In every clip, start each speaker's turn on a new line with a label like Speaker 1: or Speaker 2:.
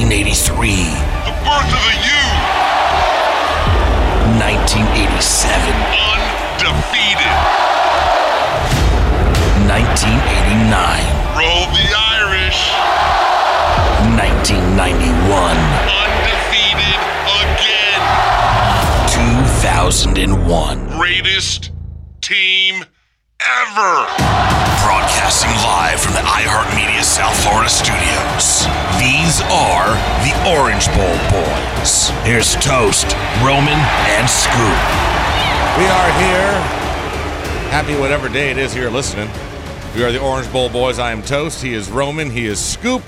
Speaker 1: 1983,
Speaker 2: The birth of the U.
Speaker 1: 1987,
Speaker 2: Undefeated.
Speaker 1: 1989,
Speaker 2: Roll the Irish.
Speaker 1: 1991,
Speaker 2: Undefeated again.
Speaker 1: 2001.
Speaker 2: Greatest team ever.
Speaker 1: Broadcasting live from the iHeartMedia South Florida studios. These are the Orange Bowl Boys. Here's Toast, Roman, and Scoop.
Speaker 3: We are here. Happy whatever day it is you're listening. We are the Orange Bowl Boys. I am Toast. He is Roman. He is Scoop.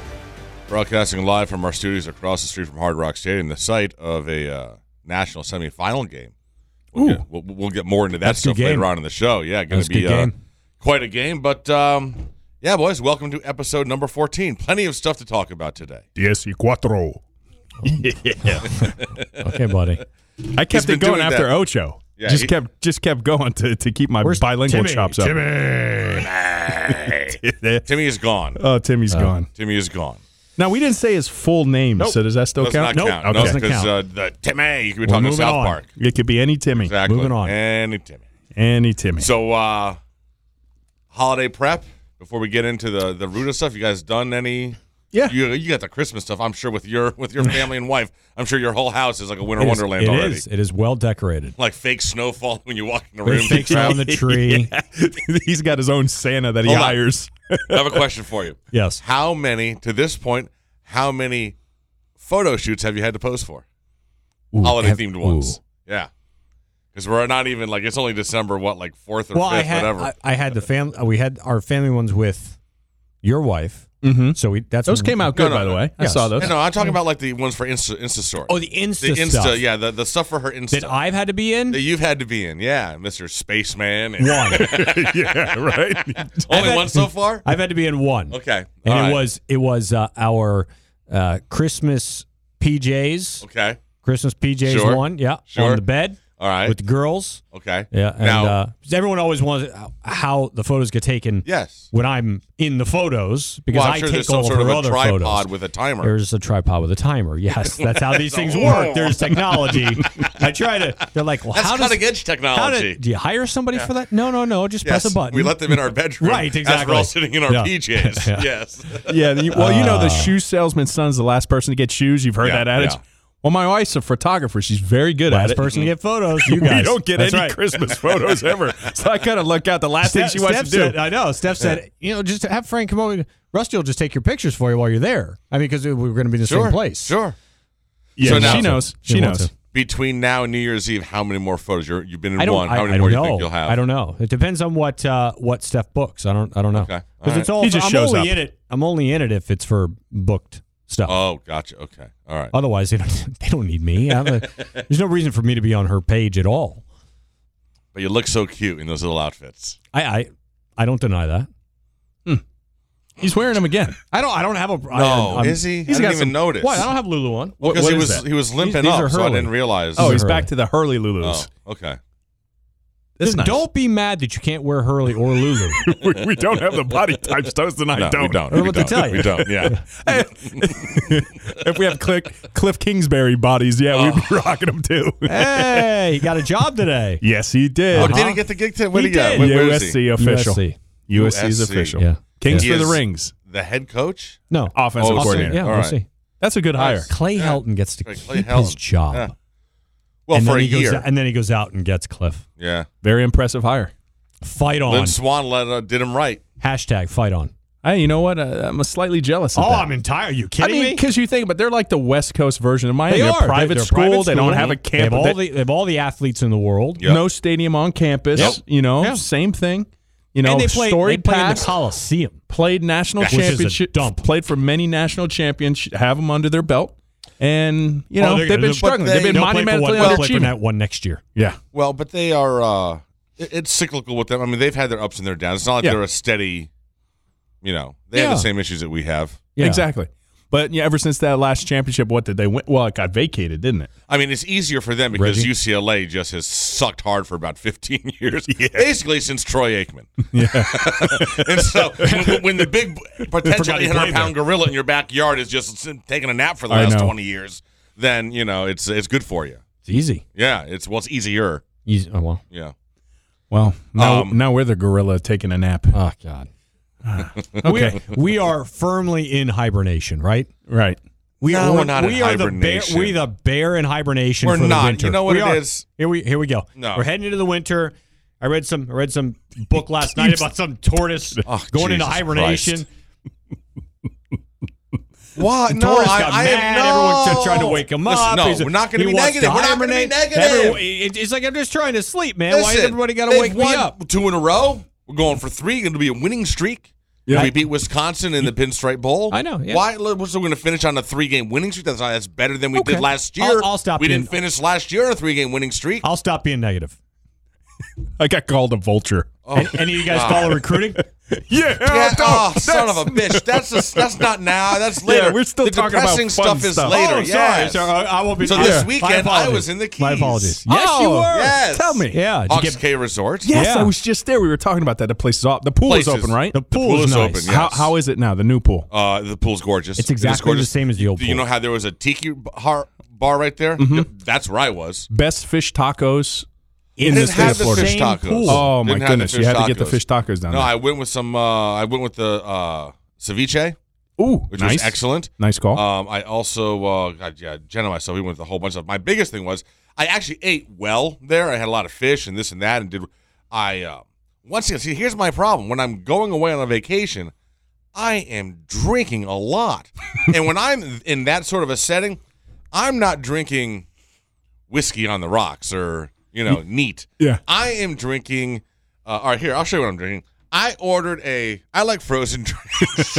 Speaker 3: Broadcasting live from our studios across the street from Hard Rock Stadium, the site of a uh, national semifinal game. We'll, Get, we'll, we'll get more into that
Speaker 4: That's a good
Speaker 3: stuff later
Speaker 4: game.
Speaker 3: on in the show. Yeah, going
Speaker 4: That's
Speaker 3: to
Speaker 4: a good
Speaker 3: be uh,
Speaker 4: game.
Speaker 3: quite a game. But um, yeah, boys, welcome to episode number 14. Plenty of stuff to talk about today.
Speaker 5: Diez y cuatro.
Speaker 4: Okay, buddy.
Speaker 6: I
Speaker 3: He's
Speaker 6: kept
Speaker 3: been
Speaker 6: it going
Speaker 3: doing
Speaker 6: after
Speaker 3: that.
Speaker 6: Ocho.
Speaker 3: Yeah,
Speaker 6: just
Speaker 3: he-
Speaker 6: kept just kept going to, to keep my
Speaker 4: Where's
Speaker 6: bilingual chops up.
Speaker 3: Timmy is gone.
Speaker 6: oh, Timmy's gone.
Speaker 3: Timmy is gone.
Speaker 6: Now we didn't say his full name, so does that still
Speaker 3: Does
Speaker 6: count?
Speaker 3: not count. No,
Speaker 6: Okay.
Speaker 4: doesn't
Speaker 3: because
Speaker 4: count.
Speaker 3: uh, the Timmy, you could be talking
Speaker 4: moving
Speaker 3: South
Speaker 4: on.
Speaker 3: Park.
Speaker 6: It could be any Timmy.
Speaker 3: Exactly.
Speaker 4: Moving on.
Speaker 3: Any Timmy.
Speaker 6: Any Timmy.
Speaker 3: So, uh, holiday prep. Before we get into the the root of stuff, you guys done any?
Speaker 6: Yeah.
Speaker 3: You, you got the Christmas stuff. I'm sure with your with your family and wife. I'm sure your whole house is like a winter
Speaker 4: It is-
Speaker 3: wonderland
Speaker 4: it
Speaker 3: already.
Speaker 4: is- It is well decorated.
Speaker 3: Like fake snowfall when you walk in the room.
Speaker 4: There's fakes around the tree.
Speaker 6: He's got his own Santa that he
Speaker 3: Hold on.
Speaker 6: hires.
Speaker 3: I have a question for you.
Speaker 4: Yes.
Speaker 3: How many to this point? How many photo shoots have you had to pose for?
Speaker 4: Ooh,
Speaker 3: Holiday
Speaker 4: have-
Speaker 3: themed
Speaker 4: ooh.
Speaker 3: ones. Yeah. Because we're not even like it's only December. What like fourth or
Speaker 4: Well, I
Speaker 3: fifth,
Speaker 4: had
Speaker 3: whatever.
Speaker 4: I, I had the family. We had our family ones with your wife.
Speaker 6: Mm-hmm.
Speaker 4: So we that's
Speaker 6: Those came out
Speaker 3: No,
Speaker 6: good,
Speaker 3: no,
Speaker 6: by the
Speaker 3: no.
Speaker 6: way. I
Speaker 4: Yes.
Speaker 6: saw those.
Speaker 3: Yeah, no, I'm talking about like the ones for Insta, Insta story.
Speaker 4: Oh, the Insta,
Speaker 3: the Insta,
Speaker 4: stuff
Speaker 3: yeah, the, the stuff for her Insta
Speaker 4: that I've had to be in.
Speaker 3: that you've had to be in, yeah, Mr. Spaceman. And
Speaker 4: one.
Speaker 6: yeah, right.
Speaker 3: Only one so far.
Speaker 4: I've had to be in one.
Speaker 3: Okay,
Speaker 4: And
Speaker 3: all
Speaker 4: it
Speaker 3: right.
Speaker 4: was it was uh, our uh, Christmas PJs.
Speaker 3: okay.
Speaker 4: Christmas PJs
Speaker 3: Sure.
Speaker 4: one. Yeah.
Speaker 3: Sure.
Speaker 4: On the bed
Speaker 3: All right.
Speaker 4: with the girls.
Speaker 3: okay.
Speaker 4: Yeah, and
Speaker 3: now,
Speaker 4: uh, 'cause everyone always wants how the photos get taken.
Speaker 3: yes.
Speaker 4: when I'm in the photos because
Speaker 3: Well, I'm
Speaker 4: I
Speaker 3: sure
Speaker 4: take
Speaker 3: there's some
Speaker 4: all
Speaker 3: sort of
Speaker 4: of her
Speaker 3: a
Speaker 4: other
Speaker 3: tripod
Speaker 4: photos.
Speaker 3: with a timer.
Speaker 4: There's a tripod with a timer. Yes, that's how these things work. There's technology. I try to. They're like, well,
Speaker 3: That's
Speaker 4: how does
Speaker 3: cutting edge
Speaker 4: how
Speaker 3: technology.
Speaker 4: did, do you hire somebody for that? No, no, no. Just
Speaker 3: yes.
Speaker 4: press a button.
Speaker 3: We let them in our bedroom.
Speaker 4: Right,
Speaker 3: As we're
Speaker 4: exactly.
Speaker 3: all sitting in our
Speaker 4: Yeah.
Speaker 3: PJs.
Speaker 4: Yeah.
Speaker 3: Yes.
Speaker 6: Yeah, you- well, you know
Speaker 4: Ah.
Speaker 6: the shoe salesman's son's the last person to get shoes. You've heard
Speaker 3: Yeah,
Speaker 6: that adage.
Speaker 3: yeah.
Speaker 6: Well, my wife's a photographer. She's very good at
Speaker 4: last
Speaker 6: it.
Speaker 4: person to get photos. You
Speaker 6: we
Speaker 4: guys
Speaker 6: don't get
Speaker 4: That's
Speaker 6: any
Speaker 4: right.
Speaker 6: Christmas photos ever. So I kind of luck out. The last
Speaker 4: Steph,
Speaker 6: thing she wants
Speaker 4: Steph
Speaker 6: to do.
Speaker 4: said, I know. Steph said, you know, just have Frank come over. Rusty will just take your pictures for you while you're there. I mean, because we were going to be in the
Speaker 3: Sure.
Speaker 4: same place.
Speaker 3: Sure.
Speaker 6: yeah,
Speaker 3: So
Speaker 6: she
Speaker 3: now-
Speaker 6: knows. She,
Speaker 4: She wants
Speaker 6: knows.
Speaker 4: to.
Speaker 3: Between now and New Year's Eve, how many more photos you're, you've been in
Speaker 4: I don't.
Speaker 3: one?
Speaker 4: I,
Speaker 3: How many
Speaker 4: I
Speaker 3: more
Speaker 4: don't
Speaker 3: you
Speaker 4: know.
Speaker 3: think you'll have?
Speaker 4: I don't know. It depends on what uh, what Steph books. I don't. I don't know.
Speaker 3: Okay. All
Speaker 4: it's all.
Speaker 6: He just
Speaker 4: I'm
Speaker 6: shows
Speaker 4: only
Speaker 6: up.
Speaker 4: in it. I'm only in it if it's for booked stuff.
Speaker 3: Oh, gotcha. Okay. All right.
Speaker 4: Otherwise, they don't. They don't need me. I'm a, there's no reason for me to be on her page at all.
Speaker 3: But you look so cute in those little outfits.
Speaker 4: I. I, I don't deny that.
Speaker 6: He's wearing them again.
Speaker 4: I don't. I don't have a. No,
Speaker 3: No, is he? I didn't
Speaker 6: got
Speaker 3: even
Speaker 6: some-
Speaker 3: notice.
Speaker 4: What? I don't have Lulu on.
Speaker 3: Well,
Speaker 6: What-
Speaker 3: because
Speaker 6: what
Speaker 3: he
Speaker 6: is
Speaker 3: was
Speaker 6: that?
Speaker 3: he was limping
Speaker 4: these
Speaker 3: up,
Speaker 4: are
Speaker 3: so I
Speaker 4: Hurley.
Speaker 3: didn't realize.
Speaker 6: Oh, he's
Speaker 4: Hurley.
Speaker 6: back to the Hurley Lulus.
Speaker 3: Oh, okay.
Speaker 6: That's
Speaker 4: Just
Speaker 6: nice.
Speaker 4: Don't be mad that you can't wear Hurley or Lulu.
Speaker 6: we, we don't have the body types. Toast and I
Speaker 3: No,
Speaker 6: don't.
Speaker 3: we don't.
Speaker 4: I don't know
Speaker 3: We
Speaker 4: what to
Speaker 3: don't.
Speaker 4: tell you.
Speaker 3: We don't. Yeah.
Speaker 6: If we have Cliff, Cliff Kingsbury bodies, yeah, we'd
Speaker 3: Oh.
Speaker 6: be rocking them too. Uh-huh.
Speaker 4: hey, he got a job today.
Speaker 6: yes, he did.
Speaker 3: oh, did he get the gig tip? What
Speaker 4: He
Speaker 3: do you got?
Speaker 4: did.
Speaker 3: Where- where is he?
Speaker 6: USC official.
Speaker 4: USC.
Speaker 6: USC's
Speaker 3: USC.
Speaker 6: official.
Speaker 4: Yeah.
Speaker 6: Kings
Speaker 3: He
Speaker 6: for the
Speaker 3: is-
Speaker 6: rings.
Speaker 3: The head coach?
Speaker 4: No.
Speaker 6: Offensive
Speaker 3: Oh,
Speaker 6: coordinator.
Speaker 4: Yeah.
Speaker 3: All
Speaker 4: we'll
Speaker 3: right.
Speaker 4: see.
Speaker 6: That's a good hire.
Speaker 4: Clay
Speaker 3: Yeah.
Speaker 4: Helton gets to
Speaker 3: Right, Clay
Speaker 4: keep his
Speaker 3: Helton.
Speaker 4: job.
Speaker 3: Yeah. Well,
Speaker 4: and
Speaker 3: Oh, for
Speaker 4: then
Speaker 3: a
Speaker 4: he goes
Speaker 3: year.
Speaker 4: out- and then he goes out and gets Cliff.
Speaker 3: yeah.
Speaker 6: Very impressive hire.
Speaker 4: Fight on.
Speaker 3: Lynn Swan let, uh, did him right.
Speaker 4: Hashtag fight on.
Speaker 6: Hey, you know what? Uh, I'm slightly jealous of
Speaker 4: Oh,
Speaker 6: that.
Speaker 4: I'm entire. You
Speaker 6: I
Speaker 4: kidding
Speaker 6: mean,
Speaker 4: me?
Speaker 6: because you think, but they're like the West Coast version of Miami.
Speaker 4: They
Speaker 6: They're
Speaker 4: are.
Speaker 6: private
Speaker 4: They're a
Speaker 6: school.
Speaker 4: private
Speaker 6: They
Speaker 4: school.
Speaker 6: don't have a
Speaker 4: They have
Speaker 6: campus.
Speaker 4: all
Speaker 6: They-
Speaker 4: the, they have all the athletes in the world.
Speaker 3: Yep.
Speaker 6: No stadium on campus.
Speaker 3: Yep.
Speaker 6: You know,
Speaker 4: Yeah.
Speaker 6: same thing. You know,
Speaker 4: and they play,
Speaker 6: storied
Speaker 4: they play in the
Speaker 6: past.
Speaker 4: Coliseum.
Speaker 6: played national
Speaker 4: Which is a
Speaker 6: championship.
Speaker 4: dump.
Speaker 6: Played for many national championships. Have them under their belt, and you
Speaker 4: Oh,
Speaker 6: know
Speaker 4: they're
Speaker 6: they've
Speaker 4: gonna-
Speaker 6: been
Speaker 4: but
Speaker 6: struggling.
Speaker 3: they-
Speaker 6: They've been
Speaker 4: They'll play for one,
Speaker 6: monumentally
Speaker 4: they'll play for
Speaker 6: underachieving.
Speaker 4: that one next year.
Speaker 6: Yeah,
Speaker 3: Well, but they are. Uh, it, it's cyclical with them. I mean, they've had their ups and their downs. It's not like
Speaker 6: Yeah.
Speaker 3: they're a steady. You know, they have
Speaker 4: Yeah.
Speaker 3: the same issues that we have.
Speaker 4: Yeah.
Speaker 6: exactly. But yeah, ever since that last championship, what did they win? Well, it got vacated, didn't it?
Speaker 3: I mean, it's easier for them because
Speaker 6: Reggie?
Speaker 3: UCLA just has sucked hard for about 15 years, basically since Troy Aikman. Yeah. and so when, when the big
Speaker 6: forgot
Speaker 3: potentially
Speaker 6: he
Speaker 3: 100
Speaker 6: played
Speaker 3: pound gorilla in your backyard is just sitting- taking a nap for the
Speaker 6: I
Speaker 3: last
Speaker 6: know.
Speaker 3: 20 years, then, you know, it's it's good for you.
Speaker 4: It's easy.
Speaker 3: Yeah. It's, well, it's easier.
Speaker 4: easy. Oh, well.
Speaker 3: Yeah.
Speaker 6: Well, now,
Speaker 3: Um,
Speaker 6: now we're the gorilla taking a nap.
Speaker 4: Oh, God.
Speaker 3: Ah.
Speaker 6: Okay.
Speaker 4: We are firmly in hibernation, right?
Speaker 6: right.
Speaker 4: We
Speaker 3: No,
Speaker 4: are,
Speaker 3: we're not in
Speaker 4: we are The
Speaker 3: hibernation.
Speaker 4: bear, we the bear in hibernation.
Speaker 3: We're
Speaker 4: for the
Speaker 3: not.
Speaker 4: winter.
Speaker 3: You know what
Speaker 4: we
Speaker 3: it
Speaker 4: are.
Speaker 3: is?
Speaker 4: Here we here we go.
Speaker 3: No.
Speaker 4: We're heading into the winter. I read some I read some book last night about some tortoise
Speaker 3: Oh,
Speaker 4: going into
Speaker 3: Jesus
Speaker 4: hibernation.
Speaker 3: Christ. What?
Speaker 4: The Torres got mad. Everyone t- tried to wake him
Speaker 3: Listen,
Speaker 4: up.
Speaker 3: no,
Speaker 4: He's a-
Speaker 3: we're not going
Speaker 4: he
Speaker 3: to be
Speaker 4: wants
Speaker 3: negative. We're not going to be
Speaker 4: hibernate.
Speaker 3: negative.
Speaker 4: Everyone- it- it's like I'm just trying to sleep, man. Why does
Speaker 3: Listen,
Speaker 4: everybody got to
Speaker 3: they've
Speaker 4: wake me
Speaker 3: won
Speaker 4: up?
Speaker 3: Two in a row. We're going for three. Going to be a winning streak.
Speaker 6: Yeah.
Speaker 3: We beat Wisconsin in the Pinstripe Bowl.
Speaker 4: I know, yeah.
Speaker 3: Why? We're still going to finish on a three-game winning streak. That's, not- that's better than we
Speaker 4: Okay.
Speaker 3: did last year.
Speaker 4: I'll- I'll stop
Speaker 3: We
Speaker 4: you.
Speaker 3: didn't finish last year on a three-game winning streak.
Speaker 4: I'll stop being negative.
Speaker 6: I got called a vulture.
Speaker 3: Oh.
Speaker 4: And Any of you guys follow recruiting?
Speaker 6: Yeah.
Speaker 3: Yeah,
Speaker 6: dog,
Speaker 3: oh,
Speaker 6: that's-
Speaker 3: son of a bitch! That's just, that's not now. That's later.
Speaker 6: we're still
Speaker 3: the
Speaker 6: talking about
Speaker 3: depressing
Speaker 6: fun
Speaker 3: stuff, is
Speaker 6: stuff.
Speaker 3: later.
Speaker 4: Oh,
Speaker 3: yes.
Speaker 4: sorry, sorry. I I won't be.
Speaker 3: So
Speaker 4: I-
Speaker 3: this
Speaker 4: my
Speaker 3: weekend, I
Speaker 4: apologies.
Speaker 3: was in the Keys.
Speaker 4: My apologies.
Speaker 6: Yes, you
Speaker 4: Oh,
Speaker 6: were.
Speaker 3: yes.
Speaker 6: Tell me.
Speaker 4: Yeah. Did you
Speaker 3: Ox
Speaker 4: get-
Speaker 3: K Resort.
Speaker 6: Yes,
Speaker 4: Yeah.
Speaker 6: I was just there. We were talking about that. The place is off. The pool
Speaker 3: Places.
Speaker 6: is open, right?
Speaker 4: The pool
Speaker 3: pool
Speaker 4: is
Speaker 3: is
Speaker 4: nice.
Speaker 3: open, yeah.
Speaker 6: How,
Speaker 3: yes.
Speaker 6: how is it now? The new pool.
Speaker 3: Uh, the pool's gorgeous.
Speaker 4: It's
Speaker 3: It is
Speaker 4: exactly the
Speaker 3: gorgeous.
Speaker 4: same as the old
Speaker 3: Do you
Speaker 4: pool. Mm-hmm.
Speaker 3: know how there was a tiki bar, bar right there? Yep, that's where I was.
Speaker 6: Best fish tacos in
Speaker 3: didn't
Speaker 6: the state
Speaker 3: have
Speaker 6: of
Speaker 3: the
Speaker 6: Florida.
Speaker 3: fish Same tacos. pool.
Speaker 6: Oh
Speaker 3: Didn't
Speaker 6: my
Speaker 3: have the
Speaker 6: goodness! You
Speaker 3: fish
Speaker 6: had to get the
Speaker 3: tacos.
Speaker 6: fish tacos down
Speaker 3: No, I went with some. Uh, I went with the uh, ceviche,
Speaker 6: there. Ooh,
Speaker 3: which
Speaker 6: nice,
Speaker 3: was excellent.
Speaker 6: Nice call.
Speaker 3: Um, I also, uh, God, yeah, Jenna and myself, we went with a whole bunch of. My biggest thing was I actually ate well there. I had a lot of fish and this and that, and did I? Uh, once again, see, here's my problem. When I'm going away on a vacation, I am drinking a lot, and when I'm in that sort of a setting, I'm not drinking whiskey on the rocks or you know neat.
Speaker 6: yeah.
Speaker 3: I am drinking. Uh, all right, here I'll show you what I'm drinking. I ordered a. I like frozen drinks.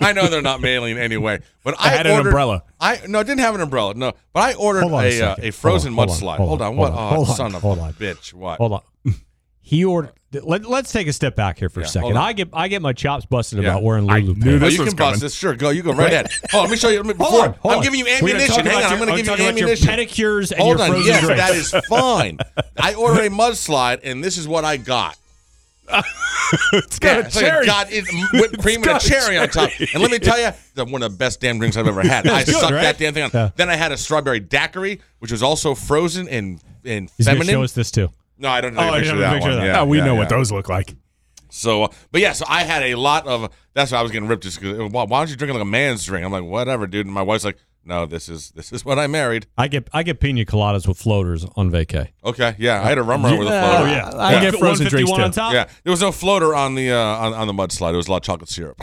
Speaker 3: I know they're not mailing anyway, but I,
Speaker 6: had an
Speaker 3: ordered-
Speaker 6: umbrella.
Speaker 3: I no, I didn't have an umbrella. No, but I ordered
Speaker 4: Hold on a
Speaker 3: a, uh,
Speaker 4: second.
Speaker 3: a frozen
Speaker 4: Hold on,
Speaker 3: mudslide.
Speaker 4: hold
Speaker 3: Hold
Speaker 4: on,
Speaker 3: on, what?
Speaker 4: hold on, hold
Speaker 3: oh,
Speaker 4: on,
Speaker 3: son of
Speaker 4: hold
Speaker 3: a
Speaker 4: on.
Speaker 3: bitch! What?
Speaker 4: Hold on. He ordered. Let, let's take a step back here for a
Speaker 3: Yeah,
Speaker 4: second.
Speaker 3: hold on.
Speaker 4: I get I get my chops busted
Speaker 3: Yeah.
Speaker 4: about wearing
Speaker 6: I
Speaker 4: Lulu
Speaker 6: knew
Speaker 3: Oh,
Speaker 6: this
Speaker 3: you
Speaker 6: was
Speaker 3: can bust
Speaker 6: coming.
Speaker 3: this. Sure, go. You go right ahead. Oh, let me show you. Let me, before, I'm giving you
Speaker 4: We're gonna talk
Speaker 3: ammunition. Hang on,
Speaker 4: about
Speaker 3: I'm going
Speaker 4: your-
Speaker 3: to give you
Speaker 4: talk about
Speaker 3: ammunition.
Speaker 4: Your pedicures and
Speaker 3: Hold
Speaker 4: your
Speaker 3: on,
Speaker 4: frozen
Speaker 3: yes,
Speaker 4: drinks.
Speaker 3: that is fine. I ordered a mudslide, and this is what I got.
Speaker 6: it's got
Speaker 3: Yeah,
Speaker 6: a
Speaker 3: it's like a
Speaker 6: cherry.
Speaker 3: god- it- whipped cream and a
Speaker 6: got a
Speaker 3: cherry on top. And let me tell you, that's one of the best damn drinks I've ever had. I
Speaker 4: It's good,
Speaker 3: sucked
Speaker 4: right?
Speaker 3: that damn thing on.
Speaker 4: Yeah.
Speaker 3: Then I had a strawberry daiquiri, which was also frozen and and
Speaker 4: He's gonna
Speaker 3: feminine.
Speaker 4: show us this too.
Speaker 3: no, I don't
Speaker 4: Oh,
Speaker 3: have
Speaker 4: I
Speaker 3: a picture
Speaker 4: don't
Speaker 3: of that
Speaker 4: have a picture
Speaker 3: one.
Speaker 4: of that.
Speaker 3: Yeah,
Speaker 6: Oh, we
Speaker 3: yeah,
Speaker 6: know
Speaker 3: yeah.
Speaker 6: what those look like.
Speaker 3: So, uh, but yeah, so I had a lot of. That's why I was getting ripped. Just 'cause, why, why don't you drink like a man's drink? I'm like, whatever, dude. And my wife's like, no, this is this is what I married.
Speaker 4: I get I get pina coladas with floaters on vacay.
Speaker 3: Okay, yeah, I had a rummer over the floater.
Speaker 4: Uh, I
Speaker 6: We'll
Speaker 4: get
Speaker 6: get frozen drinks,
Speaker 4: 151 on
Speaker 6: too.
Speaker 4: top.
Speaker 3: Yeah, there was no floater on the uh, on, on the mudslide. It was a lot of chocolate syrup.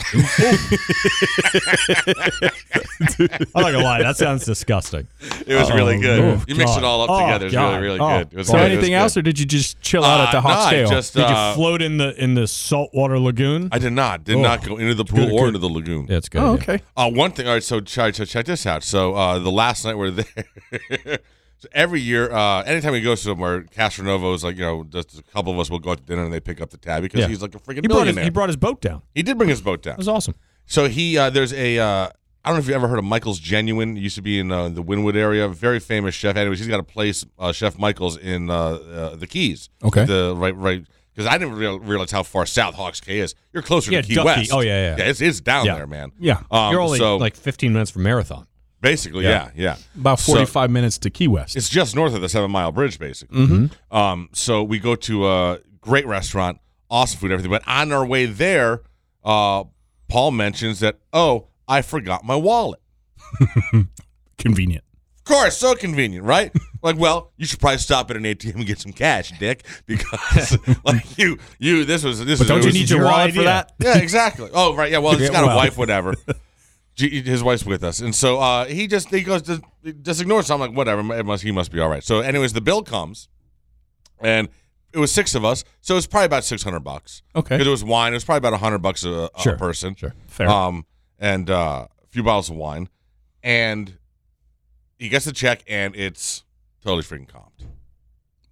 Speaker 4: I'm not gonna lie, that sounds disgusting.
Speaker 3: it was really good.
Speaker 4: Oh, Lord
Speaker 3: you mixed
Speaker 4: God.
Speaker 3: it all up
Speaker 4: Oh,
Speaker 3: together. It was
Speaker 4: God.
Speaker 3: really, really
Speaker 4: Oh,
Speaker 3: good. It was
Speaker 6: So
Speaker 3: good. It was
Speaker 6: anything
Speaker 3: good.
Speaker 6: else, or did you just chill out at the
Speaker 3: Uh,
Speaker 6: hot
Speaker 3: no, I
Speaker 6: scale?
Speaker 3: just,
Speaker 4: Did
Speaker 3: uh,
Speaker 4: you float in the in the saltwater lagoon?
Speaker 3: I did not. Did not go into the pool or into the lagoon.
Speaker 4: yeah, Oh. it's good.
Speaker 6: oh,
Speaker 4: yeah.
Speaker 6: okay.
Speaker 3: Uh, one thing. All right. So check, so check this out. So uh, the last night we're there. so every year, uh, anytime we go somewhere, Castronovo is like you know just a couple of us will go out to dinner and they pick up the tab because
Speaker 4: Yeah.
Speaker 3: he's like a freaking
Speaker 4: He brought his,
Speaker 3: billionaire.
Speaker 4: he brought his boat down.
Speaker 3: He did bring his boat down.
Speaker 4: That was awesome.
Speaker 3: So he uh, there's a uh, I don't know if you ever heard of Michael's Genuine. It used to be in uh, the Winwood area. Very famous chef. Anyways, he's got a place, uh, Chef Michael's in uh, uh, the Keys.
Speaker 6: Okay.
Speaker 3: The right right because I didn't real, realize how far south Hawks K is. You're closer
Speaker 4: Yeah,
Speaker 3: to Key
Speaker 4: Ducky.
Speaker 3: West.
Speaker 4: Oh, yeah, yeah.
Speaker 3: Yeah, it's, it's down
Speaker 4: Yeah.
Speaker 3: there, man.
Speaker 6: Yeah.
Speaker 3: Um,
Speaker 4: You're only
Speaker 3: so
Speaker 4: like 15 minutes from marathon.
Speaker 3: basically, yeah, yeah.
Speaker 6: About
Speaker 3: So-
Speaker 6: 45 minutes to Key West.
Speaker 3: it's just north of the Seven Mile Bridge, basically. Um, so we go to a great restaurant, awesome food, everything. But on our way there, uh, Paul mentions that oh, I forgot my wallet.
Speaker 6: Convenient.
Speaker 3: Of course, so convenient, right? like, well, you should probably stop at an ATM and get some cash, Dick, because like you, you, this was this.
Speaker 6: But
Speaker 3: is,
Speaker 6: don't
Speaker 3: it
Speaker 6: you
Speaker 3: was-
Speaker 6: need your
Speaker 4: your
Speaker 6: wallet
Speaker 4: idea.
Speaker 6: for that?
Speaker 3: yeah, exactly. Oh, right. Yeah. Well, he's
Speaker 6: Yeah,
Speaker 3: got a
Speaker 6: well.
Speaker 3: wife, whatever. G- His wife's with us, and so uh, he just he goes just, just ignores. it. So I'm like, whatever. It must, he must be all right. So, anyways, the bill comes, and it was six of us, so it's probably about six hundred bucks.
Speaker 6: Okay.
Speaker 3: because it was wine. It was probably about hundred bucks a, a
Speaker 4: Sure,
Speaker 3: person. Sure,
Speaker 6: fair.
Speaker 3: Um, and uh, a few bottles of wine, and he gets the check, and it's totally freaking comped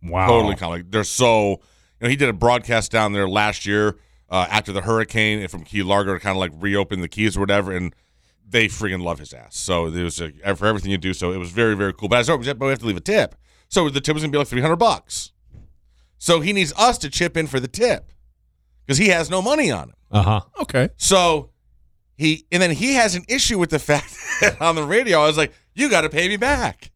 Speaker 6: Wow.
Speaker 3: totally comic. They're so you know he did a broadcast down there last year uh, after the hurricane and from Key Largo to kind of like reopen the keys or whatever, and they freaking love his ass. So it was a, for everything you do. So it was very very cool. But I said, oh, but we have to leave a tip. So the tip was gonna be like three hundred bucks. So he needs us to chip in for the tip because he has no money on him.
Speaker 4: Uh huh.
Speaker 6: Okay.
Speaker 3: So he and then he has an issue with the fact that on the radio I was like, "You got to pay me back."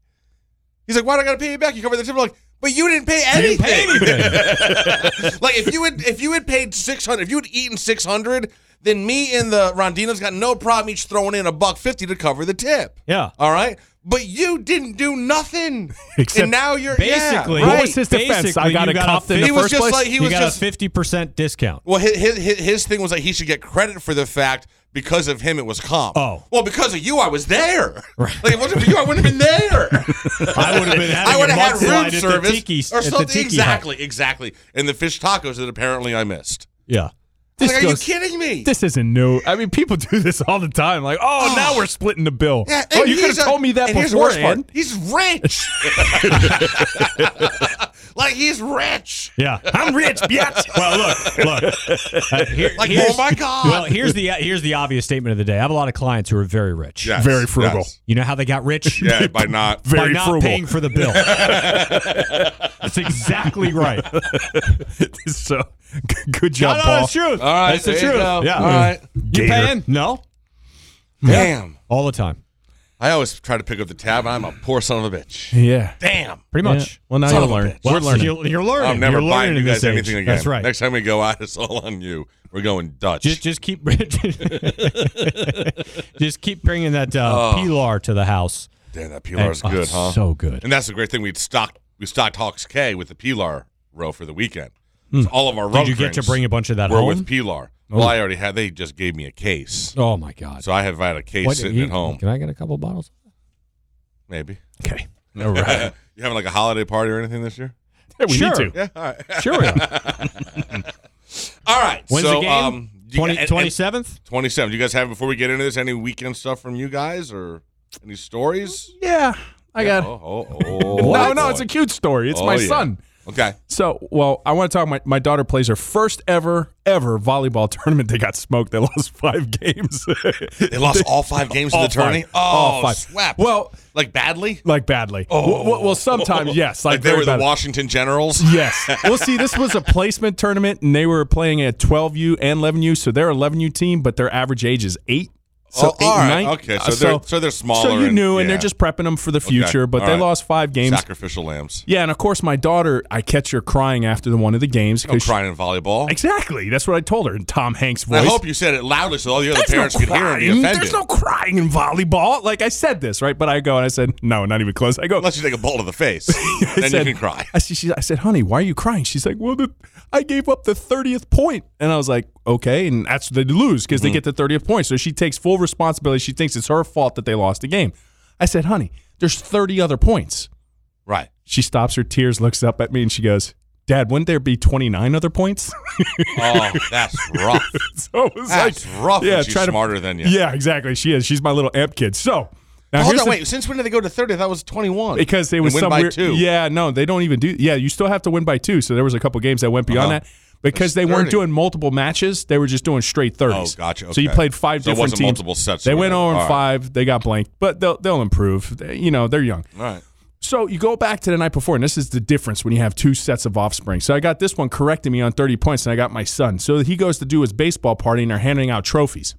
Speaker 3: He's like, "Why do I got to pay you back? You covered the tip." I'm like, but you didn't pay anything. like if you had if you had paid six hundred, if you had eaten six hundred, then me and the Rondinos got no problem each throwing in a buck fifty to cover the tip.
Speaker 4: Yeah.
Speaker 3: All right. But you didn't do nothing.
Speaker 6: Except
Speaker 3: and now you're yeah,
Speaker 5: Basically,
Speaker 3: right.
Speaker 6: What was his defense? I
Speaker 5: basically,
Speaker 6: got
Speaker 5: you
Speaker 6: a cuffed in the
Speaker 3: He was
Speaker 6: first
Speaker 3: just
Speaker 6: place?
Speaker 3: like he
Speaker 6: You
Speaker 3: was
Speaker 4: you got
Speaker 3: just
Speaker 4: a fifty percent discount.
Speaker 3: well, his, his his his thing was like he should get credit for the fact because of him it was calm.
Speaker 6: Oh.
Speaker 3: well, because of you I was there. Right. Like if it wasn't for you I wouldn't have been there.
Speaker 4: I would have been.
Speaker 3: I would have
Speaker 4: mudslide
Speaker 3: had
Speaker 4: at the
Speaker 3: room service
Speaker 4: tiki-
Speaker 3: or
Speaker 4: at the
Speaker 3: something.
Speaker 4: tiki hut.
Speaker 3: exactly, exactly. And the fish tacos that apparently I missed.
Speaker 4: Yeah.
Speaker 6: This
Speaker 3: like, are
Speaker 6: goes-
Speaker 3: you kidding me?
Speaker 6: This isn't new. I mean, people do this all the time. Like, oh, now we're splitting the bill. oh,
Speaker 3: and
Speaker 6: you could
Speaker 3: he's a-
Speaker 6: have told me that
Speaker 3: and here's the worst part.
Speaker 6: beforehand.
Speaker 3: He's rich. like he's rich.
Speaker 6: Yeah, I'm rich, bitch. well, look,
Speaker 4: Look, uh, here-
Speaker 3: Like
Speaker 4: here's-
Speaker 3: oh my god.
Speaker 4: Well, here's the here's the obvious statement of the day. I have a lot of clients who are very rich.
Speaker 3: Yes,
Speaker 6: very frugal.
Speaker 3: yes.
Speaker 4: You know how they got rich?
Speaker 3: Yeah, by not.
Speaker 4: By
Speaker 6: very
Speaker 4: not
Speaker 6: frugal.
Speaker 4: paying for the bill. That's exactly right.
Speaker 6: so, g- good
Speaker 4: No,
Speaker 6: job,
Speaker 4: no,
Speaker 6: Paul.
Speaker 4: that's truth.
Speaker 3: All right,
Speaker 4: that's the
Speaker 3: there you
Speaker 4: truth.
Speaker 3: go.
Speaker 4: Yeah.
Speaker 3: All right.
Speaker 4: You
Speaker 6: Gator.
Speaker 4: paying? No.
Speaker 3: Damn.
Speaker 4: All the time.
Speaker 3: I always try to pick up the tab. I'm a poor son of a bitch.
Speaker 6: Yeah,
Speaker 3: Damn.
Speaker 4: Pretty much.
Speaker 6: Well, now
Speaker 3: Son of
Speaker 6: you'll
Speaker 3: a
Speaker 6: learn.
Speaker 3: bitch.
Speaker 6: We're learning.
Speaker 4: You're, you're learning.
Speaker 3: I'm never
Speaker 4: You're
Speaker 3: buying
Speaker 4: learning
Speaker 3: you
Speaker 4: at
Speaker 3: guys
Speaker 4: this age.
Speaker 3: anything again.
Speaker 4: That's right.
Speaker 3: Next time we go out, it's all on you. We're going Dutch.
Speaker 4: just just keep just keep bringing that
Speaker 6: Oh.
Speaker 4: uh, pilar to the house.
Speaker 3: Damn, that Pilar's
Speaker 4: Oh,
Speaker 3: good, huh?
Speaker 4: So good.
Speaker 3: and that's the great thing. We stocked we stocked Hawks K with the Pilar row for the weekend. So all of our rum
Speaker 4: Hmm. Did you get to
Speaker 3: drinks
Speaker 4: bring a bunch of that
Speaker 3: were
Speaker 4: home?
Speaker 3: with Pilar. Well, I already had. They just gave me a case,
Speaker 4: oh my god.
Speaker 3: so I have had a case
Speaker 4: What-
Speaker 3: sitting
Speaker 4: you-
Speaker 3: at home.
Speaker 4: Can I get a couple bottles?
Speaker 3: Maybe
Speaker 4: Okay.
Speaker 6: All right.
Speaker 3: you having like a holiday party or anything this year?
Speaker 6: Yeah, we
Speaker 4: Sure.
Speaker 6: need to.
Speaker 3: Yeah, all right.
Speaker 4: Sure. we are.
Speaker 3: all right.
Speaker 4: When's
Speaker 3: so,
Speaker 4: the game?
Speaker 3: Um, you- and- and-
Speaker 4: 27th?
Speaker 3: Twenty-seven. Do you guys have before we get into this any weekend stuff from you guys or any stories?
Speaker 6: Yeah, I got.
Speaker 3: Oh, oh, oh,
Speaker 6: no, no,
Speaker 3: boy.
Speaker 6: it's a cute story. It's
Speaker 3: Oh,
Speaker 6: my
Speaker 3: yeah.
Speaker 6: son.
Speaker 3: Okay.
Speaker 6: So, well, I want to talk. My, my daughter plays her first ever, ever volleyball tournament. They got smoked. They lost five games.
Speaker 3: They lost all five games
Speaker 6: All
Speaker 3: of the tourney.
Speaker 6: five.
Speaker 3: Oh,
Speaker 6: All five.
Speaker 3: swept.
Speaker 6: Well-
Speaker 3: like badly.
Speaker 6: like badly. Oh. Well, well, sometimes, yes.
Speaker 3: Like,
Speaker 6: Like,
Speaker 3: they
Speaker 6: very
Speaker 3: were the
Speaker 6: badly.
Speaker 3: Washington Generals.
Speaker 6: Yes. Well, see, this was a placement tournament, and they were playing at 12U and 11U, so they're 11U team, but their average age is eight. So
Speaker 3: Oh,
Speaker 6: eight
Speaker 3: all
Speaker 6: and
Speaker 3: right.
Speaker 6: nine.
Speaker 3: Okay, so
Speaker 6: Uh,
Speaker 3: they're- so they're smaller
Speaker 6: So you
Speaker 3: and-
Speaker 6: knew, and they're
Speaker 3: yeah.
Speaker 6: just prepping them for the future. But
Speaker 3: all
Speaker 6: they
Speaker 3: right.
Speaker 6: lost five games.
Speaker 3: Sacrificial lambs.
Speaker 6: Yeah, and of course, my daughter, I catch her crying after the one of the games
Speaker 3: No
Speaker 6: because
Speaker 3: crying in volleyball.
Speaker 6: exactly that's what I told her in Tom Hanks'
Speaker 3: I
Speaker 6: voice.
Speaker 3: hope you said it loudly so all the other
Speaker 6: There's
Speaker 3: parents
Speaker 6: no
Speaker 3: could hear and be
Speaker 6: crying.
Speaker 3: offended.
Speaker 6: There's no crying in volleyball. Like I said this, right? But I go and I said, no, not even close. I go,
Speaker 3: Unless you take a ball to the face, then
Speaker 6: said-
Speaker 3: you can cry.
Speaker 6: I, she, she, I said, honey, why are you crying? She's like, well, the, I gave up the 30th point. And I was like, okay. And that's they lose because
Speaker 3: Mm-hmm.
Speaker 6: they get the 30th point. So she takes full responsibility. She thinks it's her fault that they lost the game. I said, honey, there's 30 other points.
Speaker 3: Right.
Speaker 6: She stops her tears, looks up at me, and she goes, Dad, wouldn't there be 29 other points?
Speaker 3: Oh, that's rough.
Speaker 6: so it was
Speaker 3: That's
Speaker 6: like,
Speaker 3: rough. Yeah,
Speaker 6: yeah,
Speaker 3: she's
Speaker 6: try to-
Speaker 3: smarter than you.
Speaker 6: Yeah, exactly. She is. She's my little amp kid. So now
Speaker 3: Hold
Speaker 6: here's
Speaker 3: on,
Speaker 6: the-
Speaker 3: wait. Since when did they go to 30? That was 21.
Speaker 6: because they
Speaker 3: And
Speaker 6: was
Speaker 3: win
Speaker 6: some
Speaker 3: by
Speaker 6: weird,
Speaker 3: two.
Speaker 6: Yeah, no, they don't even do. Yeah, you still have to win by two. So there was a couple games that went beyond
Speaker 3: Uh-huh.
Speaker 6: that because they
Speaker 3: That's 30.
Speaker 6: weren't doing multiple matches. They were just doing straight thirties.
Speaker 3: Oh, gotcha.
Speaker 6: So you
Speaker 3: Okay.
Speaker 6: played five
Speaker 3: So it
Speaker 6: different
Speaker 3: wasn't
Speaker 6: teams.
Speaker 3: multiple sets or
Speaker 6: They went
Speaker 3: whatever.
Speaker 6: over
Speaker 3: All right.
Speaker 6: five. They got blanked, but they'll they'll improve. They- you know, they're young.
Speaker 3: All right.
Speaker 6: So you go back to the night before, and this is the difference when you have two sets of offspring. So I got this one correcting me on 30 points, and I got my son. So he goes to do his baseball party, and they're handing out trophies.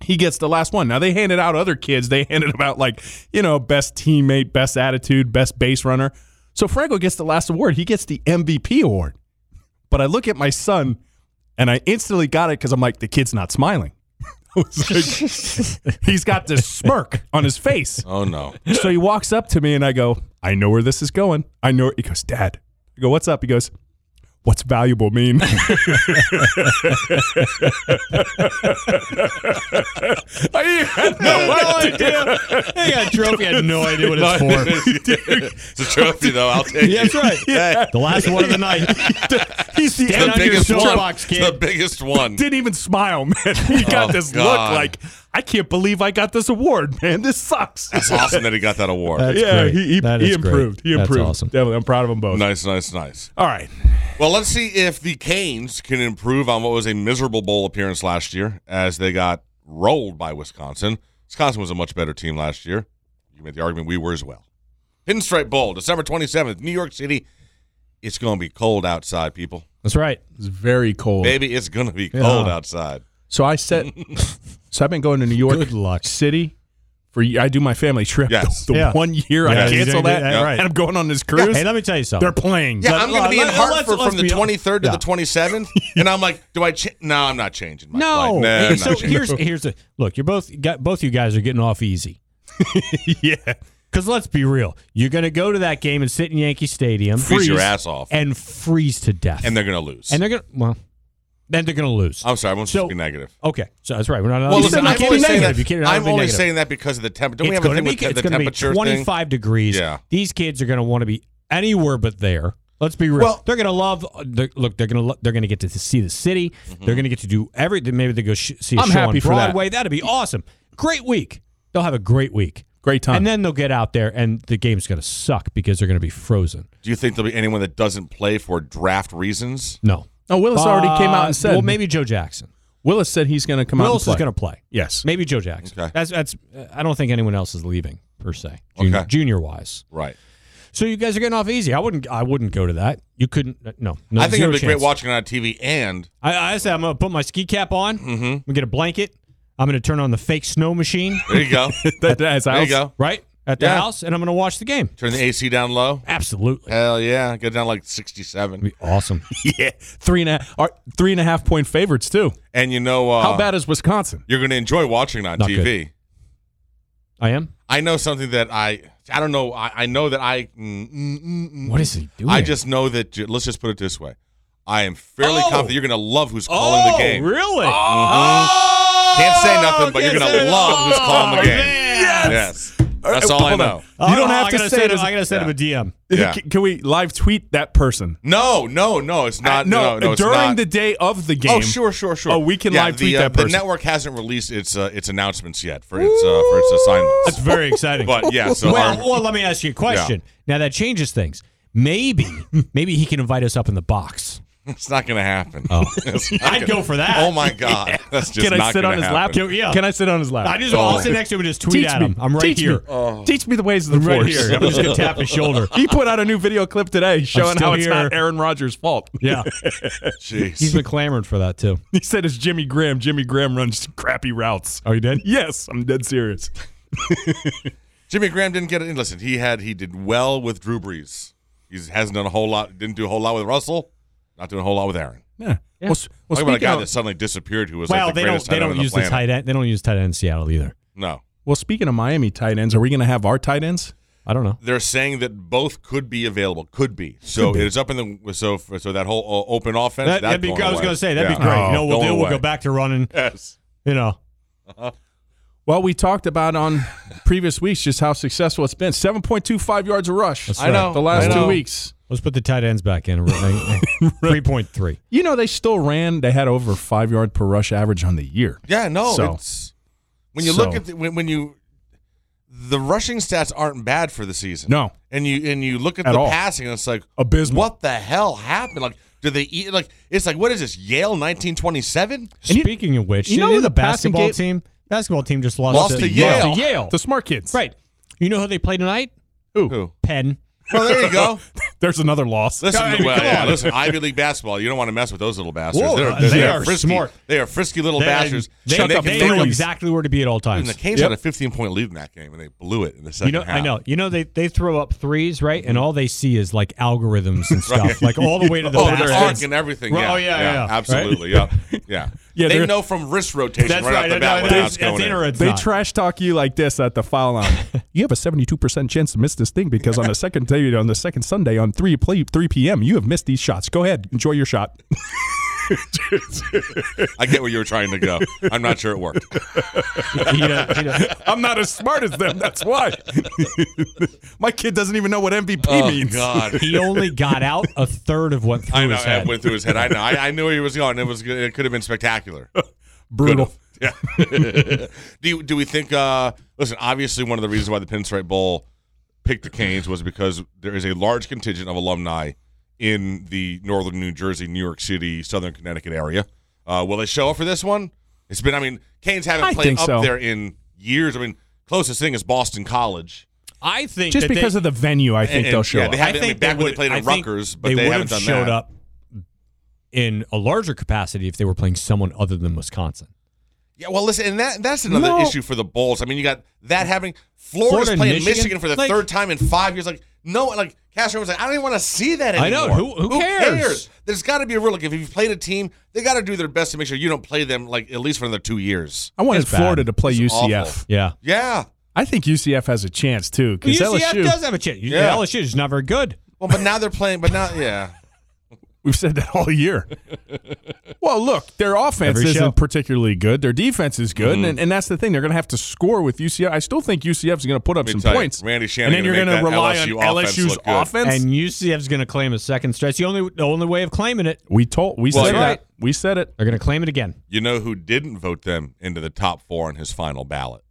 Speaker 6: He gets the last one. Now they handed out other kids. They handed them out like, you know, best teammate, best attitude, best base runner. So Franco gets the last award. He gets the MVP award. But I look at my son, and I instantly got it because I'm like, the kid's not smiling. I was like, he's got this smirk on his face.
Speaker 3: Oh, no.
Speaker 6: So he walks up to me and I go, I know where this is going. I know. He goes, Dad. I go, What's up? He goes, What's valuable mean? I had no idea.
Speaker 4: They got a trophy. I had no idea what it's for.
Speaker 3: it's a trophy, though. I'll take
Speaker 4: Yeah,
Speaker 3: it.
Speaker 4: that's right.
Speaker 3: Yeah.
Speaker 4: The last one of the night.
Speaker 6: He's the
Speaker 4: Stand
Speaker 3: The
Speaker 4: on your
Speaker 3: biggest one.
Speaker 4: soapbox,
Speaker 3: The
Speaker 4: kid.
Speaker 3: biggest one.
Speaker 6: Didn't even smile, man. He got
Speaker 3: Oh,
Speaker 6: this
Speaker 3: God.
Speaker 6: look like, I can't believe I got this award, man. This sucks.
Speaker 3: It's awesome that he got that award.
Speaker 4: That's
Speaker 6: yeah,
Speaker 4: great.
Speaker 6: he, he,
Speaker 4: That
Speaker 6: he
Speaker 4: is great.
Speaker 6: improved. He
Speaker 4: That's
Speaker 6: improved.
Speaker 4: awesome.
Speaker 6: Definitely. I'm proud of them both.
Speaker 3: nice, nice, nice.
Speaker 6: All right.
Speaker 3: Well, let's see if the Canes can improve on what was a miserable bowl appearance last year as they got rolled by Wisconsin. Wisconsin was a much better team last year. You can make the argument we were as well. Pinstripe Bowl, December 27th, New York City. It's going to be cold outside, people.
Speaker 4: That's right.
Speaker 6: It's very cold.
Speaker 3: Baby, it's going to be
Speaker 4: Yeah.
Speaker 3: cold outside.
Speaker 6: So I set. so I've been going to New York
Speaker 4: Good luck.
Speaker 6: City for. y- I do my family trip.
Speaker 3: Yes.
Speaker 6: The
Speaker 4: Yeah.
Speaker 6: one year
Speaker 4: Yeah,
Speaker 6: I
Speaker 4: you
Speaker 6: cancel
Speaker 4: did
Speaker 6: that,
Speaker 4: that, right.
Speaker 6: and I'm going on this cruise.
Speaker 4: Hey, let me tell you something.
Speaker 6: They're playing.
Speaker 3: Yeah,
Speaker 6: But-
Speaker 3: I'm going to be in
Speaker 4: let- let's-
Speaker 3: Hartford
Speaker 4: let's
Speaker 3: from the
Speaker 4: be hon-
Speaker 3: 23rd to
Speaker 4: Yeah.
Speaker 3: the 27th, and I'm like, do I? Ch- no, I'm not changing my
Speaker 4: No.
Speaker 3: flight. No, I'm
Speaker 4: so
Speaker 3: not changing.
Speaker 4: here's here's the look. You're both got both you guys are getting off easy.
Speaker 6: yeah.
Speaker 4: Because let's be real, you're going to go to that game and sit in Yankee Stadium,
Speaker 3: freeze your ass off, and,
Speaker 4: and freeze to death,
Speaker 3: they're going to lose.
Speaker 4: and they're going to well, then they're going to lose.
Speaker 3: I'm sorry, I'm supposed
Speaker 4: So-
Speaker 3: to be negative.
Speaker 4: Okay, so that's right. We're not.
Speaker 3: Well,
Speaker 4: you
Speaker 3: listen,
Speaker 4: said
Speaker 3: I'm only
Speaker 4: you can't be
Speaker 3: saying
Speaker 4: negative.
Speaker 3: that.
Speaker 4: You can't.
Speaker 3: I'm
Speaker 4: be
Speaker 3: only
Speaker 4: negative.
Speaker 3: saying that because of the temperature. Don't we
Speaker 4: it's
Speaker 3: have a
Speaker 4: going to
Speaker 3: thing
Speaker 4: be
Speaker 3: with te-
Speaker 4: it's
Speaker 3: the
Speaker 4: going to be
Speaker 3: temperature thing?
Speaker 4: 25 degrees.
Speaker 3: Yeah.
Speaker 4: These kids are going to want to be anywhere but there. Let's be real.
Speaker 3: Well-
Speaker 4: they're going to love. uh, They're, look, they're going to lo- they're going to get to see the city. They're going to get to do every. Maybe they go sh- see a
Speaker 6: Mm-hmm. I'm
Speaker 4: show
Speaker 6: happy
Speaker 4: on
Speaker 6: for that.
Speaker 4: Broadway. That. would be awesome. Great week. They'll have a great week.
Speaker 6: Great time.
Speaker 4: And then they'll get out there, and the game's going to suck because they're going to be frozen.
Speaker 3: Do you think there'll be anyone that doesn't play for draft reasons?
Speaker 4: No.
Speaker 6: No, Willis already came out
Speaker 4: Uh,
Speaker 6: and said.
Speaker 4: well, maybe Joe Jackson.
Speaker 6: Willis said he's going to come
Speaker 4: Willis
Speaker 6: out.
Speaker 4: is
Speaker 6: and play.
Speaker 4: going to play.
Speaker 6: Yes.
Speaker 4: Maybe Joe Jackson.
Speaker 3: Okay.
Speaker 4: That's that's. uh, I don't think anyone else is leaving per se.
Speaker 3: Okay.
Speaker 4: Junior wise.
Speaker 3: Right.
Speaker 4: So you guys are getting off easy. I wouldn't. I wouldn't go to that. You couldn't. uh, No. no
Speaker 3: I think
Speaker 4: Oh, zero
Speaker 3: it'd be
Speaker 4: chance.
Speaker 3: great watching it on TV and
Speaker 4: I, I said I'm gonna put my ski cap on. Mm-hmm. I'm gonna get a blanket. I'm gonna turn on the fake snow machine.
Speaker 3: there you go.
Speaker 6: That- that's
Speaker 3: there you
Speaker 6: ours.
Speaker 3: go.
Speaker 4: Right at the
Speaker 3: Yeah.
Speaker 4: house, and I'm gonna watch the game.
Speaker 3: Turn the AC down low.
Speaker 4: Absolutely.
Speaker 3: Hell yeah. Get down like 67.
Speaker 4: Be awesome.
Speaker 6: Yeah. Three and a half. are- Three and a half point favorites too.
Speaker 3: And you know, uh,
Speaker 6: How bad is Wisconsin?
Speaker 3: you're going to enjoy watching it on
Speaker 4: Not
Speaker 3: TV.
Speaker 4: I am.
Speaker 3: I know something that I I don't know. I, I know that I. Mm, mm, mm, mm.
Speaker 4: What is he doing?
Speaker 3: I just know that. Let's just put it this way. I am fairly
Speaker 4: Oh!
Speaker 3: confident you're going to love who's calling the game.
Speaker 4: Really?
Speaker 6: Mm-hmm.
Speaker 3: Can't say nothing, but you're
Speaker 4: yes,
Speaker 3: going
Speaker 4: it
Speaker 3: to
Speaker 4: is.
Speaker 3: love who's calling the
Speaker 4: Oh,
Speaker 3: game.
Speaker 4: man.
Speaker 3: Yes. That's all Oh, I
Speaker 6: Hold on.
Speaker 3: know.
Speaker 6: You don't have
Speaker 4: Oh, I
Speaker 6: to
Speaker 4: gotta
Speaker 6: say
Speaker 4: send
Speaker 6: it
Speaker 4: him-
Speaker 6: as-
Speaker 4: I gotta send him a DM.
Speaker 3: Yeah.
Speaker 6: Can, can we live tweet that person?
Speaker 3: No, no, no. It's not.
Speaker 6: Uh,
Speaker 3: no, no, it's
Speaker 6: during
Speaker 3: not.
Speaker 6: the day of the game.
Speaker 3: Oh, sure, sure, sure.
Speaker 6: Oh, we can
Speaker 3: yeah,
Speaker 6: live
Speaker 3: the,
Speaker 6: tweet
Speaker 3: uh,
Speaker 6: that person.
Speaker 3: The network hasn't released its uh, its announcements yet for its uh, for its assignments.
Speaker 4: That's very exciting.
Speaker 3: But yeah, so
Speaker 4: well,
Speaker 3: our-
Speaker 4: well, let me ask you a question. Now that changes things. Maybe, maybe he can invite us up in the box.
Speaker 3: it's not going to happen. It's not
Speaker 4: I'd
Speaker 3: gonna-
Speaker 4: go for that.
Speaker 3: Oh my god, that's just
Speaker 6: Can I
Speaker 3: not
Speaker 6: sit on
Speaker 3: gonna
Speaker 6: his
Speaker 3: happen.
Speaker 6: lap?
Speaker 4: Can- yeah.
Speaker 6: Can I sit on his
Speaker 3: Uh,
Speaker 6: lap? Oh.
Speaker 4: I just I'll sit next to him and just tweet
Speaker 6: Teach
Speaker 4: at
Speaker 6: me.
Speaker 4: him. I'm right
Speaker 6: Teach me. Oh.
Speaker 4: here.
Speaker 3: Oh.
Speaker 6: Teach me the ways of the
Speaker 4: I'm right
Speaker 6: force.
Speaker 4: here. I'm just gonna tap his shoulder.
Speaker 6: he put out a new video clip today showing
Speaker 4: still
Speaker 6: how it's not
Speaker 4: here.
Speaker 6: Aaron Rodgers' fault.
Speaker 4: Yeah,
Speaker 3: Jeez.
Speaker 4: he's been clamoring for that too.
Speaker 6: He said it's Jimmy Graham. Jimmy Graham runs crappy routes.
Speaker 4: Oh, you did?
Speaker 6: Yes, I'm dead serious.
Speaker 3: Jimmy Graham didn't get it. Listen, he had he did well with Drew Brees. He hasn't done a whole lot. Didn't do a whole lot with Russell. Not doing a whole lot with Aaron.
Speaker 6: Yeah. Well, s- well,
Speaker 3: Talk about a
Speaker 6: speaking
Speaker 3: guy
Speaker 6: of-
Speaker 3: that suddenly disappeared who was
Speaker 4: Well,
Speaker 3: like the
Speaker 4: they don't.
Speaker 3: greatest
Speaker 4: They
Speaker 3: tight end
Speaker 4: don't
Speaker 3: on
Speaker 4: use
Speaker 3: the
Speaker 4: the
Speaker 3: planet.
Speaker 4: tight end. They don't use tight end in Seattle either.
Speaker 3: No.
Speaker 6: well, speaking of Miami tight ends, are we going to have our tight ends?
Speaker 4: I don't know.
Speaker 3: They're saying that both could be available. Could be. So it is up in the so so that whole uh, open offense.
Speaker 4: That,
Speaker 3: that's
Speaker 4: would be.
Speaker 3: going
Speaker 4: I was
Speaker 3: away.
Speaker 4: going to say that'd
Speaker 3: Yeah.
Speaker 4: be great.
Speaker 6: Oh,
Speaker 4: you know, what we'll
Speaker 3: going
Speaker 4: do. We'll
Speaker 3: away.
Speaker 4: go back to running.
Speaker 3: Yes.
Speaker 4: You know,
Speaker 6: Well, we talked about on previous weeks just how successful it's been. 7.25 yards a rush.
Speaker 4: That's I right. know.
Speaker 6: The last
Speaker 3: I
Speaker 6: two
Speaker 3: know.
Speaker 6: weeks.
Speaker 4: let's put the tight ends back in. Three point three.
Speaker 6: You know, they still ran. They had over five yard per rush average on the year.
Speaker 3: Yeah. No.
Speaker 6: So-
Speaker 3: it's when you
Speaker 6: so-
Speaker 3: look at the, when, when you the rushing stats aren't bad for the season.
Speaker 6: No.
Speaker 3: And you and you look at,
Speaker 6: At
Speaker 3: the
Speaker 6: all.
Speaker 3: passing, and it's like
Speaker 6: Abysmal.
Speaker 3: What the hell happened? Like, do they eat? Like, it's like what is this? Yale 1927.
Speaker 6: And you-
Speaker 4: Speaking of which,
Speaker 6: you
Speaker 4: you
Speaker 6: know
Speaker 4: know
Speaker 6: who
Speaker 4: the
Speaker 6: the passing
Speaker 4: basketball
Speaker 6: game-
Speaker 4: team. Basketball team just lost,
Speaker 3: Lost to Yale.
Speaker 4: Lost to Yale.
Speaker 6: The smart kids.
Speaker 4: right. You know who they play tonight?
Speaker 3: Who?
Speaker 4: Penn.
Speaker 3: Well, there you go.
Speaker 6: There's another loss.
Speaker 3: Listen,
Speaker 4: I mean,
Speaker 3: well,
Speaker 4: come
Speaker 3: yeah,
Speaker 4: on.
Speaker 3: listen, Ivy League basketball. You don't want to mess with those little bastards.
Speaker 4: Whoa, uh,
Speaker 3: they're,
Speaker 4: they
Speaker 3: they're
Speaker 4: are
Speaker 3: frisky.
Speaker 4: smart.
Speaker 3: They are frisky little
Speaker 4: They-
Speaker 3: bastards.
Speaker 4: They,
Speaker 3: And
Speaker 6: Chuck
Speaker 4: they,
Speaker 3: they
Speaker 6: up
Speaker 3: can
Speaker 4: know
Speaker 3: throw you.
Speaker 4: exactly where to be at all
Speaker 3: And
Speaker 4: times.
Speaker 3: the Canes
Speaker 6: Yep.
Speaker 3: had a 15 point lead in that game, and they blew it in the
Speaker 4: You
Speaker 3: second
Speaker 4: know,
Speaker 3: half.
Speaker 4: I know. You know, they, they throw up threes, right? And
Speaker 3: Mm-hmm.
Speaker 4: all they see is like algorithms and stuff, like all the way to the
Speaker 3: Oh,
Speaker 4: basket.
Speaker 3: their arc and everything.
Speaker 4: Right,
Speaker 3: Yeah,
Speaker 4: oh, yeah, yeah, yeah.
Speaker 3: absolutely. Yeah, yeah.
Speaker 6: Yeah,
Speaker 3: they
Speaker 6: they're-
Speaker 3: know from wrist rotation
Speaker 4: That's
Speaker 3: right, off
Speaker 4: right.
Speaker 3: the
Speaker 4: I
Speaker 3: bat
Speaker 4: know,
Speaker 3: when
Speaker 4: that's-
Speaker 3: that's going
Speaker 4: that's
Speaker 3: in.
Speaker 4: inter- It's
Speaker 6: They
Speaker 4: not.
Speaker 6: trash talk you like this at the foul line. you have a 72% chance to miss this thing because on the second day, on the second Sunday on 3 play, 3 p.m., you have missed these shots. Go ahead, enjoy your shot.
Speaker 3: I get where you were trying to go. I'm not sure it worked.
Speaker 4: You know- you know-
Speaker 6: I'm not as smart as them. That's why. My kid doesn't even know what MVP
Speaker 3: Oh
Speaker 6: means.
Speaker 3: God.
Speaker 4: he only got out a third of what through
Speaker 3: I know.
Speaker 4: his
Speaker 3: It
Speaker 4: head.
Speaker 3: went through his head. I know. I, I knew where he was going. It was. It could have been spectacular.
Speaker 6: Brutal.
Speaker 3: Yeah. do you, do we think? Uh, listen, obviously, one of the reasons why the Pinstripe Bowl picked the Canes was because there is a large contingent of alumni in the northern New Jersey, New York City, southern Connecticut area. Uh, will they show up for this one? It's been. I mean, Canes haven't
Speaker 6: I
Speaker 3: played
Speaker 6: think
Speaker 3: up
Speaker 6: so.
Speaker 3: there in years. I mean, closest thing is Boston College.
Speaker 4: I think
Speaker 6: Just because of the venue, I think
Speaker 3: And-
Speaker 6: they'll show
Speaker 3: yeah,
Speaker 6: up.
Speaker 3: they haven't- I mean, back when they played in
Speaker 4: I think
Speaker 3: Rutgers, but
Speaker 4: they,
Speaker 3: they
Speaker 4: would
Speaker 3: haven't
Speaker 4: have
Speaker 3: done
Speaker 4: showed
Speaker 3: that.
Speaker 4: up in a larger capacity if they were playing someone other than Wisconsin.
Speaker 3: Yeah, well, listen, and that that's another
Speaker 6: No.
Speaker 3: issue for the Bulls. I mean, you got that happening. Florida's
Speaker 4: Florida and
Speaker 3: playing Michigan,
Speaker 4: Michigan?
Speaker 3: for the
Speaker 4: Like-
Speaker 3: third time in five years. Like, no, like Castro was like, I don't even want to see that
Speaker 4: I
Speaker 3: anymore.
Speaker 4: know. Who- who cares?
Speaker 3: There's got to be a rule. Like, if you've played a team, they got to do their best to make sure you don't play them like at least for another two years.
Speaker 6: I wanted
Speaker 4: It's bad.
Speaker 6: Florida to play
Speaker 3: It's
Speaker 6: UCF.
Speaker 3: awful.
Speaker 4: Yeah.
Speaker 3: Yeah.
Speaker 6: I think UCF has a chance too because
Speaker 4: UCF
Speaker 6: LSU.
Speaker 4: does have a chance.
Speaker 3: Yeah.
Speaker 4: LSU is not very good.
Speaker 3: Well, but now they're playing. But now, yeah.
Speaker 6: We've said that all year. well, look, their offense
Speaker 4: Every
Speaker 6: isn't
Speaker 4: show.
Speaker 6: particularly good. Their defense is good,
Speaker 3: Mm-hmm.
Speaker 6: and, and that's the thing. They're going to have to score with UCF. I still think UCF is going to put up
Speaker 3: Let me
Speaker 6: some
Speaker 3: tell you,
Speaker 6: points.
Speaker 3: Randy
Speaker 6: and
Speaker 3: Shannon
Speaker 6: then you're
Speaker 3: gonna
Speaker 6: going to
Speaker 3: make
Speaker 6: rely
Speaker 3: that LSU
Speaker 6: on LSU's
Speaker 3: offense look good.
Speaker 6: offense.
Speaker 4: And UCF is going to claim a second stretch. The only the only way of claiming it,
Speaker 6: we told, we
Speaker 3: Well,
Speaker 6: said
Speaker 3: you're
Speaker 6: that.
Speaker 3: right.
Speaker 6: We said it.
Speaker 4: they're going to claim it again.
Speaker 3: You know who didn't vote them into the top four in his final ballot?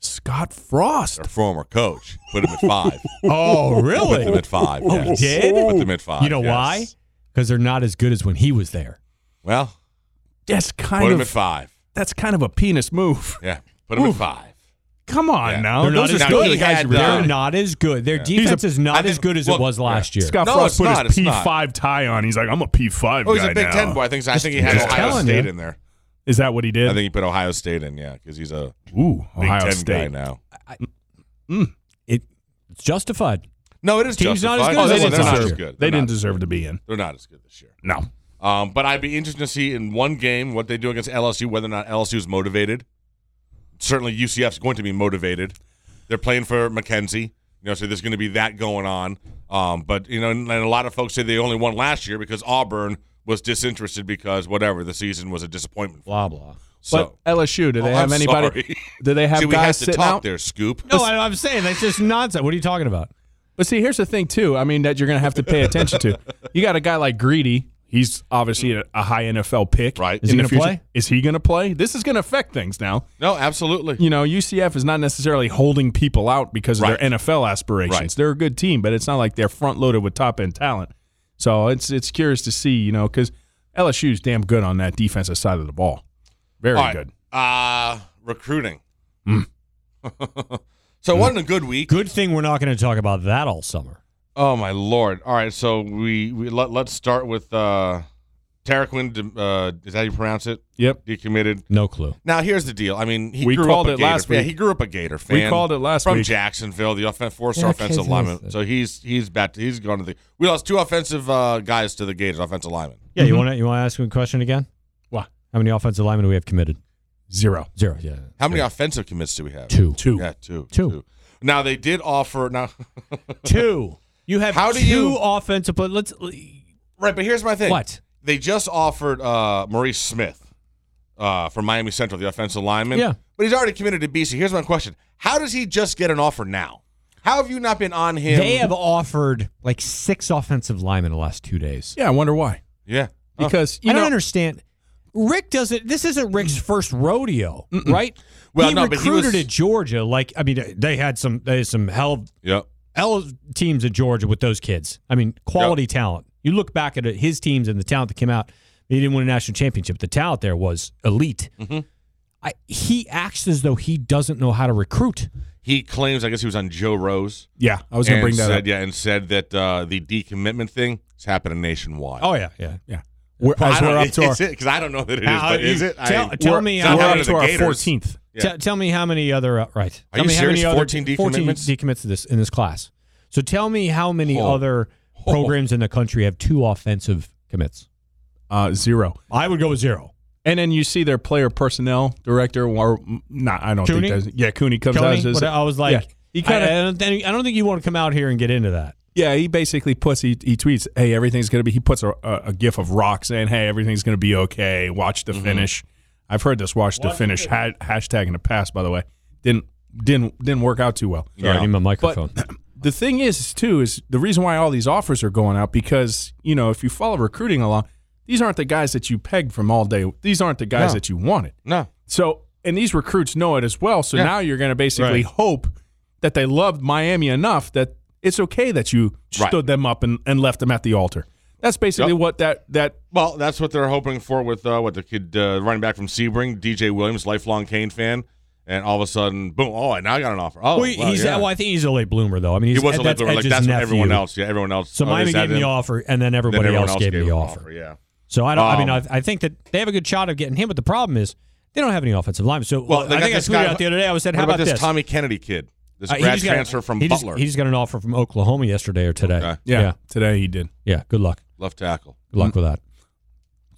Speaker 6: Scott Frost.
Speaker 3: Their former coach put him at five.
Speaker 4: Oh,
Speaker 3: Put them at five. Yes.
Speaker 4: did?
Speaker 3: Put them at five.
Speaker 4: You know
Speaker 3: yes.
Speaker 4: why? Because they're not as good as when he was there.
Speaker 3: Well,
Speaker 6: That's
Speaker 3: put
Speaker 6: kind
Speaker 3: them at
Speaker 6: of
Speaker 3: five.
Speaker 6: that's kind of a penis move.
Speaker 3: Yeah, put them at
Speaker 6: Oof.
Speaker 3: five.
Speaker 6: Come on
Speaker 3: Yeah.
Speaker 6: now.
Speaker 4: They're not
Speaker 6: Those
Speaker 4: as
Speaker 6: are
Speaker 4: good.
Speaker 6: still the guys
Speaker 3: Had, uh,
Speaker 6: you recruited.
Speaker 4: They're not as good. Their
Speaker 6: a-
Speaker 4: defense is
Speaker 3: I
Speaker 4: not
Speaker 3: think-
Speaker 4: as good as
Speaker 3: look,
Speaker 4: it was
Speaker 3: yeah.
Speaker 4: last year.
Speaker 6: Scott
Speaker 3: No,
Speaker 6: Frost
Speaker 3: it's
Speaker 6: put
Speaker 3: not.
Speaker 6: his
Speaker 3: It's
Speaker 6: P
Speaker 3: not.
Speaker 6: five tie on. He's like, I'm a P five.
Speaker 3: Oh, he's
Speaker 6: guy
Speaker 3: a Big
Speaker 6: now.
Speaker 3: Ten boy. I think. I think he had
Speaker 4: just
Speaker 3: Ohio
Speaker 4: telling
Speaker 3: State
Speaker 4: you.
Speaker 3: in there.
Speaker 6: Is that what he
Speaker 3: I
Speaker 6: did?
Speaker 3: think he put Ohio State in. Yeah, because he's a
Speaker 6: Ooh,
Speaker 3: Big
Speaker 6: Ohio
Speaker 3: Ten guy
Speaker 6: State.
Speaker 3: now.
Speaker 4: It, it's justified.
Speaker 3: No, it is
Speaker 4: Team's not as
Speaker 3: justified.
Speaker 4: good as
Speaker 3: They're
Speaker 4: it was
Speaker 3: not
Speaker 4: last
Speaker 3: as
Speaker 4: year.
Speaker 3: good.
Speaker 6: They
Speaker 3: They're
Speaker 6: didn't
Speaker 3: not-
Speaker 6: deserve to be in.
Speaker 3: They're not as good this year.
Speaker 6: No.
Speaker 3: Um, but I'd be interested to see in one game what they do against LSU, whether or not LSU is motivated. Certainly, UCF's going to be motivated. They're playing for McKenzie. You know, so there's going to be that going on. Um, but you know, and, and a lot of folks say they only won last year because Auburn was disinterested because whatever the season was a disappointment.
Speaker 4: Blah blah.
Speaker 3: So
Speaker 6: but LSU, do they
Speaker 3: Oh,
Speaker 6: have
Speaker 3: I'm
Speaker 6: anybody?
Speaker 3: sorry.
Speaker 6: Do they have
Speaker 3: see, we had
Speaker 6: guys
Speaker 3: to
Speaker 6: sitting
Speaker 3: talk
Speaker 6: out?
Speaker 3: there, Scoop.
Speaker 4: No, I, I'm saying that's just nonsense. What are you talking about?
Speaker 6: But see, here's the thing too. I mean, that you're going to have to pay attention to. You got a guy like Greedy. He's obviously a, a high NFL pick.
Speaker 3: Right.
Speaker 6: in
Speaker 3: Is he
Speaker 6: the
Speaker 4: gonna
Speaker 6: future.
Speaker 4: play?
Speaker 6: Is he going to play? This is going to affect things now.
Speaker 3: No, absolutely.
Speaker 6: You know, UCF is not necessarily holding people out because of
Speaker 3: Right.
Speaker 6: their NFL aspirations.
Speaker 3: Right.
Speaker 6: They're a good team, but it's not like they're front loaded with top end talent. So it's it's curious to see, you know, because LSU's damn good on that defensive side of the ball. Very
Speaker 3: All right.
Speaker 6: good. Hmm.
Speaker 3: Uh, recruiting. so it wasn't a good week.
Speaker 4: Good thing we're not going to talk about that all summer.
Speaker 3: Oh my lord! All right, so we, we let let's start with uh, Tarquin. De- Uh, is that how you pronounce it?
Speaker 6: Yep.
Speaker 3: Decommitted.
Speaker 4: No clue.
Speaker 3: Now here's the deal. I mean, he
Speaker 6: We
Speaker 3: grew
Speaker 6: called
Speaker 3: up a
Speaker 6: it
Speaker 3: Gator
Speaker 6: last
Speaker 3: fan.
Speaker 6: week.
Speaker 3: he grew up a Gator fan.
Speaker 6: called it last
Speaker 3: from
Speaker 6: week.
Speaker 3: Jacksonville, the off- four-star
Speaker 4: Yeah,
Speaker 3: offensive
Speaker 4: Casey
Speaker 3: lineman.
Speaker 4: Wilson.
Speaker 3: So he's he's back. To, he's gone to the. We lost two offensive uh, guys to the Gators, offensive linemen.
Speaker 4: Yeah, you want to you want to ask me a question again?
Speaker 6: What?
Speaker 4: How many offensive linemen do we have committed?
Speaker 6: Zero.
Speaker 4: Zero. Yeah.
Speaker 3: How many offensive commits do we have?
Speaker 4: Two.
Speaker 6: Two.
Speaker 3: Yeah, two.
Speaker 4: Two.
Speaker 3: Now they did offer. Now,
Speaker 4: Two. You have
Speaker 3: How do
Speaker 4: two
Speaker 3: you-
Speaker 4: offensive. But let's.
Speaker 3: right? But here's my thing.
Speaker 4: What?
Speaker 3: they just offered uh, Maurice Smith uh, from Miami Central, the offensive lineman.
Speaker 4: Yeah.
Speaker 3: But he's already committed to BC. Here's my question How does he just get an offer now? How have you not been on him?
Speaker 4: They have offered like six offensive linemen the last two days.
Speaker 6: Yeah, I wonder why.
Speaker 3: yeah.
Speaker 6: Because you
Speaker 4: I don't
Speaker 6: know,
Speaker 4: understand. Rick doesn't. This isn't Rick's first rodeo, right?
Speaker 3: Well,
Speaker 4: he
Speaker 3: no, but he
Speaker 4: recruited
Speaker 3: was-
Speaker 4: at Georgia. Like, I mean, they had some. They had some hell of
Speaker 3: Yep.
Speaker 4: L teams at Georgia with those kids. I mean, quality talent. You look back at it, his teams and the talent that came out. He didn't win a national championship. The talent there was elite.
Speaker 3: Mm-hmm.
Speaker 4: I, he acts as though he doesn't know how to recruit.
Speaker 3: He claims, I guess he was on Joe Rose.
Speaker 6: yeah, I was going
Speaker 3: and
Speaker 6: to bring that
Speaker 3: said,
Speaker 6: up.
Speaker 3: Yeah, and said that uh, the decommitment thing is happening nationwide.
Speaker 4: Oh yeah, yeah.
Speaker 6: Yeah, we're,
Speaker 3: I
Speaker 6: as
Speaker 3: don't,
Speaker 6: we're up to our,
Speaker 3: Because I don't know that it is.
Speaker 4: How-
Speaker 3: but is
Speaker 4: you-
Speaker 3: it?
Speaker 4: tell-
Speaker 3: I,
Speaker 4: tell
Speaker 3: we're-
Speaker 4: me
Speaker 3: it's
Speaker 4: how-
Speaker 3: not
Speaker 6: we're
Speaker 3: out
Speaker 6: up
Speaker 3: of
Speaker 6: to
Speaker 3: the
Speaker 6: our
Speaker 3: Gators.
Speaker 6: 14th.
Speaker 3: Yeah.
Speaker 4: Te- tell me how many other uh, right?
Speaker 3: Are
Speaker 4: tell
Speaker 3: you
Speaker 4: me
Speaker 3: serious?
Speaker 4: How many
Speaker 3: 14
Speaker 4: other,
Speaker 3: decommits?
Speaker 4: 14 decommits to this in this class. So tell me how many
Speaker 3: Oh.
Speaker 4: other programs in the country have two offensive commits.
Speaker 6: uh, zero.
Speaker 4: I would go with zero.
Speaker 6: And then you see their player personnel director, or not? I don't
Speaker 4: Cooney?
Speaker 6: think. That's, yeah, Cooney comes out.
Speaker 4: Tony,
Speaker 6: and says-
Speaker 4: what- I was like,
Speaker 6: Yeah. He kinda-
Speaker 4: I, I don't think, I don't think you want to come out here and get into that.
Speaker 6: yeah, he basically puts. He, he tweets, "Hey, everything's gonna be." He puts a, a, a gif of Rock saying, "Hey, everything's gonna be okay. Watch
Speaker 4: Mm-hmm.
Speaker 6: the finish." I've heard this "watch, the finish" ha- hashtag in the past. By the way, didn't didn't didn't work out too well.
Speaker 4: Sorry, I need my microphone.
Speaker 6: the thing is too is the reason why all these offers are going out because you know if you follow recruiting along these aren't the guys that you pegged from all day these aren't the guys
Speaker 3: No.
Speaker 6: that you wanted
Speaker 3: No.
Speaker 6: so and these recruits know it as well so
Speaker 3: Yeah.
Speaker 6: now you're going to basically
Speaker 3: Right.
Speaker 6: hope that they loved miami enough that it's okay that you
Speaker 3: Right.
Speaker 6: stood them up and, and left them at the altar that's basically
Speaker 3: Yep.
Speaker 6: what that that
Speaker 3: Well, that's what they're hoping for with uh, what the kid uh, running back from Sebring, DJ Williams, lifelong Kane fan. and all of a sudden, boom! Oh, now I got an offer. Oh,
Speaker 4: Well,
Speaker 3: wow,
Speaker 4: he's
Speaker 3: yeah.
Speaker 4: well, I think he's a late bloomer though. I mean, he's,
Speaker 3: he was a late
Speaker 4: that's
Speaker 3: bloomer. Like
Speaker 4: Edge's
Speaker 3: that's what
Speaker 4: nephew.
Speaker 3: everyone else. Yeah, everyone else.
Speaker 4: So
Speaker 3: oh, they
Speaker 4: Miami
Speaker 3: said
Speaker 4: gave him the
Speaker 3: him.
Speaker 4: offer, and then
Speaker 3: Then
Speaker 4: everybody
Speaker 3: everyone
Speaker 4: else, gave him the
Speaker 3: an
Speaker 4: offer.
Speaker 3: Yeah.
Speaker 4: So I don't. I mean,
Speaker 3: Um,
Speaker 4: I, I think that they have a good shot of getting him, but the problem is they don't have any offensive linemen. So
Speaker 3: Well, they
Speaker 4: I
Speaker 3: got
Speaker 4: think I
Speaker 3: this
Speaker 4: tweeted
Speaker 3: guy-
Speaker 4: out the other day. I said,
Speaker 3: What
Speaker 4: "How
Speaker 3: about
Speaker 4: about
Speaker 3: this Tommy Kennedy kid? This
Speaker 4: Uh, he
Speaker 3: grad
Speaker 4: just got-
Speaker 3: transfer from
Speaker 4: he just-
Speaker 3: Butler,
Speaker 4: he just got an offer from Oklahoma yesterday or today.
Speaker 3: Okay. Mm.
Speaker 6: Yeah,
Speaker 4: yeah,
Speaker 6: today he did.
Speaker 4: yeah. Good luck.
Speaker 3: left tackle.
Speaker 4: Good luck with that.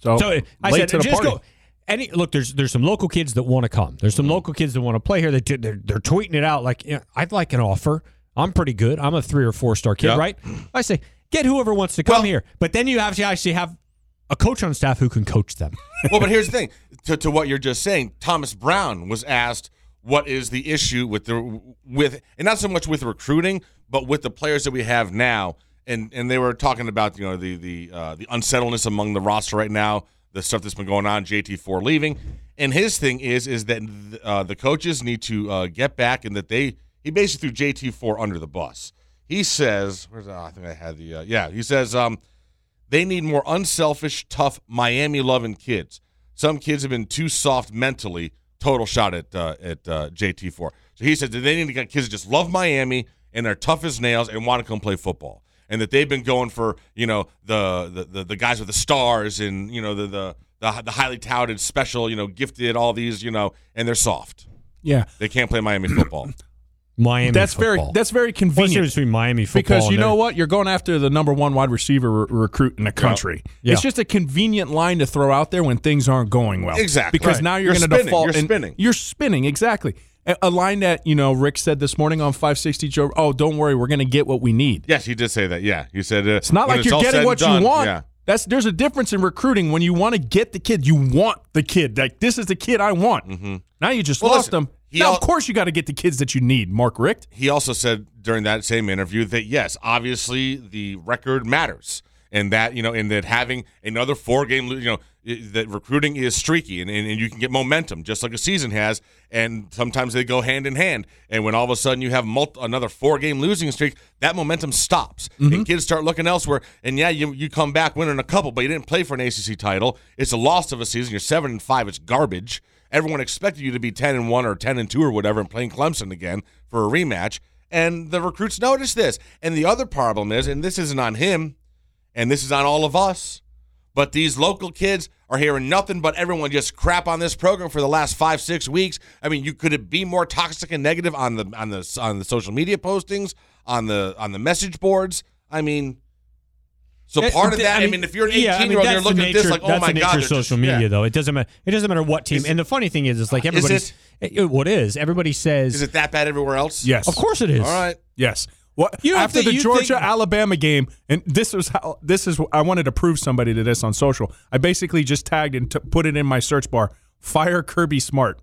Speaker 3: Oh,
Speaker 6: So,
Speaker 4: So I
Speaker 6: late
Speaker 4: said,
Speaker 6: to the
Speaker 4: just
Speaker 6: party.
Speaker 4: go. Any look, there's there's some local kids that want to come. There's
Speaker 3: Mm-hmm.
Speaker 4: some local kids that want to play here. They do, they're they're tweeting it out like, "Yeah, I'd like an offer. I'm pretty good. I'm a three or four star kid,
Speaker 3: Yeah.
Speaker 4: right? I say, get whoever wants to come here. But then you have to actually have a coach on staff who can coach them.
Speaker 3: well, but here's the thing. To, to what you're just saying, Thomas Brown was asked what is the issue with the with and not so much with recruiting, but with the players that we have now. And and they were talking about you know the the uh, the unsettledness among the roster right now, the stuff that's been going on. JT four leaving, and his thing is is that uh, the coaches need to uh, get back and that they he basically threw JT four under the bus. He says, "Where's oh, I think I had the uh, yeah." He says, um, they need more unselfish, tough, Miami loving kids. Some kids have been too soft mentally. Total shot at uh, at uh, JT4. So he said that they need to get kids that just love Miami and they're tough as nails and want to come play football. And that they've been going for you know the the, the, the guys with the stars and you know the, the the the highly touted, special, you know, gifted, all these you know, and they're soft.
Speaker 6: yeah,
Speaker 3: They can't play Miami football.
Speaker 4: Miami.
Speaker 6: that's very
Speaker 4: football.
Speaker 6: that's very
Speaker 4: What's the
Speaker 6: convenient.
Speaker 4: difference between Miami football
Speaker 6: because you
Speaker 4: and
Speaker 6: know
Speaker 4: their-
Speaker 6: what you're going after the number one wide receiver r- recruit in the country
Speaker 4: Yeah.
Speaker 6: it's just a convenient line to throw out there when things aren't going well
Speaker 3: Exactly.
Speaker 6: because
Speaker 3: Right.
Speaker 6: now
Speaker 3: You're
Speaker 6: you're, going to
Speaker 3: spinning.
Speaker 6: default
Speaker 3: You're
Speaker 6: and-
Speaker 3: spinning.
Speaker 6: you're spinning exactly a, a line that you know rick said this morning on 560 joe oh don't worry we're going to get what we need
Speaker 3: yes, he did say that. Yeah, he said uh,
Speaker 6: it's not
Speaker 3: when
Speaker 6: like you're
Speaker 3: all said
Speaker 6: getting
Speaker 3: and
Speaker 6: what
Speaker 3: done-
Speaker 6: you want
Speaker 3: Yeah.
Speaker 6: that's there's a difference in recruiting when you want to get the kid you want the kid like this is the kid i want now you just
Speaker 3: Mm-hmm. Well,
Speaker 6: lost
Speaker 3: listen,
Speaker 6: them
Speaker 3: he
Speaker 6: now
Speaker 3: al-
Speaker 6: of course you got to get the kids that you need mark richt
Speaker 3: he also said during that same interview that yes, obviously the record matters, and that you know, and that having another four game, you know, i- that recruiting is streaky, and, and, and you can get momentum just like a season has, and sometimes they go hand in hand, and when all of a sudden you have multi- another four game losing streak, that momentum stops, and kids start looking elsewhere, and yeah, you you come back winning a couple, but you didn't play for an ACC title. It's a loss of a season. You're seven and five. It's garbage. Everyone expected you to be ten and one or ten and two or whatever, and playing Clemson again for a rematch. And the recruits notice this. And the other problem is, and this isn't on him, and this is on all of us, but these local kids are hearing nothing but everyone just crap on this program for the last five, six weeks. I mean, you could it be more toxic and negative on the on the on the social media postings, on the on the message boards. I mean, so
Speaker 4: Yeah,
Speaker 3: part of
Speaker 4: th-
Speaker 3: that. I mean, if you're an 18 year old,
Speaker 4: that's
Speaker 3: you're
Speaker 4: the
Speaker 3: looking at this
Speaker 4: nature-
Speaker 3: like, oh
Speaker 4: that's
Speaker 3: my
Speaker 4: the nature
Speaker 3: god,
Speaker 4: of
Speaker 3: they're just-
Speaker 4: social media
Speaker 3: yeah.
Speaker 4: though. It doesn't matter. It doesn't matter what team. and the funny thing is, it's like
Speaker 3: is
Speaker 4: everybody's. it- it- what is everybody says?
Speaker 3: Is it that bad everywhere else?
Speaker 6: yes
Speaker 4: of course it is.
Speaker 3: All right.
Speaker 6: Yes. What
Speaker 4: You don't
Speaker 6: after
Speaker 4: think-
Speaker 6: the
Speaker 4: you
Speaker 6: Georgia
Speaker 4: think-
Speaker 6: Alabama game, and this was how this is. I wanted to prove somebody to this on social. I basically just tagged and t- put it in my search bar. Fire Kirby Smart.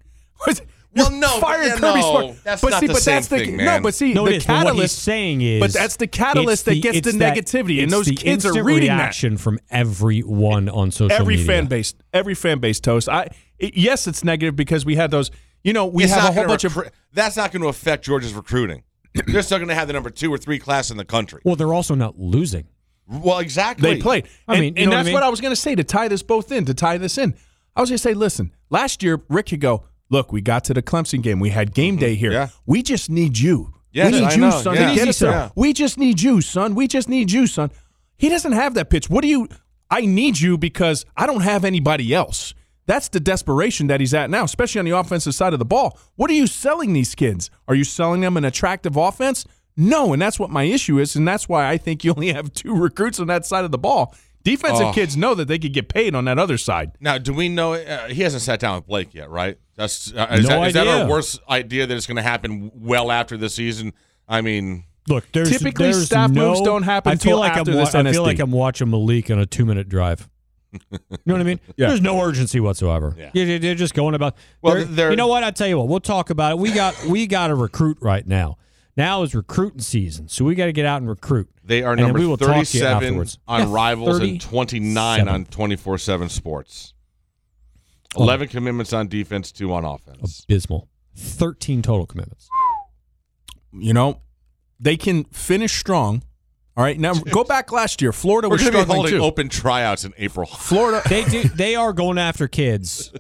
Speaker 3: Well,
Speaker 6: You
Speaker 3: no,
Speaker 6: fire
Speaker 3: yeah,
Speaker 6: Kirby
Speaker 3: no,
Speaker 6: Smart.
Speaker 3: that's
Speaker 6: but
Speaker 3: not
Speaker 6: see,
Speaker 3: the
Speaker 6: but
Speaker 3: same
Speaker 6: that's the
Speaker 3: thing,
Speaker 6: no.
Speaker 3: man.
Speaker 6: But see,
Speaker 4: No,
Speaker 6: the
Speaker 4: it is. But
Speaker 6: catalyst
Speaker 4: what he's saying is,
Speaker 6: but that's the catalyst
Speaker 4: it's
Speaker 6: that gets
Speaker 4: it's
Speaker 6: the
Speaker 4: that-
Speaker 6: negativity, and
Speaker 4: it's
Speaker 6: those
Speaker 4: the
Speaker 6: kids are
Speaker 4: instant
Speaker 6: reading that.
Speaker 4: reaction from everyone on social.
Speaker 6: every
Speaker 4: media.
Speaker 6: fan base, every fan base toast. I it- yes, it's negative because we had those. You know, we
Speaker 3: It's
Speaker 6: have
Speaker 3: not
Speaker 6: a whole
Speaker 3: gonna
Speaker 6: bunch of
Speaker 3: recruit- that's not going to affect Georgia's recruiting. They're still going to have the number two or three class in the country.
Speaker 4: Well, they're also not losing.
Speaker 3: Well, exactly.
Speaker 6: They played.
Speaker 4: I
Speaker 6: and,
Speaker 4: mean, you know
Speaker 6: and
Speaker 4: what I
Speaker 6: that's
Speaker 4: mean?
Speaker 6: what I was going to say to tie this both in, to tie this in. I was going to say, listen, last year, Rick could go, look, we got to the Clemson game. We had
Speaker 4: Mm-hmm.
Speaker 6: game day here.
Speaker 3: Yeah.
Speaker 6: We just need you.
Speaker 3: Yes,
Speaker 6: we need
Speaker 3: I
Speaker 6: you,
Speaker 3: know.
Speaker 6: son.
Speaker 3: Yeah.
Speaker 6: to Get us
Speaker 3: Yeah.
Speaker 6: there. We just need you, son. We just need you, son. He doesn't have that pitch. What do you? I need you because I don't have anybody else. That's the desperation that he's at now, especially on the offensive side of the ball. What are you selling these kids? Are you selling them an attractive offense? No, and that's what my issue is, and that's why I think you only have two recruits on that side of the ball. Defensive
Speaker 3: Oh.
Speaker 6: kids know that they could get paid on that other side.
Speaker 3: Now, do we know uh, he hasn't sat down with Blake yet? Right? That's uh, is,
Speaker 4: No
Speaker 3: that, is that our
Speaker 4: idea.
Speaker 3: worst idea that it's going to happen well after the season? I mean,
Speaker 4: Look, there's,
Speaker 6: Typically,
Speaker 4: there's
Speaker 6: staff
Speaker 4: no,
Speaker 6: moves don't happen
Speaker 4: I feel
Speaker 6: till
Speaker 4: like
Speaker 6: after
Speaker 4: I'm, wa-
Speaker 6: this
Speaker 4: I feel
Speaker 6: NSD.
Speaker 4: like I'm watching Malik on a two minute drive. You know what I mean?
Speaker 6: Yeah.
Speaker 4: There's no urgency whatsoever. Yeah. They're, they're just going about.
Speaker 3: Well,
Speaker 4: they're-
Speaker 3: they're-
Speaker 4: you know what? I tell you what. We'll talk about it. We got we got to recruit right now. Now is recruiting season, so we got to get out and recruit.
Speaker 3: they are
Speaker 4: And then
Speaker 3: number
Speaker 4: we will talk to you
Speaker 3: thirty-seven
Speaker 4: afterwards.
Speaker 3: on
Speaker 4: Yeah,
Speaker 3: Rivals
Speaker 4: 30
Speaker 3: and twenty-nine on twenty-four-seven Sports. Eleven commitments on defense, two on offense.
Speaker 4: abysmal. Thirteen total commitments.
Speaker 6: You know, they can finish strong. All right, now go back last year. Florida
Speaker 3: We're
Speaker 6: was
Speaker 3: going to be
Speaker 6: struggling
Speaker 3: holding
Speaker 6: too.
Speaker 3: open tryouts in April.
Speaker 6: Florida,
Speaker 4: They do. they are going after kids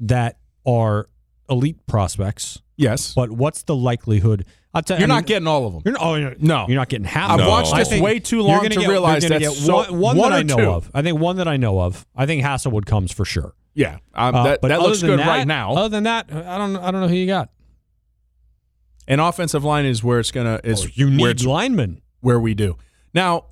Speaker 4: that are elite prospects,
Speaker 6: Yes.
Speaker 4: but what's the likelihood? I'll tell,
Speaker 6: You're
Speaker 4: I
Speaker 6: not
Speaker 4: mean,
Speaker 6: getting all of them.
Speaker 4: You're not, oh, you're,
Speaker 6: No.
Speaker 4: you're not getting half.
Speaker 6: I've
Speaker 4: of them.
Speaker 3: watched
Speaker 4: I
Speaker 3: this
Speaker 4: think
Speaker 6: way too
Speaker 4: you're
Speaker 6: long
Speaker 4: gonna
Speaker 6: to realize
Speaker 4: you're gonna
Speaker 6: that's
Speaker 4: get
Speaker 6: so-
Speaker 4: one, one
Speaker 6: one
Speaker 4: that
Speaker 6: or
Speaker 4: I know
Speaker 6: two.
Speaker 4: of. I think one that I know of. I think Hasselwood comes for sure.
Speaker 6: Yeah. Um,
Speaker 4: Uh,
Speaker 6: that
Speaker 4: but
Speaker 6: that
Speaker 4: other
Speaker 6: looks
Speaker 4: than
Speaker 6: good
Speaker 4: that-
Speaker 6: right now.
Speaker 4: Other than that, I don't I don't know who you got.
Speaker 6: and offensive line is where it's gonna is
Speaker 4: Oh, You
Speaker 6: where
Speaker 4: need
Speaker 6: it's
Speaker 4: linemen.
Speaker 6: where we do. Now,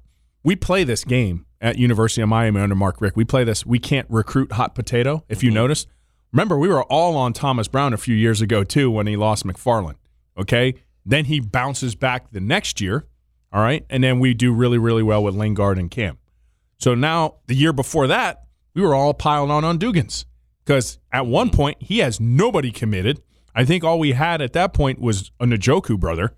Speaker 6: we play this game at University of Miami under Mark Rick. We play this. We can't recruit hot potato, if
Speaker 4: Mm-hmm.
Speaker 6: you notice. Remember, we were all on Thomas Brown a few years ago, too, when he lost McFarland. Okay. Then he bounces back the next year. All right. And then we do really, really well with Lingard and Cam. So now, the year before that, we were all piling on on Dugans because at one point, he has nobody committed. I think all we had at that point was a Najoku brother.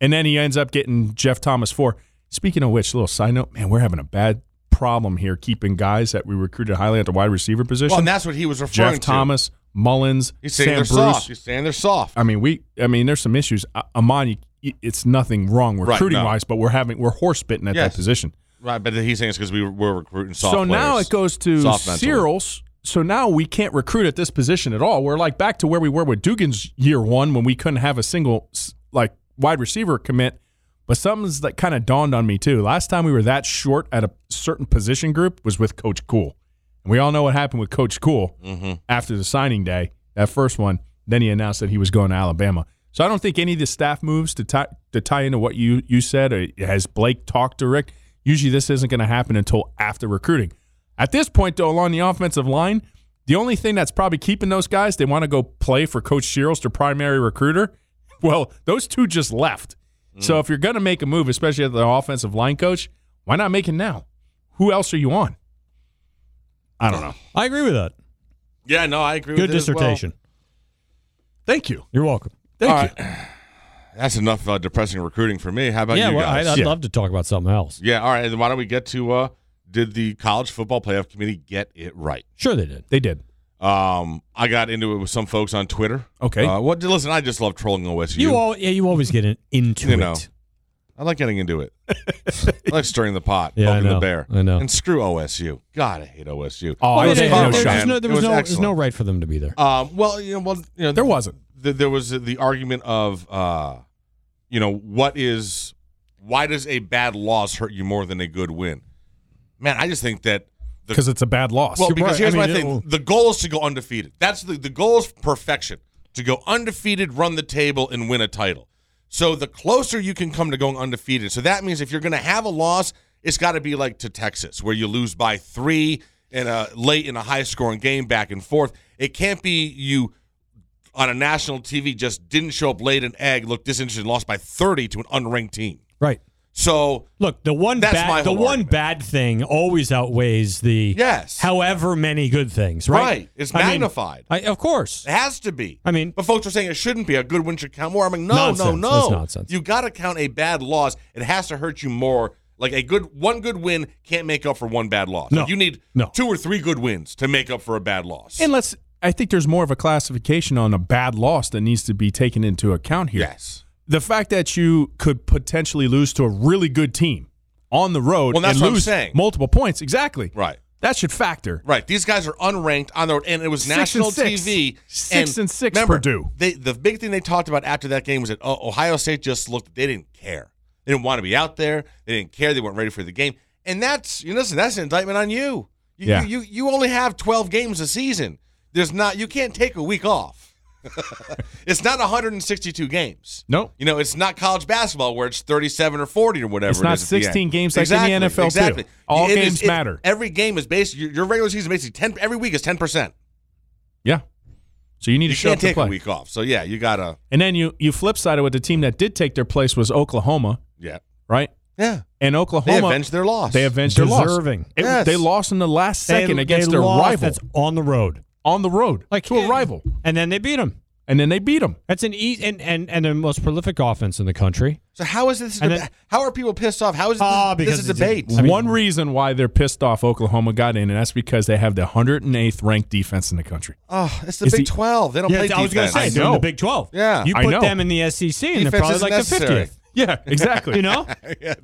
Speaker 6: And then he ends up getting Jeff Thomas for. Speaking of which, little side note, man, we're having a bad problem here keeping guys that we recruited highly at the wide receiver position.
Speaker 3: Well, and that's what he was referring
Speaker 6: Jeff
Speaker 3: to.
Speaker 6: Thomas, Mullins,
Speaker 3: He's saying
Speaker 6: Sam
Speaker 3: they're
Speaker 6: Bruce.
Speaker 3: soft. He's saying they're soft.
Speaker 6: I mean, we. I mean, there's some issues. A- Amon, you, it's nothing wrong
Speaker 3: no.
Speaker 6: recruiting wise, but we're having we're horse bitten at
Speaker 3: Yes.
Speaker 6: that position.
Speaker 3: Right, but he's saying it's because we were, we're recruiting soft
Speaker 6: so now
Speaker 3: players.
Speaker 6: it goes to
Speaker 3: Soft mentally.
Speaker 6: Cyril's. So now we can't recruit at this position at all. We're like back to where we were with Dugan's year one when we couldn't have a single s- like wide receiver commit. But something's that kind of dawned on me too. Last time we were that short at a certain position group was with Coach Cool, and we all know what happened with Coach Cool
Speaker 3: Mm-hmm.
Speaker 6: after the signing day. That first one, then he announced that he was going to Alabama. So I don't think any of the staff moves to tie to tie into what you you said. uh, Has Blake talked to Rick? Usually, this isn't going to happen until after recruiting. At this point, though, along the offensive line, the only thing that's probably keeping those guys, they want to go play for Coach Shields, their primary recruiter. Well, those two just left. So if you're going to make a move, especially at the offensive line coach, why not make it now? Who else are you on? I don't know.
Speaker 4: I agree with that.
Speaker 3: Yeah, no, I agree
Speaker 4: Good
Speaker 3: with it as well.
Speaker 4: dissertation.
Speaker 6: Thank you.
Speaker 4: You're welcome.
Speaker 6: Thank
Speaker 3: All
Speaker 6: you.
Speaker 3: That's enough uh, depressing recruiting for me. How about
Speaker 4: yeah,
Speaker 3: you
Speaker 4: well,
Speaker 3: guys?
Speaker 4: I'd, I'd
Speaker 6: Yeah.
Speaker 4: love to talk about something else.
Speaker 3: yeah, all right. Then why don't we get to uh, did the college football playoff committee get it right?
Speaker 4: Sure, they did.
Speaker 6: They did.
Speaker 3: Um, I got into it with some folks on Twitter.
Speaker 6: Okay.
Speaker 3: Uh, what? Listen, I just love trolling OSU.
Speaker 4: You, all, yeah, you always get in, into
Speaker 3: You
Speaker 4: it.
Speaker 3: know. I like getting into it. I like stirring the pot,
Speaker 4: Yeah, I
Speaker 3: poking the
Speaker 4: know.
Speaker 3: bear.
Speaker 4: I know.
Speaker 3: And screw OSU. God, I hate OSU.
Speaker 6: Oh, I
Speaker 4: Well,
Speaker 6: was
Speaker 4: they-
Speaker 3: it-
Speaker 6: no
Speaker 4: there-
Speaker 3: shot.
Speaker 4: there was
Speaker 6: shot.
Speaker 4: no, there
Speaker 3: It
Speaker 4: was
Speaker 3: was
Speaker 4: no, there's no
Speaker 3: excellent.
Speaker 4: right for them to be there.
Speaker 3: Um, well, you know, well, you know,
Speaker 6: There wasn't.
Speaker 3: th- there was the argument of, uh, you know, what is, why does a bad loss hurt you more than a good win? Man, I just think that the
Speaker 6: Because it's a bad loss.
Speaker 3: Well, because
Speaker 4: right.
Speaker 3: here's
Speaker 4: I
Speaker 3: my
Speaker 4: mean,
Speaker 3: thing:
Speaker 4: it'll-
Speaker 3: the goal is to go undefeated. That's the the goal is perfection to go undefeated, run the table, and win a title. So the closer you can come to going undefeated, so that means if you're going to have a loss, it's got to be like to Texas, where you lose by three in a late in a high scoring game, back and forth. It can't be you on a national TV just didn't show up late an egg, looked disinterested, and lost by thirty to an unranked team.
Speaker 4: right.
Speaker 3: So
Speaker 4: Look, the one
Speaker 3: That's my
Speaker 4: bad, the
Speaker 3: whole
Speaker 4: one
Speaker 3: argument.
Speaker 4: bad thing always outweighs the
Speaker 3: Yes.
Speaker 4: however many good things, right?
Speaker 3: Right. It's
Speaker 4: I mean,
Speaker 3: magnified.
Speaker 4: I of course.
Speaker 3: It has to be.
Speaker 4: I mean-
Speaker 3: but folks are saying it shouldn't be. A good win should count more. I'm like, no, no,
Speaker 4: Nonsense.
Speaker 3: no.
Speaker 4: That's nonsense.
Speaker 3: You got to count a bad loss. It has to hurt you more. Like a good one, good win can't make up for one bad loss.
Speaker 4: No.
Speaker 3: Like, you need
Speaker 4: No.
Speaker 3: two or three good wins to make up for a bad loss.
Speaker 6: And let's, I think there's more of a classification on a bad loss that needs to be taken into account here.
Speaker 3: yes.
Speaker 6: The fact that you could potentially lose to a really good team on the road
Speaker 3: Well, that's
Speaker 6: and
Speaker 3: what I'm
Speaker 6: lose
Speaker 3: saying.
Speaker 6: multiple points. Exactly.
Speaker 3: Right.
Speaker 6: That should factor.
Speaker 3: Right. These guys are unranked on the road, and it was
Speaker 6: Six
Speaker 3: national
Speaker 6: and six.
Speaker 3: TV.
Speaker 6: Six and six,
Speaker 3: remember,
Speaker 6: Purdue.
Speaker 3: They, the big thing they talked about after that game was that oh, Ohio State just looked. They didn't care. They didn't want to be out there. They didn't care. They weren't ready for the game. And that's you know, listen. That's an indictment on you. You,
Speaker 6: Yeah.
Speaker 3: you. you you only have twelve games a season. There's not. You can't take a week off. it's not 162 games.
Speaker 6: Nope.
Speaker 3: You know, it's not college basketball where it's 37 or 40 or whatever.
Speaker 6: It's
Speaker 3: it
Speaker 6: not
Speaker 3: is at the end.
Speaker 6: 16 games like in the
Speaker 3: exactly,
Speaker 6: NFL too.
Speaker 3: Exactly.
Speaker 6: All
Speaker 3: It is-
Speaker 6: games
Speaker 3: it-
Speaker 6: matter.
Speaker 3: Every game is basically your, your regular season. is Basically, ten every week is 10. percent
Speaker 6: Yeah. So you need
Speaker 3: You
Speaker 6: to show up
Speaker 3: can't
Speaker 6: to
Speaker 3: take a
Speaker 6: play.
Speaker 3: week off. So yeah, you gotta.
Speaker 6: And then you you flip sided with the team that did take their place was Oklahoma,
Speaker 3: Yeah.
Speaker 6: right?
Speaker 3: Yeah.
Speaker 6: And
Speaker 3: They
Speaker 6: Oklahoma
Speaker 3: avenged their loss.
Speaker 6: they avenged their loss.
Speaker 4: Deserving.
Speaker 6: It-
Speaker 3: Yes.
Speaker 6: They lost in the last second
Speaker 4: They-
Speaker 6: against
Speaker 4: they
Speaker 6: their
Speaker 4: lost
Speaker 6: rival
Speaker 4: that's on the road.
Speaker 6: on the road
Speaker 4: Like
Speaker 6: to a rival,
Speaker 4: And then they beat them.
Speaker 6: and then they beat them.
Speaker 4: That's an easy and and and the most prolific offense in the country.
Speaker 3: So how is this?
Speaker 4: And then-
Speaker 3: how are people pissed off? How is this,
Speaker 4: Ah,
Speaker 3: this
Speaker 4: because
Speaker 3: is
Speaker 4: it's a-
Speaker 3: debate?
Speaker 4: I mean-
Speaker 6: One reason why they're pissed off Oklahoma got in, and that's because they have the 108th ranked defense in the country.
Speaker 3: oh, it's the
Speaker 6: It's
Speaker 3: Big
Speaker 6: the-
Speaker 3: Twelve. They don't play
Speaker 4: I was going
Speaker 3: defense.
Speaker 4: to say
Speaker 6: I
Speaker 4: they're in
Speaker 6: know.
Speaker 4: the Big 12.
Speaker 3: Yeah.
Speaker 4: You
Speaker 6: I
Speaker 4: put
Speaker 6: know.
Speaker 4: them in the SEC and they're
Speaker 3: Defense
Speaker 4: probably
Speaker 3: is
Speaker 4: like
Speaker 3: necessary.
Speaker 4: the 50th.
Speaker 6: Yeah, exactly.
Speaker 4: You know?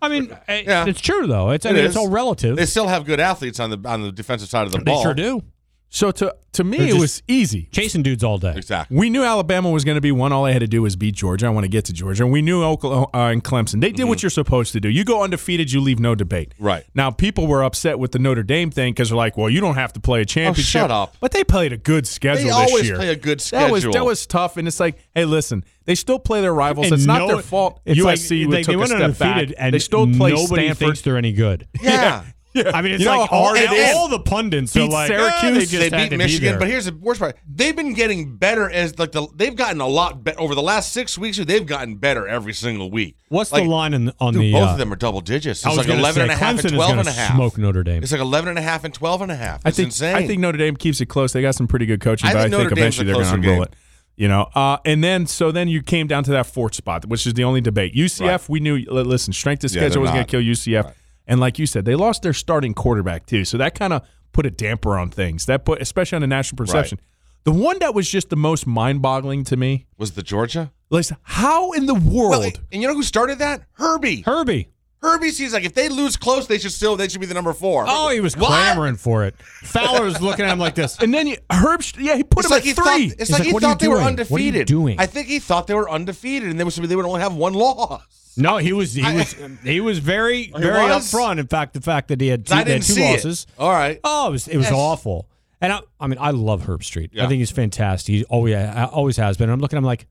Speaker 4: I mean, eh, it's true though. It's I
Speaker 3: It
Speaker 4: mean,
Speaker 3: is.
Speaker 4: it's all relative.
Speaker 3: They still have good athletes on the on the defensive side of the
Speaker 4: they
Speaker 3: ball.
Speaker 4: sure do.
Speaker 6: So to to me,
Speaker 4: They're
Speaker 6: it
Speaker 4: just-
Speaker 6: was easy.
Speaker 4: Chasing dudes all day.
Speaker 3: Exactly.
Speaker 6: We knew Alabama was going to be one. All I had to do was beat Georgia. I want to get to Georgia. And we knew Oklahoma uh, and Clemson. They did what you're supposed to do. You go undefeated, you leave no debate.
Speaker 3: Right.
Speaker 6: Now, people were upset with the Notre Dame thing because they're like, well, you don't have to play a championship.
Speaker 3: shut up.
Speaker 6: But they played a good schedule
Speaker 3: They
Speaker 6: this
Speaker 3: always
Speaker 6: year.
Speaker 3: play a good
Speaker 6: That was,
Speaker 3: schedule.
Speaker 6: that was tough. And it's like, hey, listen, they still play their rivals. it's not
Speaker 4: no-
Speaker 6: their fault.
Speaker 4: it's like-
Speaker 6: USC
Speaker 4: like,
Speaker 6: took
Speaker 4: they went
Speaker 6: a step back.
Speaker 4: undefeated and
Speaker 6: they still play
Speaker 4: nobody
Speaker 6: Stanford.
Speaker 4: thinks they're any good.
Speaker 3: Yeah.
Speaker 4: I mean, it's
Speaker 6: You know
Speaker 4: like
Speaker 6: how
Speaker 4: all,
Speaker 6: hard it
Speaker 4: and
Speaker 6: is?
Speaker 4: all the pundits are
Speaker 6: Beat
Speaker 4: like,
Speaker 6: Syracuse,
Speaker 4: "Ah, they just had
Speaker 3: they
Speaker 4: to be
Speaker 3: beat Michigan,
Speaker 4: there."
Speaker 3: but here's the worst part: they've been getting better as like the they've gotten a lot better over the last six weeks. They've gotten better every single week.
Speaker 4: what's
Speaker 3: Like,
Speaker 4: the line in, on
Speaker 3: Dude,
Speaker 4: the?
Speaker 3: both
Speaker 4: uh,
Speaker 3: of them are double digits. It's
Speaker 4: I was
Speaker 3: like
Speaker 4: gonna
Speaker 3: 11 and
Speaker 4: say,
Speaker 3: a half
Speaker 4: Clemson
Speaker 3: and
Speaker 4: is
Speaker 3: 12 and a
Speaker 4: gonna
Speaker 3: half.
Speaker 4: Smoke Notre Dame.
Speaker 3: It's like 11 and a half and 12 and a half. It's
Speaker 6: I think
Speaker 3: insane.
Speaker 6: I think Notre Dame keeps it close. They got some pretty good coaching,
Speaker 3: I
Speaker 6: but
Speaker 3: think
Speaker 6: I think
Speaker 3: Notre Dame's
Speaker 6: eventually
Speaker 3: a
Speaker 6: they're going to
Speaker 3: closer
Speaker 6: unroll
Speaker 3: game.
Speaker 6: it. You know, uh, and then so then you came down to that fourth spot, which is the only debate. UCF, we knew. li- Listen, strength of
Speaker 3: Yeah, they're
Speaker 6: schedule was going
Speaker 3: not.
Speaker 6: to kill UCF, and like you said, they lost their starting quarterback too. So that kind of put a damper on things. That put, especially on the national perception. The one that was just the most mind-boggling to me
Speaker 3: was the Georgia.
Speaker 6: was how in the world
Speaker 3: Well, and you know who started that? Herbie.
Speaker 4: Herbie.
Speaker 3: Herbie sees like if they lose close, they should still they should be the number four.
Speaker 4: Oh, he was
Speaker 3: What?
Speaker 4: clamoring for it. Fowler was looking at him like this.
Speaker 6: and then you, Herb, yeah, he put
Speaker 3: It's
Speaker 6: him
Speaker 3: like he
Speaker 6: at three.
Speaker 3: thought. It's
Speaker 4: He's
Speaker 3: like,
Speaker 4: like,
Speaker 3: he
Speaker 4: "What are you
Speaker 3: thought they were
Speaker 4: doing?
Speaker 3: undefeated.
Speaker 4: What are you doing?
Speaker 3: I think he thought they were undefeated, and they would they would only have one loss.
Speaker 4: No, he was he was he was very very
Speaker 3: was?
Speaker 4: upfront. In fact, the fact that he had two,
Speaker 3: I
Speaker 4: they had
Speaker 3: didn't
Speaker 4: two
Speaker 3: see it.
Speaker 4: losses.
Speaker 3: All right.
Speaker 4: Oh, it was it was
Speaker 3: Yes.
Speaker 4: awful. And I, I mean, I love Herb Street.
Speaker 3: Yeah.
Speaker 4: I think he's fantastic. He always always has been. I'm looking. I'm like,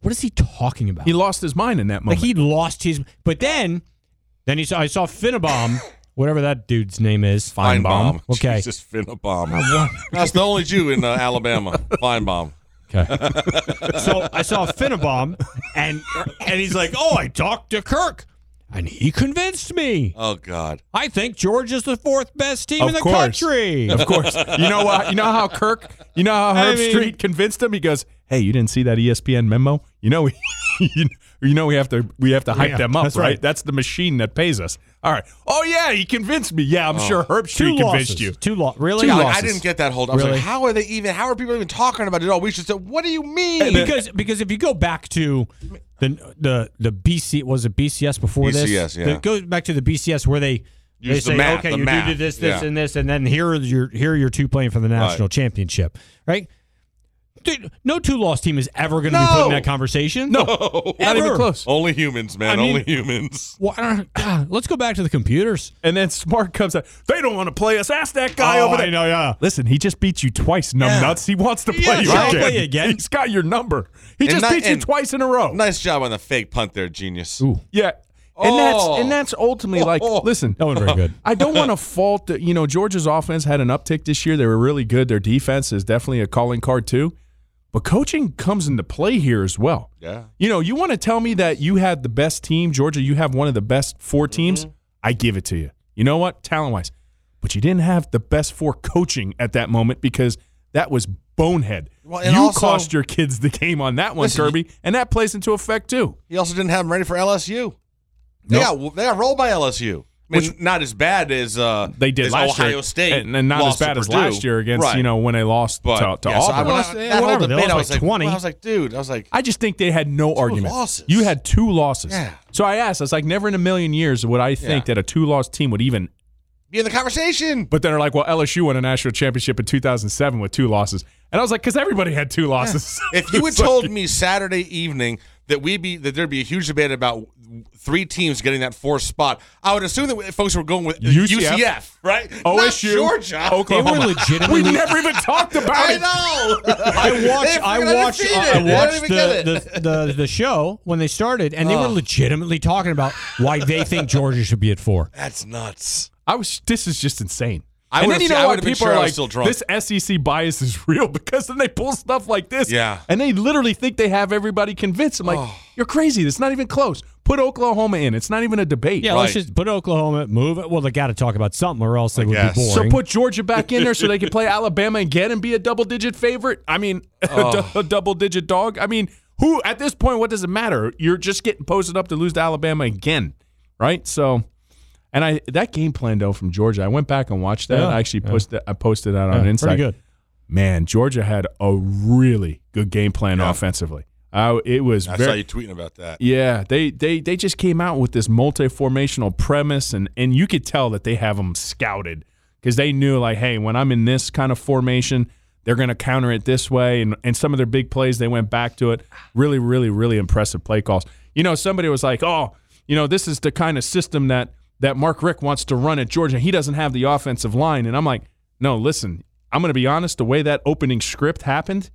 Speaker 4: what is he talking about?
Speaker 6: He lost his mind in
Speaker 4: like
Speaker 6: that moment.
Speaker 4: he lost his. But then, then he saw I saw Finnabom, whatever that dude's name is.
Speaker 3: Feinbaum.
Speaker 4: Okay.
Speaker 3: Jesus, Finnabom. That's the only Jew in uh, Alabama. Feinbaum.
Speaker 4: Okay. so I saw Finnabom, and and he's like, "Oh, I talked to Kirk, and he convinced me.
Speaker 3: Oh God.
Speaker 4: I think Georgia's the fourth best team in
Speaker 6: Of
Speaker 4: the
Speaker 6: course.
Speaker 4: country."
Speaker 6: Of course. You know what? You know how Kirk, you know how
Speaker 4: I
Speaker 6: Herb
Speaker 4: mean-
Speaker 6: Street convinced him? He goes, "Hey, you didn't see that E ESPN memo? You know we you, you know we have to we have to hype
Speaker 4: Yeah,
Speaker 6: them up,
Speaker 4: that's
Speaker 6: right?
Speaker 4: right.
Speaker 6: That's the machine that pays us." All right. Oh yeah, he convinced me. Yeah, I'm sure Herb
Speaker 4: Two
Speaker 6: Street
Speaker 4: losses.
Speaker 6: convinced you.
Speaker 4: Two lo- Really?
Speaker 6: Two
Speaker 3: Yeah, like, I
Speaker 6: losses.
Speaker 3: didn't get that hold. I was
Speaker 4: Really?
Speaker 3: like, how are they even? How are people even talking about it? Oh, we should. Say, what do you mean?
Speaker 4: because because if you go back to the the the BC was it BCS before
Speaker 3: BCS,
Speaker 4: this?
Speaker 3: yeah.
Speaker 4: It goes back to the BCS where they they
Speaker 3: Use the
Speaker 4: say,
Speaker 3: map,
Speaker 4: okay,
Speaker 3: the
Speaker 4: you're
Speaker 3: map,
Speaker 4: due to this, this,
Speaker 3: yeah.
Speaker 4: and this, and then here are your here are your two playing for the national championship, right? Dude, no two loss team is ever going to be put
Speaker 3: No.
Speaker 4: in that conversation. No,
Speaker 6: Not even close.
Speaker 3: Only humans, man.
Speaker 4: I mean-
Speaker 3: only humans.
Speaker 4: let's go back to the computers.
Speaker 6: And then Smart comes out. They don't want to play us. Ask that guy
Speaker 4: Oh,
Speaker 6: over
Speaker 4: I
Speaker 6: there.
Speaker 4: know, yeah.
Speaker 6: Listen, he just beat you twice, numbnuts. He wants to play
Speaker 4: Yeah,
Speaker 6: you
Speaker 4: he'll
Speaker 6: again.
Speaker 4: play you again.
Speaker 6: He's got your number. He
Speaker 3: And
Speaker 6: just
Speaker 3: not-
Speaker 6: beat you
Speaker 3: and-
Speaker 6: twice in a row.
Speaker 3: Nice job on the fake punt there, genius.
Speaker 6: Yeah. And
Speaker 3: Oh.
Speaker 6: that's and that's ultimately like
Speaker 3: Oh.
Speaker 6: listen.
Speaker 4: That wasn't very good.
Speaker 6: I don't want to fault that you know Georgia's offense had an uptick this year. They were really good. Their defense is definitely a calling card too. But coaching comes into play here as well.
Speaker 3: Yeah.
Speaker 6: You know, you want to tell me that you had the best team, Georgia, you have one of the best four
Speaker 3: Mm-hmm.
Speaker 6: teams? I give it to you. You know what? Talent-wise. But you didn't have the best four coaching at that moment because that was bonehead.
Speaker 3: Well, and
Speaker 6: you
Speaker 3: also-
Speaker 6: cost your kids the game on that one,
Speaker 3: Listen,
Speaker 6: Kirby, and that plays into effect too.
Speaker 3: He also didn't have him ready for LSU. They got they got rolled by LSU. I mean, not as bad as uh,
Speaker 6: they did
Speaker 3: as
Speaker 6: last
Speaker 3: Ohio
Speaker 6: year,
Speaker 3: State,
Speaker 6: and, and not as
Speaker 3: lost to
Speaker 6: bad as
Speaker 3: Purdue.
Speaker 6: last year against
Speaker 3: Right.
Speaker 6: you know when they lost
Speaker 3: But
Speaker 6: to, to
Speaker 3: yeah, so I-
Speaker 6: Auburn.
Speaker 3: when I-
Speaker 4: Lost-
Speaker 3: that whole
Speaker 4: whatever, they
Speaker 3: debate,
Speaker 4: lost
Speaker 3: I was
Speaker 4: by
Speaker 3: like
Speaker 4: 20.
Speaker 3: I was like, dude, I was like,
Speaker 6: I just think they had no argument.
Speaker 3: losses.
Speaker 6: You had two losses.
Speaker 3: Yeah.
Speaker 6: So I asked, I was like, never in a million years would I think
Speaker 3: Yeah.
Speaker 6: that a two-loss team would even.
Speaker 3: be in the conversation.
Speaker 6: But then they're like, well, LSU won a national championship in 2007 with two losses, and I was like, because everybody had two losses.
Speaker 3: If you had
Speaker 6: It's like-
Speaker 3: told me Saturday evening that we be that there'd be a huge debate about three teams getting that fourth spot, I would assume that folks were going with uh,
Speaker 6: UCF,
Speaker 3: UCF, right? Not
Speaker 6: OSU,
Speaker 3: Georgia,
Speaker 6: Oklahoma,
Speaker 4: They were legitimately-
Speaker 6: we never even talked about
Speaker 3: I
Speaker 6: it.
Speaker 3: know.
Speaker 4: I watched.
Speaker 3: They're freaking undefeated.
Speaker 4: I watched. I
Speaker 3: They don't
Speaker 4: watched
Speaker 3: even get Oh.
Speaker 4: the, the, the the show when they started, and they were legitimately talking about why they think Georgia should be at four.
Speaker 3: That's nuts.
Speaker 6: I was. This is just insane.
Speaker 3: I
Speaker 6: and
Speaker 3: would've
Speaker 6: then you
Speaker 3: said- I
Speaker 6: know what?
Speaker 3: would've been
Speaker 6: People
Speaker 3: sure
Speaker 6: are
Speaker 3: I was
Speaker 6: like,
Speaker 3: still drunk.
Speaker 6: this SEC bias is real because then they pull stuff like this.
Speaker 3: Yeah. Oh.
Speaker 6: And they literally think they have everybody convinced. I'm like, you're crazy. It's not even close. Put Oklahoma in. It's not even a debate.
Speaker 4: Yeah, let's
Speaker 3: Right.
Speaker 4: just put Oklahoma, move it. Well, they got to talk about something, or else they would
Speaker 3: guess.
Speaker 4: be
Speaker 6: So
Speaker 4: boring.
Speaker 6: put Georgia back in there so they can play Alabama again and be a double digit favorite. I mean, a du- a double digit dog. I mean, who at this point? What does it matter? You're just getting posted up to lose to Alabama again, right? So, and I that game plan though from Georgia, I went back and watched that.
Speaker 4: Yeah.
Speaker 6: I actually posted I posted that on
Speaker 4: Yeah,
Speaker 6: Insight.
Speaker 4: pretty good.
Speaker 6: Man, Georgia had a really good game plan offensively. Uh, it was
Speaker 3: I
Speaker 6: very
Speaker 3: saw you tweeting about that.
Speaker 6: yeah, they they they just came out with this multi-formational premise, and and you could tell that they have them scouted because they knew like, hey, when I'm in this kind of formation, they're going to counter it this way. And and some of their big plays, they went back to it. Really, really, really impressive play calls. You know, somebody was like, oh, you know, this is the kind of system that that Mark Rick wants to run at Georgia. He doesn't have the offensive line, and I'm like, no, listen, I'm going to be honest. The way that opening script happened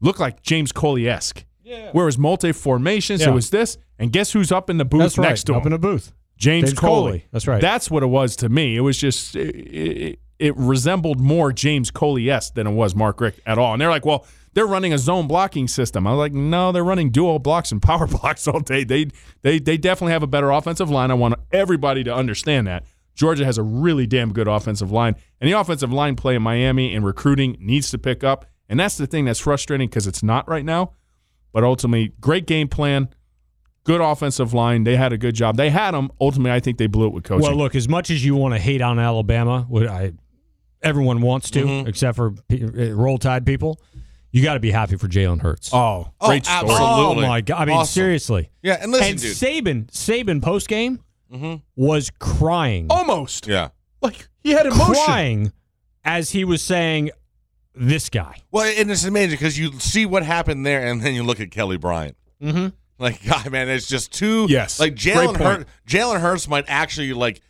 Speaker 6: looked like James Coley esque. Yeah. Whereas multi formations,
Speaker 5: Yeah.
Speaker 6: it was this, and guess who's up in the booth
Speaker 5: That's right.
Speaker 6: next to
Speaker 5: Up
Speaker 6: him?
Speaker 5: in a booth.
Speaker 6: James,
Speaker 5: James
Speaker 6: Coley.
Speaker 5: Coley. That's right.
Speaker 6: That's what it was to me. It was just it, it, it resembled more James Coley esque than it was Mark Rick at all. And they're like, well, they're running a zone blocking system. I was like, no, they're running duo blocks and power blocks all day. They they they definitely have a better offensive line. I want everybody to understand that. Georgia has a really damn good offensive line, and the offensive line play in Miami and recruiting needs to pick up. And that's the thing that's frustrating because it's not right now. But ultimately, great game plan, good offensive line. They had a good job. They had them. Ultimately, I think they blew it
Speaker 3: Oh,
Speaker 6: with coaching.
Speaker 4: Well, look, as much as you want to hate on Alabama, what I everyone wants to,
Speaker 3: Mm-hmm.
Speaker 4: except for pe- uh, Roll Tide people, you got to be happy for Jalen Hurts.
Speaker 6: Oh,
Speaker 3: Oh,
Speaker 6: great story.
Speaker 3: absolutely.
Speaker 4: Oh my god! I mean,
Speaker 3: Awesome.
Speaker 4: seriously.
Speaker 3: Yeah, and listen,
Speaker 4: and
Speaker 3: dude. Mm-hmm.
Speaker 4: Saban, Saban post game was crying,
Speaker 3: Oh,
Speaker 6: Almost.
Speaker 3: yeah.
Speaker 6: Like he had
Speaker 4: crying as he was saying, "This guy."
Speaker 3: Well, and it's amazing because you see what happened there, and then you look at Kelly Bryant.
Speaker 4: Mhm.
Speaker 3: Like, God, man, it's just too.
Speaker 6: Mm-hmm. Yes.
Speaker 3: Like
Speaker 6: Great
Speaker 3: Jalen
Speaker 6: point.
Speaker 3: Hurts. Jalen Hurts might actually like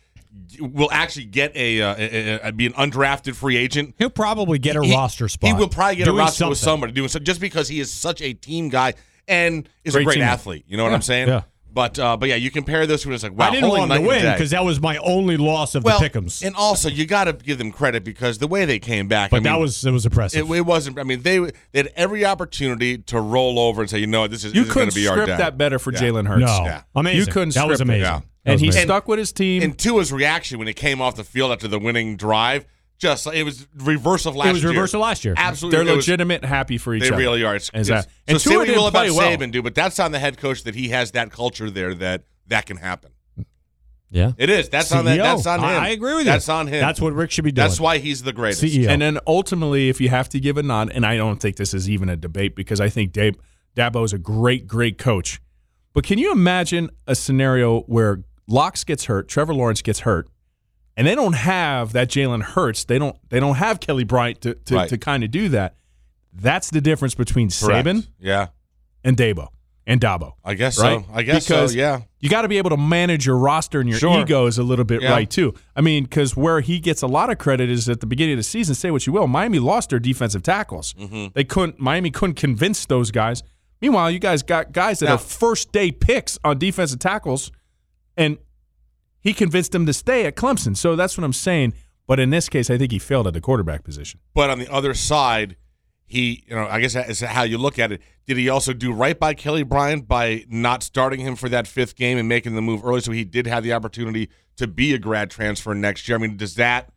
Speaker 3: will actually get a, uh, a, a- a- be an undrafted free agent.
Speaker 4: He'll probably get a
Speaker 3: He-
Speaker 4: roster spot.
Speaker 3: He will probably get a
Speaker 4: doing
Speaker 3: roster with
Speaker 4: something.
Speaker 3: somebody doing so just because he is such a team guy and is a
Speaker 6: Great
Speaker 3: great
Speaker 6: team.
Speaker 3: athlete. You know what I'm saying?
Speaker 4: yeah.
Speaker 3: But uh, but yeah, you compare this when it's like wow,
Speaker 4: I didn't
Speaker 3: holy
Speaker 4: want
Speaker 3: night
Speaker 4: him to
Speaker 3: and day.
Speaker 4: win because that was my only loss of
Speaker 3: well,
Speaker 4: the pickums.
Speaker 3: and also you got to give them credit because the way they came back.
Speaker 4: But
Speaker 3: I mean,
Speaker 4: that was it was
Speaker 3: It,
Speaker 4: impressive.
Speaker 3: it wasn't. I mean, they they had every opportunity to roll over and say, you know, what, this is
Speaker 6: You
Speaker 3: this is going
Speaker 6: couldn't
Speaker 3: to be our
Speaker 6: script
Speaker 3: day.
Speaker 6: that better for
Speaker 3: Yeah.
Speaker 6: Jalen Hurts.
Speaker 4: no,
Speaker 3: yeah.
Speaker 4: amazing.
Speaker 6: You couldn't
Speaker 4: That was
Speaker 6: script it.
Speaker 4: amazing.
Speaker 3: Yeah.
Speaker 4: That
Speaker 6: And
Speaker 4: was
Speaker 6: he
Speaker 4: amazing.
Speaker 6: stuck with his team.
Speaker 3: And Tua's reaction when he came off the field after the winning drive, just it was reverse of last year.
Speaker 4: was reverse of last year.
Speaker 3: Absolutely,
Speaker 6: They're
Speaker 3: it was-
Speaker 6: legitimate, happy for each
Speaker 3: They
Speaker 6: other.
Speaker 3: really are. It's,
Speaker 6: Is
Speaker 3: it's-
Speaker 6: that- and
Speaker 3: so
Speaker 6: Tua
Speaker 3: say what you
Speaker 6: didn't
Speaker 3: will about
Speaker 6: play well.
Speaker 3: Saban, dude, but that's on the head coach that he has that culture there that that can happen.
Speaker 4: yeah.
Speaker 3: It is. That's on that.
Speaker 4: CEO.
Speaker 3: That's
Speaker 6: E
Speaker 3: on him.
Speaker 4: I, I agree with you.
Speaker 3: That's on him.
Speaker 4: That's what Rick should be doing.
Speaker 3: That's why he's the greatest.
Speaker 4: CEO.
Speaker 6: And then ultimately, if you have to give a nod, and I don't think this is even a debate because I think Dab- Dabo is a great, great coach. But can you imagine a scenario where Locks gets hurt, Trevor Lawrence gets hurt, and they don't have that Jalen Hurts? They don't. They don't have Kelly Bryant to to,
Speaker 3: Right.
Speaker 6: to kind of do that. That's the difference between
Speaker 3: Correct.
Speaker 6: Saban
Speaker 3: Yeah,
Speaker 6: and Dabo and Dabo.
Speaker 3: I guess
Speaker 6: Right?
Speaker 3: so. I guess
Speaker 6: because
Speaker 3: so. Yeah.
Speaker 6: You got to be able to manage your roster and your
Speaker 3: Sure.
Speaker 6: egos a little bit
Speaker 3: Yeah.
Speaker 6: right too. I mean, because where he gets a lot of credit is at the beginning of the season. Say what you will, Miami lost their defensive tackles.
Speaker 3: Mm-hmm.
Speaker 6: They couldn't. Miami couldn't convince those guys. Meanwhile, you guys got guys that
Speaker 3: Now-
Speaker 6: are first day picks on defensive tackles, and he convinced them to stay at Clemson. So that's what I'm saying. But in this case, I think he failed at the quarterback position.
Speaker 3: But on the other side, he, you know, I guess that's how you look at it. Did he also do right by Kelly Bryant by not starting him for that fifth game and making the move early? So he did have the opportunity to be a grad transfer next year. I mean, does that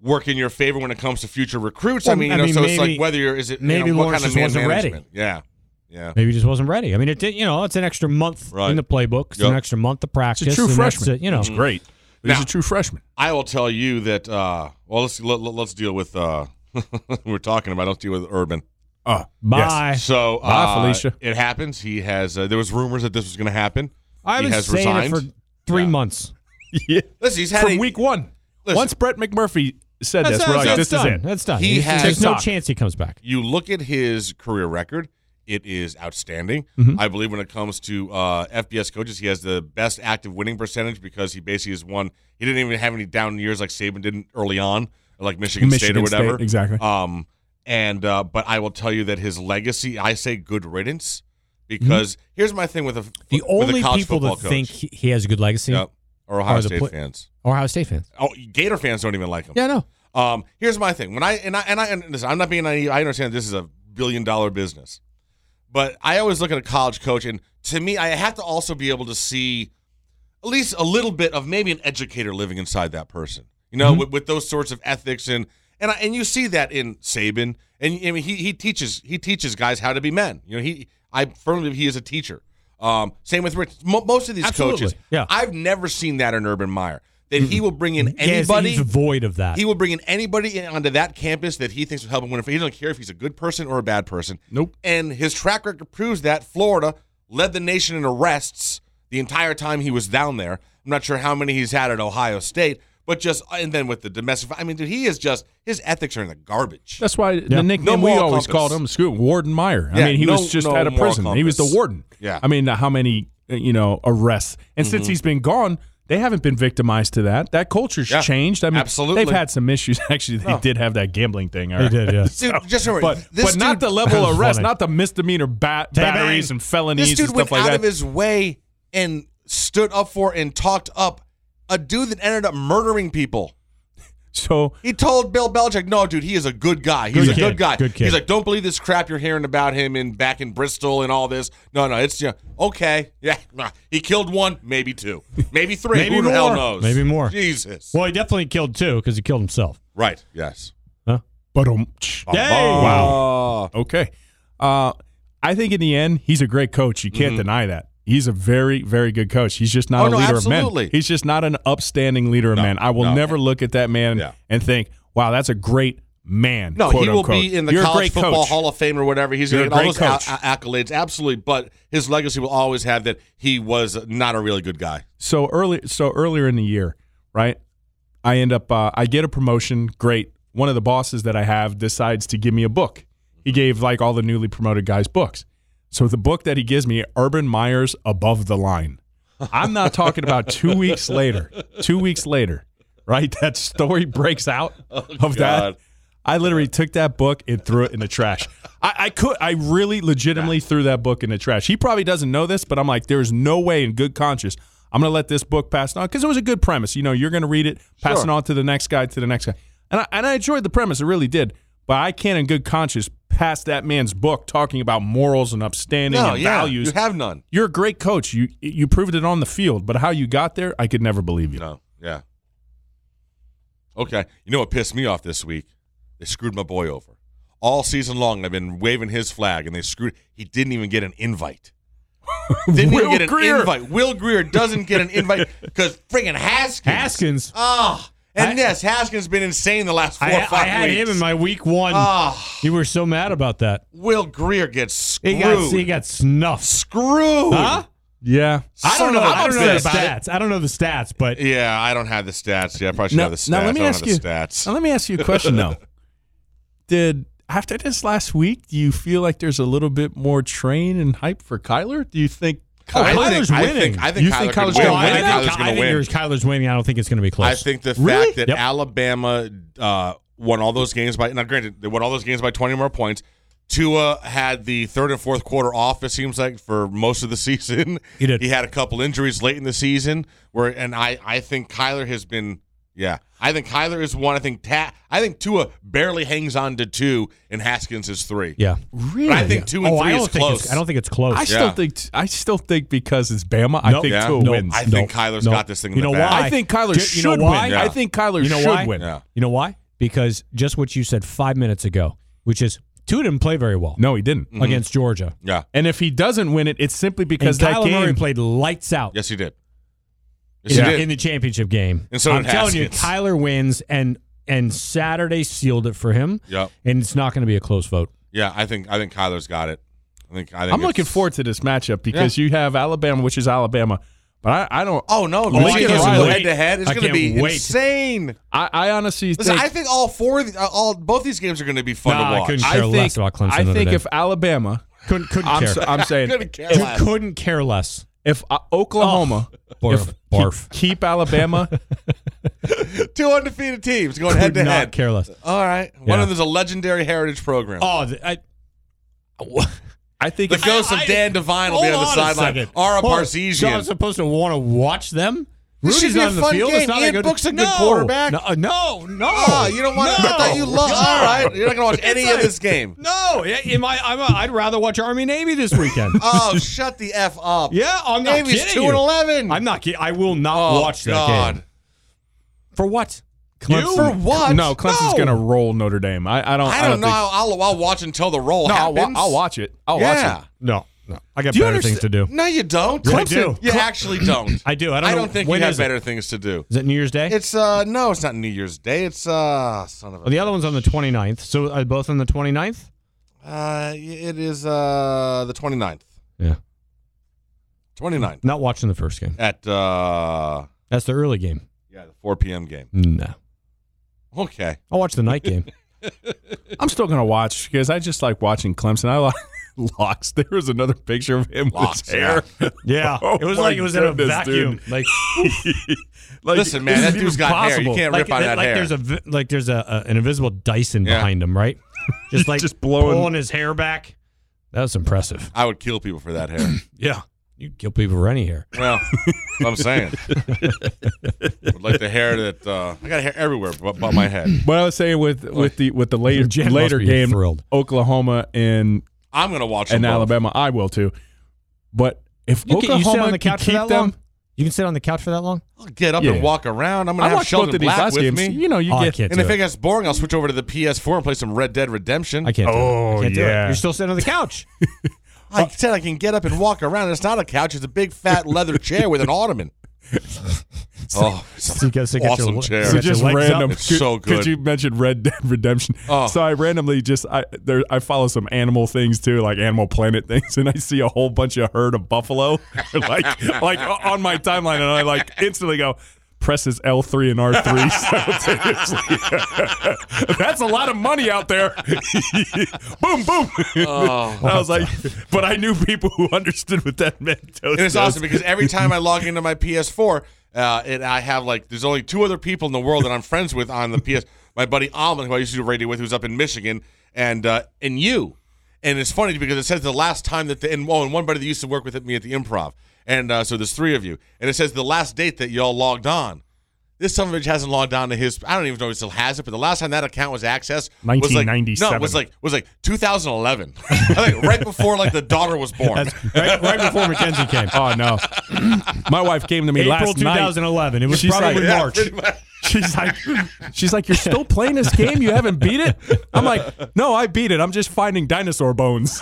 Speaker 3: work in your favor when it comes to future recruits? I
Speaker 4: Well,
Speaker 3: mean, you
Speaker 4: I
Speaker 3: know,
Speaker 4: mean,
Speaker 3: so it's
Speaker 4: maybe-
Speaker 3: like whether you're, is it you
Speaker 4: maybe
Speaker 3: know, what
Speaker 4: Lawrence
Speaker 3: kind of
Speaker 4: just
Speaker 3: man
Speaker 4: wasn't ready.
Speaker 3: management? Yeah, yeah.
Speaker 4: Maybe he just wasn't ready. I mean, it did, you know, it's an extra month
Speaker 3: Right.
Speaker 4: in the playbook. It's
Speaker 3: Yep.
Speaker 4: an extra month of practice.
Speaker 6: He's a true
Speaker 4: and that's
Speaker 6: freshman.
Speaker 4: it, you know,
Speaker 6: he's great. But he's
Speaker 3: Now-
Speaker 6: a true freshman.
Speaker 3: I will tell you that. Uh, well, let's let, let- let's deal with uh, we're talking about. Let's deal with Urban.
Speaker 6: Oh,
Speaker 4: Eh. bye.
Speaker 3: So,
Speaker 6: Bye,
Speaker 3: uh,
Speaker 6: Felicia.
Speaker 3: It happens. He has. Uh, there was rumors that this was going to happen.
Speaker 4: I've
Speaker 3: he
Speaker 4: been
Speaker 3: has
Speaker 4: saying
Speaker 3: resigned.
Speaker 4: it for three months.
Speaker 6: yeah.
Speaker 3: Listen, he's had
Speaker 6: From
Speaker 3: a-
Speaker 6: week one.
Speaker 3: Listen.
Speaker 6: Once Brett McMurphy said
Speaker 4: That's,
Speaker 6: this,
Speaker 4: that's,
Speaker 6: we're like,
Speaker 4: that's
Speaker 6: this
Speaker 4: done.
Speaker 6: is it.
Speaker 4: That's done.
Speaker 3: He
Speaker 4: There's
Speaker 3: has-
Speaker 4: there's no
Speaker 6: TikTok.
Speaker 4: chance he comes back.
Speaker 3: You look at his career record; it is outstanding.
Speaker 4: Mm-hmm.
Speaker 3: I believe when it comes to uh, FBS coaches, he has the best active winning percentage because he basically has won. He didn't even have any down years like Saban didn't early on, like Michigan, State or
Speaker 6: Michigan State,
Speaker 3: whatever.
Speaker 6: exactly.
Speaker 3: Um, and uh, but I will tell you that his legacy, I say, good riddance, because here's my thing with a
Speaker 4: Mm-hmm. The
Speaker 3: with
Speaker 4: only
Speaker 3: a college
Speaker 4: people
Speaker 3: football
Speaker 4: that
Speaker 3: coach.
Speaker 4: think he, he has a good legacy
Speaker 3: Yep. or Ohio
Speaker 4: are the
Speaker 3: State
Speaker 4: pla-
Speaker 3: fans.
Speaker 4: are Ohio State fans.
Speaker 3: Oh, Gator fans don't even like him.
Speaker 4: Yeah, no.
Speaker 3: Um, here's my thing. When I and I and I and listen, I'm not being naive. I understand this is a billion dollar business, but I always look at a college coach, and to me, I have to also be able to see at least a little bit of maybe an educator living inside that person. You
Speaker 4: Mm-hmm.
Speaker 3: know, with, with those sorts of ethics and and I, and you see that in Saban, and I mean he he teaches he teaches guys how to be men. You know, he I firmly believe he is a teacher. Um, same with Rich. Mo- most of these
Speaker 4: Absolutely.
Speaker 3: coaches,
Speaker 4: Yeah.
Speaker 3: I've never seen that in Urban Meyer that he will bring in
Speaker 4: He has-
Speaker 3: anybody
Speaker 4: he's void of that.
Speaker 3: he will bring in anybody in, onto that campus that he thinks will help him win. He doesn't care if he's a good person or a bad person.
Speaker 6: Nope.
Speaker 3: And his track record proves that Florida led the nation in arrests the entire time he was down there. I'm not sure how many he's had at Ohio State, but just and then with the domestic. I mean, dude, he is just his ethics are in the garbage.
Speaker 6: That's why the nickname we
Speaker 3: moral
Speaker 6: always
Speaker 3: compass.
Speaker 6: called him, Scoop Warden Meyer. I
Speaker 3: Yeah,
Speaker 6: mean, he
Speaker 3: no-
Speaker 6: was just
Speaker 3: no
Speaker 6: out of
Speaker 3: moral
Speaker 6: prison. He was the
Speaker 3: compass.
Speaker 6: warden.
Speaker 3: Yeah. Mm-hmm.
Speaker 6: I mean, how many uh, you know arrests? And since he's been gone, they haven't been victimized to that. That culture's
Speaker 3: Yeah,
Speaker 6: changed. I mean,
Speaker 3: absolutely.
Speaker 6: they've had some issues. Actually, they did have that gambling thing. all
Speaker 4: He
Speaker 6: right.
Speaker 4: did, yeah.
Speaker 3: Dude, just remember,
Speaker 6: But
Speaker 3: this
Speaker 6: but not
Speaker 3: dude-
Speaker 6: the level of arrest,
Speaker 4: funny.
Speaker 6: not the misdemeanor ba- batteries and felonies
Speaker 3: This dude
Speaker 6: and
Speaker 3: went
Speaker 6: stuff like
Speaker 3: out
Speaker 6: that.
Speaker 3: of his way and stood up for and talked up a dude that ended up murdering people.
Speaker 6: so
Speaker 3: He told Bill Belichick, "No, dude, he is a good guy. He's
Speaker 4: Good
Speaker 3: a
Speaker 4: kid.
Speaker 3: good guy.
Speaker 4: Good kid.
Speaker 3: He's like, don't believe this crap you're hearing about him in back in Bristol and all this. No, no, it's yeah, okay, yeah. nah. He killed one, maybe two, maybe three.
Speaker 4: Maybe
Speaker 3: Who the hell
Speaker 4: more.
Speaker 3: knows?
Speaker 4: Maybe more.
Speaker 3: Jesus.
Speaker 4: Well, he definitely killed two because he killed himself. um,
Speaker 3: Right. Yes.
Speaker 6: but
Speaker 3: Oh,
Speaker 4: Yay!
Speaker 3: Wow.
Speaker 6: Okay. Uh, I think in the end, he's a great coach. You can't deny that. He's a very, very good coach. He's just not
Speaker 3: Mm-hmm. Oh, no,
Speaker 6: a leader of
Speaker 3: absolutely.
Speaker 6: men. He's just not an upstanding leader of men. I will
Speaker 3: no.
Speaker 6: never look at that man
Speaker 3: Yeah.
Speaker 6: and think, wow, that's a great man.
Speaker 3: No,
Speaker 6: quote
Speaker 3: he will
Speaker 6: unquote.
Speaker 3: be in the
Speaker 6: You're a
Speaker 3: college
Speaker 6: great
Speaker 3: football
Speaker 6: coach.
Speaker 3: Hall of Fame or whatever. He's
Speaker 6: You're
Speaker 3: going
Speaker 6: a
Speaker 3: to get all
Speaker 6: great
Speaker 3: those a-
Speaker 6: coach.
Speaker 3: a- accolades, absolutely. But his legacy will always have that he was not a really good guy.
Speaker 6: so early so earlier in the year right i end up uh, i get a promotion great one of the bosses that i have decides to give me a book he gave like all the newly promoted guys books so the book that he gives me urban myers above the line i'm not talking about two weeks later two weeks later right that story breaks out of
Speaker 3: God.
Speaker 6: that i literally took that book and threw it in the trash I, I could i really legitimately threw that book in the trash he probably doesn't know this but i'm like there's no way in good conscience i'm gonna let this book pass on because it was a good premise you know you're gonna read it pass it on to the next guy to the next guy and I, and I enjoyed the premise i really did but i can't in good conscience pass that man's book talking about morals and upstanding
Speaker 3: No,
Speaker 6: and
Speaker 3: yeah,
Speaker 6: values
Speaker 3: you have none.
Speaker 6: you're a great coach. You you proved it on the field, but how you got there, I could never believe you.
Speaker 3: No, yeah. Okay, you know what pissed me off this week? They screwed my boy over. All season long, I've been waving his flag, and they screwed. He didn't even get an invite. Didn't
Speaker 6: Will
Speaker 3: even get an
Speaker 6: Greer.
Speaker 3: invite. Will Greer doesn't get an invite because friggin' Haskins.
Speaker 4: Haskins.
Speaker 3: Ah, and
Speaker 4: I-
Speaker 3: yes, Haskins has been insane the last four
Speaker 4: I,
Speaker 3: or
Speaker 4: I
Speaker 3: five
Speaker 4: had
Speaker 3: weeks.
Speaker 4: him in my week one.
Speaker 3: Ah,
Speaker 4: you were so mad about that.
Speaker 3: Will Greer gets screwed.
Speaker 4: He got, he got snuffed.
Speaker 3: screwed.
Speaker 4: Huh?
Speaker 6: Yeah.
Speaker 4: I don't
Speaker 3: Son
Speaker 4: know.
Speaker 3: of a
Speaker 4: I don't know the
Speaker 3: bitch.
Speaker 4: stats. I don't know the stats, but
Speaker 3: Yeah, I don't have the stats. Yeah, I probably should have the stats.
Speaker 6: now let me
Speaker 3: I don't
Speaker 6: ask
Speaker 3: have
Speaker 6: you.
Speaker 3: the stats.
Speaker 6: Now let me ask you a question though. Did after this last week, do you feel like there's a little bit more train and hype for Kyler? Do you think
Speaker 4: I
Speaker 6: Kyler?
Speaker 4: Kyler's
Speaker 3: think, Oh, I
Speaker 4: winning.
Speaker 3: think I think
Speaker 6: You
Speaker 3: Kyler
Speaker 6: think
Speaker 3: could
Speaker 6: Kyler's
Speaker 3: win.
Speaker 6: gonna
Speaker 3: I think
Speaker 6: win?
Speaker 4: I
Speaker 3: Kyler's
Speaker 4: think, I
Speaker 3: going to
Speaker 4: think
Speaker 3: win.
Speaker 4: yours- Kyler's winning. I don't think it's going to be close.
Speaker 3: I think the
Speaker 6: Really?
Speaker 3: fact that
Speaker 4: Yep.
Speaker 3: Alabama uh, won all those games by now, granted, they won all those games by 20 more points. Tua had the third and fourth quarter off. It seems like for most of the season,
Speaker 4: He did.
Speaker 3: He had a couple injuries late in the season where, and I, I think Kyler has been, yeah, I think Kyler is one. I think Ta- I think Tua barely hangs on to two, and Haskins is three.
Speaker 4: yeah.
Speaker 6: Really?
Speaker 3: But I think two and
Speaker 4: oh,
Speaker 3: three
Speaker 4: I don't
Speaker 3: is
Speaker 4: think
Speaker 3: close.
Speaker 4: It's, I don't think it's close.
Speaker 6: I still
Speaker 3: Yeah.
Speaker 6: think I still think because it's Bama, I
Speaker 4: Nope.
Speaker 6: think
Speaker 3: Yeah.
Speaker 6: Tua
Speaker 4: Nope.
Speaker 6: wins.
Speaker 3: I think
Speaker 4: No,
Speaker 3: Kyler's
Speaker 4: no.
Speaker 3: got this thing. In
Speaker 4: You
Speaker 3: the
Speaker 4: know
Speaker 3: bag.
Speaker 4: why?
Speaker 6: I think Kyler
Speaker 4: Ju- you know
Speaker 6: should
Speaker 4: why?
Speaker 6: win.
Speaker 4: Yeah.
Speaker 6: I think Kyler
Speaker 4: You know
Speaker 6: should
Speaker 4: why?
Speaker 6: win.
Speaker 3: Yeah.
Speaker 4: You know why? Because just what you said five minutes ago, which is Tua didn't play very well
Speaker 6: No, he didn't.
Speaker 3: Mm-hmm.
Speaker 4: against Georgia.
Speaker 3: Yeah.
Speaker 6: And if he doesn't win it, it's simply because
Speaker 4: and
Speaker 6: that
Speaker 4: Kyler
Speaker 6: game
Speaker 4: Murray played lights out
Speaker 3: Yes, he did. Yes,
Speaker 4: in,
Speaker 3: he
Speaker 4: the,
Speaker 3: did.
Speaker 4: in the championship game.
Speaker 3: And so
Speaker 4: I'm
Speaker 3: did
Speaker 4: telling you,
Speaker 3: Haskins.
Speaker 4: Kyler wins, and and Saturday sealed it for him.
Speaker 3: Yep.
Speaker 4: And it's not going to be a close vote.
Speaker 3: Yeah, I think I think Kyler's got it. I think I think
Speaker 6: I'm looking
Speaker 3: it's-
Speaker 6: forward to this matchup because you have Alabama, which is Alabama, but I, I don't.
Speaker 3: Oh no,
Speaker 6: I
Speaker 3: Michigan
Speaker 6: can't
Speaker 3: is
Speaker 6: wait.
Speaker 3: head to head. It's
Speaker 4: I
Speaker 3: going to
Speaker 4: can't
Speaker 3: be
Speaker 4: wait.
Speaker 3: insane.
Speaker 6: I, I honestly
Speaker 3: Listen,
Speaker 6: think
Speaker 3: I think all four, of the, uh, all both these games are going to be fun
Speaker 4: Nah,
Speaker 3: to
Speaker 4: I
Speaker 3: watch.
Speaker 4: couldn't-
Speaker 6: I
Speaker 4: care
Speaker 6: think
Speaker 4: less about Clemson
Speaker 6: I
Speaker 4: the other
Speaker 6: think
Speaker 4: day.
Speaker 6: if Alabama,
Speaker 4: Couldn't couldn't
Speaker 6: I'm,
Speaker 4: care.
Speaker 6: so, I'm saying
Speaker 3: Couldn't care
Speaker 4: Could-
Speaker 3: less.
Speaker 4: couldn't care less.
Speaker 6: if uh, Oklahoma,
Speaker 4: Barf.
Speaker 6: if keep-
Speaker 4: barf.
Speaker 6: keep, Alabama,
Speaker 3: Two undefeated teams going head
Speaker 4: Could
Speaker 3: to
Speaker 4: not
Speaker 3: head.
Speaker 4: care less.
Speaker 3: All right, one
Speaker 4: Yeah.
Speaker 3: of them's a legendary heritage program.
Speaker 4: Oh, th- I,
Speaker 6: I think
Speaker 3: the
Speaker 6: if,
Speaker 3: ghost of Dan Devine will be on
Speaker 4: Hold
Speaker 3: the
Speaker 4: a
Speaker 3: sideline.
Speaker 4: second.
Speaker 3: Ara
Speaker 4: Hold on. So I'm
Speaker 3: Parsesian.
Speaker 4: supposed to want to watch them?
Speaker 3: This should
Speaker 4: Rudy's
Speaker 3: be
Speaker 4: not
Speaker 3: a
Speaker 4: on the
Speaker 3: fun
Speaker 4: field.
Speaker 3: game.
Speaker 4: It's not
Speaker 3: Ian
Speaker 4: a good
Speaker 3: Book's a good
Speaker 4: No.
Speaker 3: quarterback.
Speaker 4: No, uh, no, no.
Speaker 3: Oh, you don't want to. I thought you loved.
Speaker 4: No.
Speaker 3: All right, you're not going to watch any of this game.
Speaker 4: No, yeah, in my, I'm a, I'd rather watch Army Navy this weekend.
Speaker 3: Oh, shut the f up.
Speaker 4: yeah, I'm not
Speaker 3: Navy's
Speaker 4: kidding
Speaker 3: two
Speaker 4: you.
Speaker 3: and eleven.
Speaker 4: I'm not kidding. I will not
Speaker 3: oh,
Speaker 4: watch that
Speaker 3: God.
Speaker 4: game. For what?
Speaker 6: Clemson-
Speaker 3: For what?
Speaker 6: No,
Speaker 4: No.
Speaker 6: Clemson's going to roll Notre Dame. I, I don't.
Speaker 3: I don't, know.
Speaker 6: think-
Speaker 3: I'll, I'll watch until the roll
Speaker 6: no, I'll,
Speaker 3: happens.
Speaker 6: wa- I'll watch it. I'll
Speaker 3: yeah.
Speaker 6: watch it.
Speaker 4: No, no. I got
Speaker 6: Do you
Speaker 4: better things to
Speaker 6: understand-
Speaker 4: do.
Speaker 3: No, you don't.
Speaker 4: Yeah, I
Speaker 3: Clemson,
Speaker 4: do.
Speaker 3: You actually don't.
Speaker 4: I do. I don't
Speaker 3: I
Speaker 4: know-
Speaker 3: don't think
Speaker 4: when
Speaker 3: you have
Speaker 4: is it?
Speaker 3: better things to do.
Speaker 4: Is it New Year's Day?
Speaker 3: It's uh no, it's not New Year's Day. It's uh son of
Speaker 4: Oh,
Speaker 3: a
Speaker 4: the other one's on the 29th. So are both on the 29th?
Speaker 3: uh it is uh the 29th.
Speaker 4: Yeah.
Speaker 3: 29th
Speaker 4: Not watching the first game.
Speaker 3: at uh
Speaker 4: That's the early game.
Speaker 3: Yeah, the 4 p.m. game.
Speaker 4: No.
Speaker 3: Okay.
Speaker 4: I'll watch the night game.
Speaker 6: I'm still gonna watch because I just like watching Clemson. I like locks. There was another picture of him
Speaker 3: Locks,
Speaker 6: with his hair.
Speaker 4: yeah.
Speaker 6: Oh
Speaker 4: it was
Speaker 6: my
Speaker 4: like it was in a
Speaker 6: goodness,
Speaker 4: vacuum. Like
Speaker 6: Like,
Speaker 3: Listen, man, that
Speaker 4: It's
Speaker 3: dude's got hair. You
Speaker 4: impossible.
Speaker 3: can't
Speaker 4: like,
Speaker 3: rip on that
Speaker 4: like
Speaker 3: hair.
Speaker 4: There's a vi- like there's a, a an invisible Dyson
Speaker 3: Yeah.
Speaker 4: behind him, right? Just like
Speaker 6: Just blowing-
Speaker 4: pulling his hair back. That was impressive.
Speaker 3: I would kill people for that hair.
Speaker 4: Yeah, you kill people for any hair.
Speaker 3: Well, that's what I'm saying. Would like the hair that uh, I got hair everywhere but, but my head.
Speaker 6: But I was saying with with the with the later
Speaker 4: Jen must
Speaker 6: later
Speaker 4: be
Speaker 6: game,
Speaker 4: thrilled.
Speaker 6: Oklahoma and
Speaker 3: I'm gonna watch them
Speaker 6: and
Speaker 3: both.
Speaker 6: Alabama, I will too. But if
Speaker 4: You, can,
Speaker 6: Oklahoma
Speaker 4: you sit on the
Speaker 6: can
Speaker 4: couch for
Speaker 6: keep
Speaker 4: that
Speaker 6: them,
Speaker 4: long. You can sit on the couch for that long.
Speaker 3: I'll get up
Speaker 6: Yeah.
Speaker 3: and walk around. I'm gonna
Speaker 6: I
Speaker 3: have
Speaker 6: watched both
Speaker 3: Sheldon
Speaker 6: of these
Speaker 3: Black
Speaker 6: last
Speaker 3: with
Speaker 6: games.
Speaker 3: me.
Speaker 6: You know, you
Speaker 4: Oh, I
Speaker 6: get
Speaker 4: can't
Speaker 3: and
Speaker 4: do
Speaker 3: if it
Speaker 4: it.
Speaker 3: gets boring, I'll switch over to the PS4 and play some Red Dead Redemption.
Speaker 4: I can't. do
Speaker 6: Oh,
Speaker 4: it. I can't do it.
Speaker 6: yeah.
Speaker 4: You're still sitting on the couch.
Speaker 3: I said I can get up and walk around. It's not a couch; it's a big fat leather chair with an ottoman. oh, it's
Speaker 4: So you gotta sit- get
Speaker 3: Awesome
Speaker 4: your,
Speaker 3: chair.
Speaker 4: get
Speaker 3: So
Speaker 6: So
Speaker 4: your
Speaker 6: just
Speaker 4: legs up.
Speaker 6: random.
Speaker 3: It's so good.
Speaker 6: Because you mentioned Red Dead Redemption.
Speaker 3: Oh.
Speaker 6: So I randomly just I there I follow some animal things too, like Animal Planet things, and I see a whole bunch of herd of buffalo, like like on my timeline, and I like instantly go. Presses L three and R three simultaneously. That's a lot of money out there. boom, boom.
Speaker 3: Oh.
Speaker 6: I was like, but I knew people who understood what that meant.
Speaker 3: And it's awesome because every time I log into my PS4, uh, and I have like there's only two other people in the world that I'm friends with on the PS. My buddy Alman, who I used to do radio with, who's up in Michigan, and uh, and you. And it's funny because it says the last time that the and, oh, and one buddy that used to work with me at the Improv, and uh, so there's three of you, and it says the last date that y'all logged on. This son of a bitch hasn't logged on to his. I don't even know if he still has it, but the last time that account was accessed was like
Speaker 6: 1997.
Speaker 3: No, was like was like 2011. I think right before like the daughter was born.
Speaker 4: right, right before Mackenzie came.
Speaker 6: Oh no! My wife came to me
Speaker 4: April
Speaker 6: last night.
Speaker 4: 2011. It was
Speaker 6: She's
Speaker 4: probably
Speaker 6: like- Yeah,
Speaker 4: March.
Speaker 3: pretty much.
Speaker 6: She's like, she's like, you're still playing this game? You haven't beat it? I'm like, no, I beat it. I'm just finding dinosaur bones,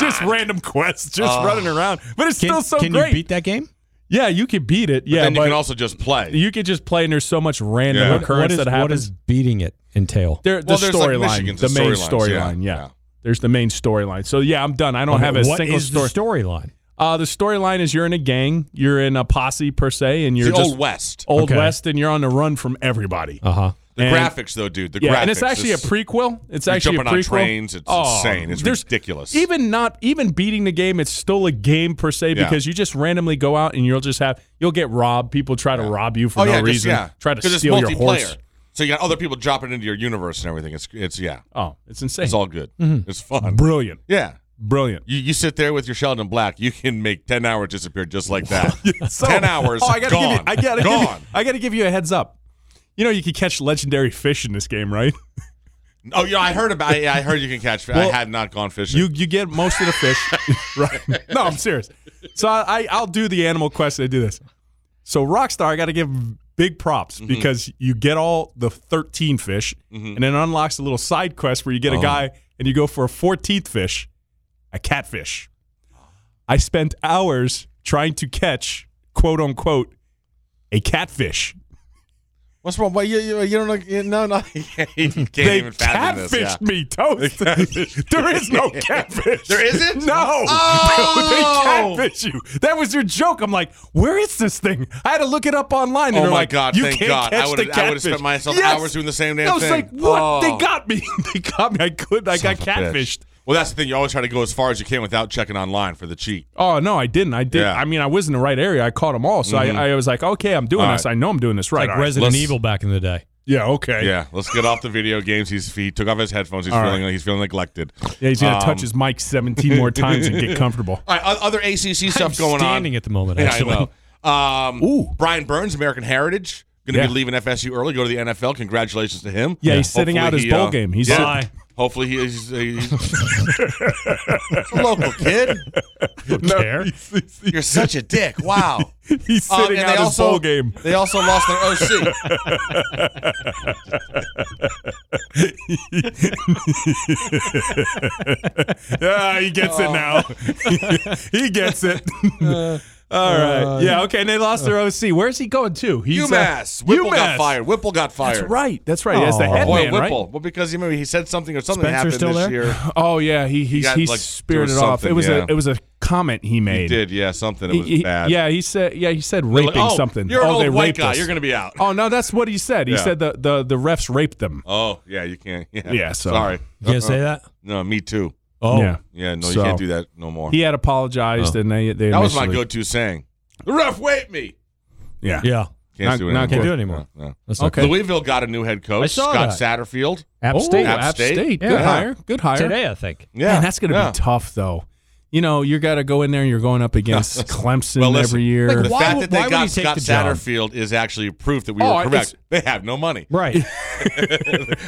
Speaker 6: just random quests, just running around. But it's
Speaker 4: Can,
Speaker 6: still so
Speaker 4: can
Speaker 6: great.
Speaker 4: you beat that game?
Speaker 6: yeah, you can beat it. Yeah,
Speaker 3: then you
Speaker 6: but
Speaker 3: can also just play.
Speaker 6: you can just play, and there's so much random
Speaker 3: Yeah. What-
Speaker 6: occurrence
Speaker 4: what, is,
Speaker 6: that
Speaker 4: what does
Speaker 6: happens.
Speaker 4: beating it entail?
Speaker 6: There- the
Speaker 3: Well, there's, like,
Speaker 6: storyline,
Speaker 3: Michigan's
Speaker 6: the main
Speaker 3: storylines, yeah.
Speaker 6: storyline, yeah. There's the main storyline. So yeah, I'm done. I don't have a
Speaker 4: What
Speaker 6: single
Speaker 4: is
Speaker 6: story.
Speaker 4: the storyline?
Speaker 6: uh, the storyline is you're in a gang, you're in a posse per se, and you're
Speaker 3: the
Speaker 6: just
Speaker 3: old west.
Speaker 6: old
Speaker 4: Okay.
Speaker 6: west, and you're on the run from everybody.
Speaker 4: Uh huh.
Speaker 3: The
Speaker 6: And-
Speaker 3: graphics, though, dude. The
Speaker 6: Yeah,
Speaker 3: graphics.
Speaker 6: and it's actually a prequel. It's actually
Speaker 3: jumping
Speaker 6: a
Speaker 3: on
Speaker 6: prequel. Oh,
Speaker 3: trains. It's insane. It's
Speaker 6: there's-
Speaker 3: ridiculous.
Speaker 6: Even not even beating the game, it's still a game per se
Speaker 3: Yeah.
Speaker 6: because you just randomly go out and you'll just have you'll get robbed. People try to rob you for
Speaker 3: oh
Speaker 6: no
Speaker 3: yeah, just-
Speaker 6: reason.
Speaker 3: yeah.
Speaker 6: Try to
Speaker 3: 'Cause it's
Speaker 6: steal your
Speaker 3: multiplayer.
Speaker 6: horse.
Speaker 3: So you got other people dropping into your universe and everything. It's it's yeah.
Speaker 6: Oh, it's insane.
Speaker 3: It's all good.
Speaker 6: Mm-hmm.
Speaker 3: It's fun.
Speaker 6: brilliant,
Speaker 3: Yeah.
Speaker 6: brilliant.
Speaker 3: You, you sit there with your Sheldon Black. You can make ten hours disappear just like that.
Speaker 6: So-
Speaker 3: ten hours.
Speaker 6: Oh, I gotta
Speaker 3: gone.
Speaker 6: give you. I gotta give you-
Speaker 3: gone.
Speaker 6: I gotta give you a heads up. You know you can catch legendary fish in this game, right?
Speaker 3: Oh yeah, I heard about. I, I heard you can catch. fish. I had not gone fishing.
Speaker 6: You you get most of the fish, right? No, I'm serious. So I, I I'll do the animal quest. and I do this. So Rockstar, I got to give 'em big props because you get all the 13 fish, and it unlocks a little side quest where you get a guy and you go for a 14th fish, a catfish. I spent hours trying to catch quote unquote a catfish.
Speaker 3: What's wrong? Why you, you, you don't know? You, no, no. you can't
Speaker 6: They
Speaker 3: even fathom
Speaker 6: catfished
Speaker 3: this. Yeah.
Speaker 6: me, Toast. there is no catfish.
Speaker 3: There isn't?
Speaker 6: No.
Speaker 3: Oh!
Speaker 6: They catfish you. That was your joke. I'm like, where is this thing? I had to look it up online. And
Speaker 3: Oh
Speaker 6: they're
Speaker 3: my
Speaker 6: like,
Speaker 3: God,
Speaker 6: You
Speaker 3: thank
Speaker 6: can't
Speaker 3: God. I
Speaker 6: Catch
Speaker 3: would've-
Speaker 6: the
Speaker 3: I would've
Speaker 6: catfish.
Speaker 3: spent myself
Speaker 6: Yes.
Speaker 3: hours doing the same damn
Speaker 6: I was
Speaker 3: thing.
Speaker 6: like, what?
Speaker 3: Oh.
Speaker 6: They got me. they got me. I could. I
Speaker 3: Son of
Speaker 6: got
Speaker 3: a bitch.
Speaker 6: catfished.
Speaker 3: Well, that's the thing. You always try to go as far as you can without checking online for the cheat.
Speaker 6: Oh no, I didn't. I did.
Speaker 3: Yeah. Mm-hmm.
Speaker 6: I mean, I was in the right area. I caught them all. So I, I was like, okay, I'm doing
Speaker 3: All
Speaker 6: this.
Speaker 3: right.
Speaker 6: I know I'm doing this right.
Speaker 4: Like
Speaker 6: All right.
Speaker 4: Resident
Speaker 3: let's-
Speaker 4: Evil back in the day.
Speaker 6: Yeah. Okay.
Speaker 3: Yeah, let's get off the video games. He's he took off his headphones. He's
Speaker 6: All
Speaker 3: feeling he's feeling neglected.
Speaker 6: Yeah. He's gonna
Speaker 3: Um,
Speaker 6: touch his mic 17 more times and get comfortable.
Speaker 3: All right, o- other ACC stuff going
Speaker 4: standing
Speaker 3: on.
Speaker 4: at the moment.
Speaker 3: Yeah, I
Speaker 4: Actually,
Speaker 3: know. Um,
Speaker 6: Ooh.
Speaker 3: Brian Burns, American Heritage, going to
Speaker 6: Yeah.
Speaker 3: be leaving FSU early. Go to the NFL. Congratulations to him.
Speaker 6: Yeah, he's sitting
Speaker 3: Hopefully
Speaker 6: out his
Speaker 3: he,
Speaker 6: bowl
Speaker 3: uh,
Speaker 6: game. He's
Speaker 3: yeah.
Speaker 6: sitting-
Speaker 3: Hopefully he is he's, It's a local kid.
Speaker 4: care.
Speaker 6: He's, he's-
Speaker 3: You're such a dick. Wow.
Speaker 6: he's
Speaker 3: Um,
Speaker 6: sitting
Speaker 3: and
Speaker 6: out
Speaker 3: they
Speaker 6: his
Speaker 3: also,
Speaker 6: bowl game.
Speaker 3: They also lost their OC.
Speaker 6: Ah, he gets it now. he gets it.
Speaker 5: All right.
Speaker 3: Uh,
Speaker 5: yeah. Okay. And they lost their OC. Where's he going to? He's, uh,
Speaker 3: UMass. Whipple
Speaker 5: UMass.
Speaker 3: got fired. Whipple got fired.
Speaker 6: That's right. That's right. That's the
Speaker 4: Aw.
Speaker 6: head
Speaker 3: Boy,
Speaker 6: man, right?
Speaker 3: Whipple. Well, because he, maybe he said something or something
Speaker 4: Spencer
Speaker 3: happened
Speaker 4: still
Speaker 3: this
Speaker 4: there?
Speaker 3: year.
Speaker 6: Oh yeah, he he,
Speaker 3: got,
Speaker 6: he
Speaker 3: like,
Speaker 6: spirited
Speaker 3: doing
Speaker 6: off. It
Speaker 3: something,
Speaker 6: was
Speaker 3: yeah.
Speaker 6: a it was a comment he made.
Speaker 3: He did, yeah, something. It
Speaker 6: He-
Speaker 3: was
Speaker 6: he-
Speaker 3: bad.
Speaker 6: Yeah, he said. Yeah, he said
Speaker 3: They're
Speaker 6: raping
Speaker 3: like, oh,
Speaker 6: something.
Speaker 3: You're an
Speaker 6: oh,
Speaker 3: old
Speaker 6: they
Speaker 3: white
Speaker 6: raped
Speaker 3: guy.
Speaker 6: us.
Speaker 3: You're going to be out.
Speaker 6: Oh no, that's what he said. He
Speaker 3: Yeah.
Speaker 6: said the, the the refs raped them.
Speaker 3: Oh, yeah, you can't. Yeah,
Speaker 6: Yeah, so-
Speaker 3: sorry. Uh-uh.
Speaker 4: You gonna say that?
Speaker 3: No, me too.
Speaker 4: Oh,
Speaker 6: Yeah,
Speaker 3: Yeah, no, you
Speaker 6: So-
Speaker 3: can't do that no more.
Speaker 6: he had apologized, and they they
Speaker 3: that was my
Speaker 6: initially-
Speaker 3: go-to saying. The ref wait me.
Speaker 6: Yeah,
Speaker 4: yeah.
Speaker 3: Can't
Speaker 6: Not-
Speaker 3: do it
Speaker 6: not
Speaker 3: anymore.
Speaker 4: good. Can't do it anymore.
Speaker 3: No, no.
Speaker 4: That's
Speaker 6: Okay.
Speaker 3: Louisville got a new head coach,
Speaker 4: I saw
Speaker 3: Scott
Speaker 4: that.
Speaker 3: Satterfield.
Speaker 4: App
Speaker 6: Oh,
Speaker 4: State
Speaker 3: App
Speaker 6: App State.
Speaker 3: State.
Speaker 6: Good
Speaker 3: Yeah.
Speaker 6: hire. Good hire.
Speaker 4: today, I think.
Speaker 3: Yeah,
Speaker 6: Man, that's going to
Speaker 3: yeah.
Speaker 6: be tough though. You know, you got to go in there and you're going up against Clemson
Speaker 3: Well, listen,
Speaker 6: every year.
Speaker 4: like,
Speaker 3: The
Speaker 4: Why
Speaker 3: fact
Speaker 4: would-
Speaker 3: that
Speaker 4: why
Speaker 3: they
Speaker 4: would
Speaker 3: got
Speaker 4: he take
Speaker 3: Scott
Speaker 4: the job?
Speaker 3: Satterfield is actually proof that we
Speaker 6: Oh,
Speaker 3: were correct.
Speaker 6: it's-
Speaker 3: They have no money.
Speaker 4: Right.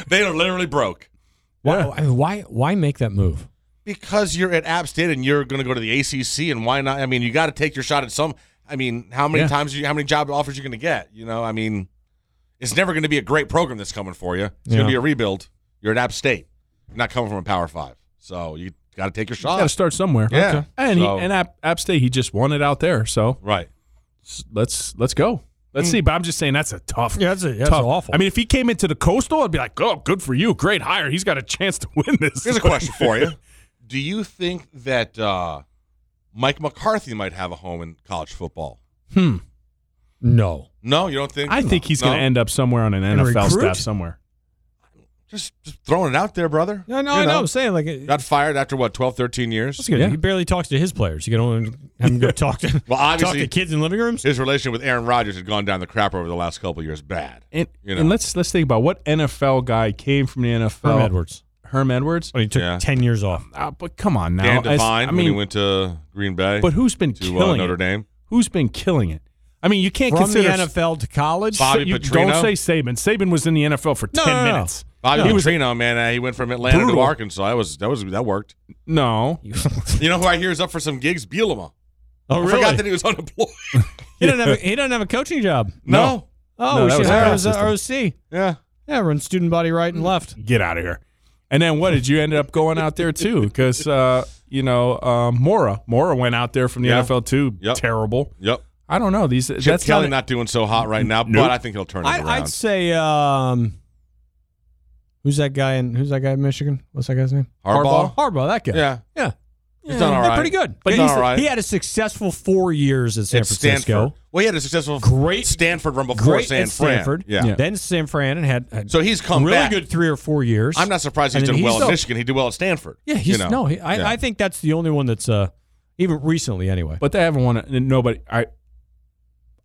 Speaker 3: They are literally broke.
Speaker 4: why, I mean, why? Why make that move?
Speaker 3: Because you're at App State and you're going to go to the ACC, and why not? I mean, you got to take your shot at some. I mean, how many
Speaker 6: Yeah.
Speaker 3: times? You, how many job offers you going to get? You know, I mean, it's never going to be a great program that's coming for you. It's going
Speaker 4: Yeah.
Speaker 3: to be a rebuild. You're at App State. You're not coming from a Power Five, so you got to take your
Speaker 6: got to
Speaker 3: shot.
Speaker 6: start somewhere.
Speaker 3: Yeah.
Speaker 6: and
Speaker 3: So-
Speaker 6: he, and App, App State, he just won it out there. So
Speaker 3: right.
Speaker 6: let's let's go. Let's
Speaker 3: Mm.
Speaker 6: see. But I'm just saying that's a tough.
Speaker 4: Yeah, that's a- that's
Speaker 6: tough.
Speaker 4: awful.
Speaker 6: I mean, if he came into the coastal, I'd be like, oh, good for you, great hire. He's got a chance to win this.
Speaker 3: Here's a question for you: Do you think that uh, Mike McCarthy might have a home in college football?
Speaker 4: No.
Speaker 3: No, you don't think.
Speaker 6: I think he's
Speaker 3: No?
Speaker 6: going to end up somewhere on an
Speaker 4: And
Speaker 6: NFL
Speaker 4: recruit?
Speaker 6: staff somewhere.
Speaker 3: just, just throwing it out there, brother.
Speaker 4: No, no,
Speaker 3: You
Speaker 4: I know. I'm saying like, it-
Speaker 3: Got fired after what 12, 13 years.
Speaker 4: that's good.
Speaker 6: Yeah.
Speaker 4: He barely talks to his players. You can only have him go talk to
Speaker 3: Well,
Speaker 4: talk
Speaker 3: obviously,
Speaker 4: to kids in living rooms.
Speaker 3: his relationship with Aaron Rodgers had gone down the crapper over the last couple of years. Bad.
Speaker 6: And,
Speaker 3: You know.
Speaker 6: and let's let's think about what NFL guy came from the NFL.
Speaker 4: Herm Edwards.
Speaker 6: Herm Edwards.
Speaker 4: When he took
Speaker 3: Yeah.
Speaker 4: ten years off.
Speaker 6: Uh, but come on now.
Speaker 3: Dan
Speaker 6: I s-
Speaker 3: Devine
Speaker 6: I
Speaker 3: when he
Speaker 6: mean,
Speaker 3: went to Green Bay
Speaker 6: but who's been
Speaker 3: to uh,
Speaker 6: killing
Speaker 3: Notre
Speaker 6: it?
Speaker 3: Dame.
Speaker 6: Who's been killing it? I mean, you can't
Speaker 4: From the
Speaker 6: consider
Speaker 4: NFL to college.
Speaker 3: Bobby
Speaker 6: you
Speaker 3: Petrino.
Speaker 6: Don't say Saban. Saban was in the NFL for
Speaker 4: No,
Speaker 6: ten
Speaker 4: no, no.
Speaker 6: minutes.
Speaker 3: Bobby
Speaker 4: No.
Speaker 3: Petrino, man, uh, he went from Atlanta to
Speaker 6: Brutal.
Speaker 3: Arkansas. That was that was that worked.
Speaker 6: No,
Speaker 3: You know who I hear is up for some gigs? Bielema.
Speaker 4: oh,
Speaker 3: I
Speaker 4: really?
Speaker 3: forgot that he was unemployed.
Speaker 4: he doesn't have. A, he doesn't have a coaching job.
Speaker 3: no.
Speaker 4: Oh,
Speaker 6: No,
Speaker 4: we
Speaker 6: that
Speaker 4: should
Speaker 6: was a
Speaker 4: hire
Speaker 6: bad
Speaker 4: him as a
Speaker 6: system.
Speaker 4: ROC.
Speaker 3: Yeah.
Speaker 4: Yeah, run student body right and left.
Speaker 6: get out of here. And then what did you end up going out there too? Because uh, you know uh, Mora, Mora went out there from the
Speaker 3: Yeah.
Speaker 6: NFL too.
Speaker 3: Yep.
Speaker 6: Terrible.
Speaker 3: Yep.
Speaker 6: I don't know these.
Speaker 3: Chip
Speaker 6: that's
Speaker 3: Kelly
Speaker 6: not,
Speaker 3: not doing so hot right now,
Speaker 6: Nope.
Speaker 3: but I think he'll turn it
Speaker 4: I,
Speaker 3: around.
Speaker 4: I'd say. um Who's that guy? In, who's that guy in Michigan? What's that guy's name?
Speaker 3: Harbaugh?
Speaker 4: Harbaugh. That guy.
Speaker 3: Yeah.
Speaker 4: Yeah.
Speaker 3: He's done all
Speaker 4: They're
Speaker 3: right.
Speaker 4: pretty good.
Speaker 3: But he's
Speaker 4: he's,
Speaker 3: all right.
Speaker 4: he had a successful four years at San
Speaker 3: At Stanford.
Speaker 4: Francisco.
Speaker 3: Well, he had a successful
Speaker 4: Great-
Speaker 3: Stanford run before
Speaker 4: Great
Speaker 3: San
Speaker 4: at
Speaker 3: Fran.
Speaker 4: Stanford.
Speaker 3: Yeah.
Speaker 4: Then San Fran and had, had
Speaker 3: So he's come
Speaker 4: really
Speaker 3: back.
Speaker 4: good three or four years.
Speaker 3: I'm not surprised he's
Speaker 4: And then
Speaker 3: done well
Speaker 4: he's
Speaker 3: at
Speaker 4: so-
Speaker 3: Michigan. He did well at Stanford.
Speaker 4: Yeah, he's
Speaker 3: you know?
Speaker 4: no. He, I,
Speaker 3: Yeah.
Speaker 4: I think that's the only one that's uh even recently anyway.
Speaker 6: But they haven't won. A, nobody. I.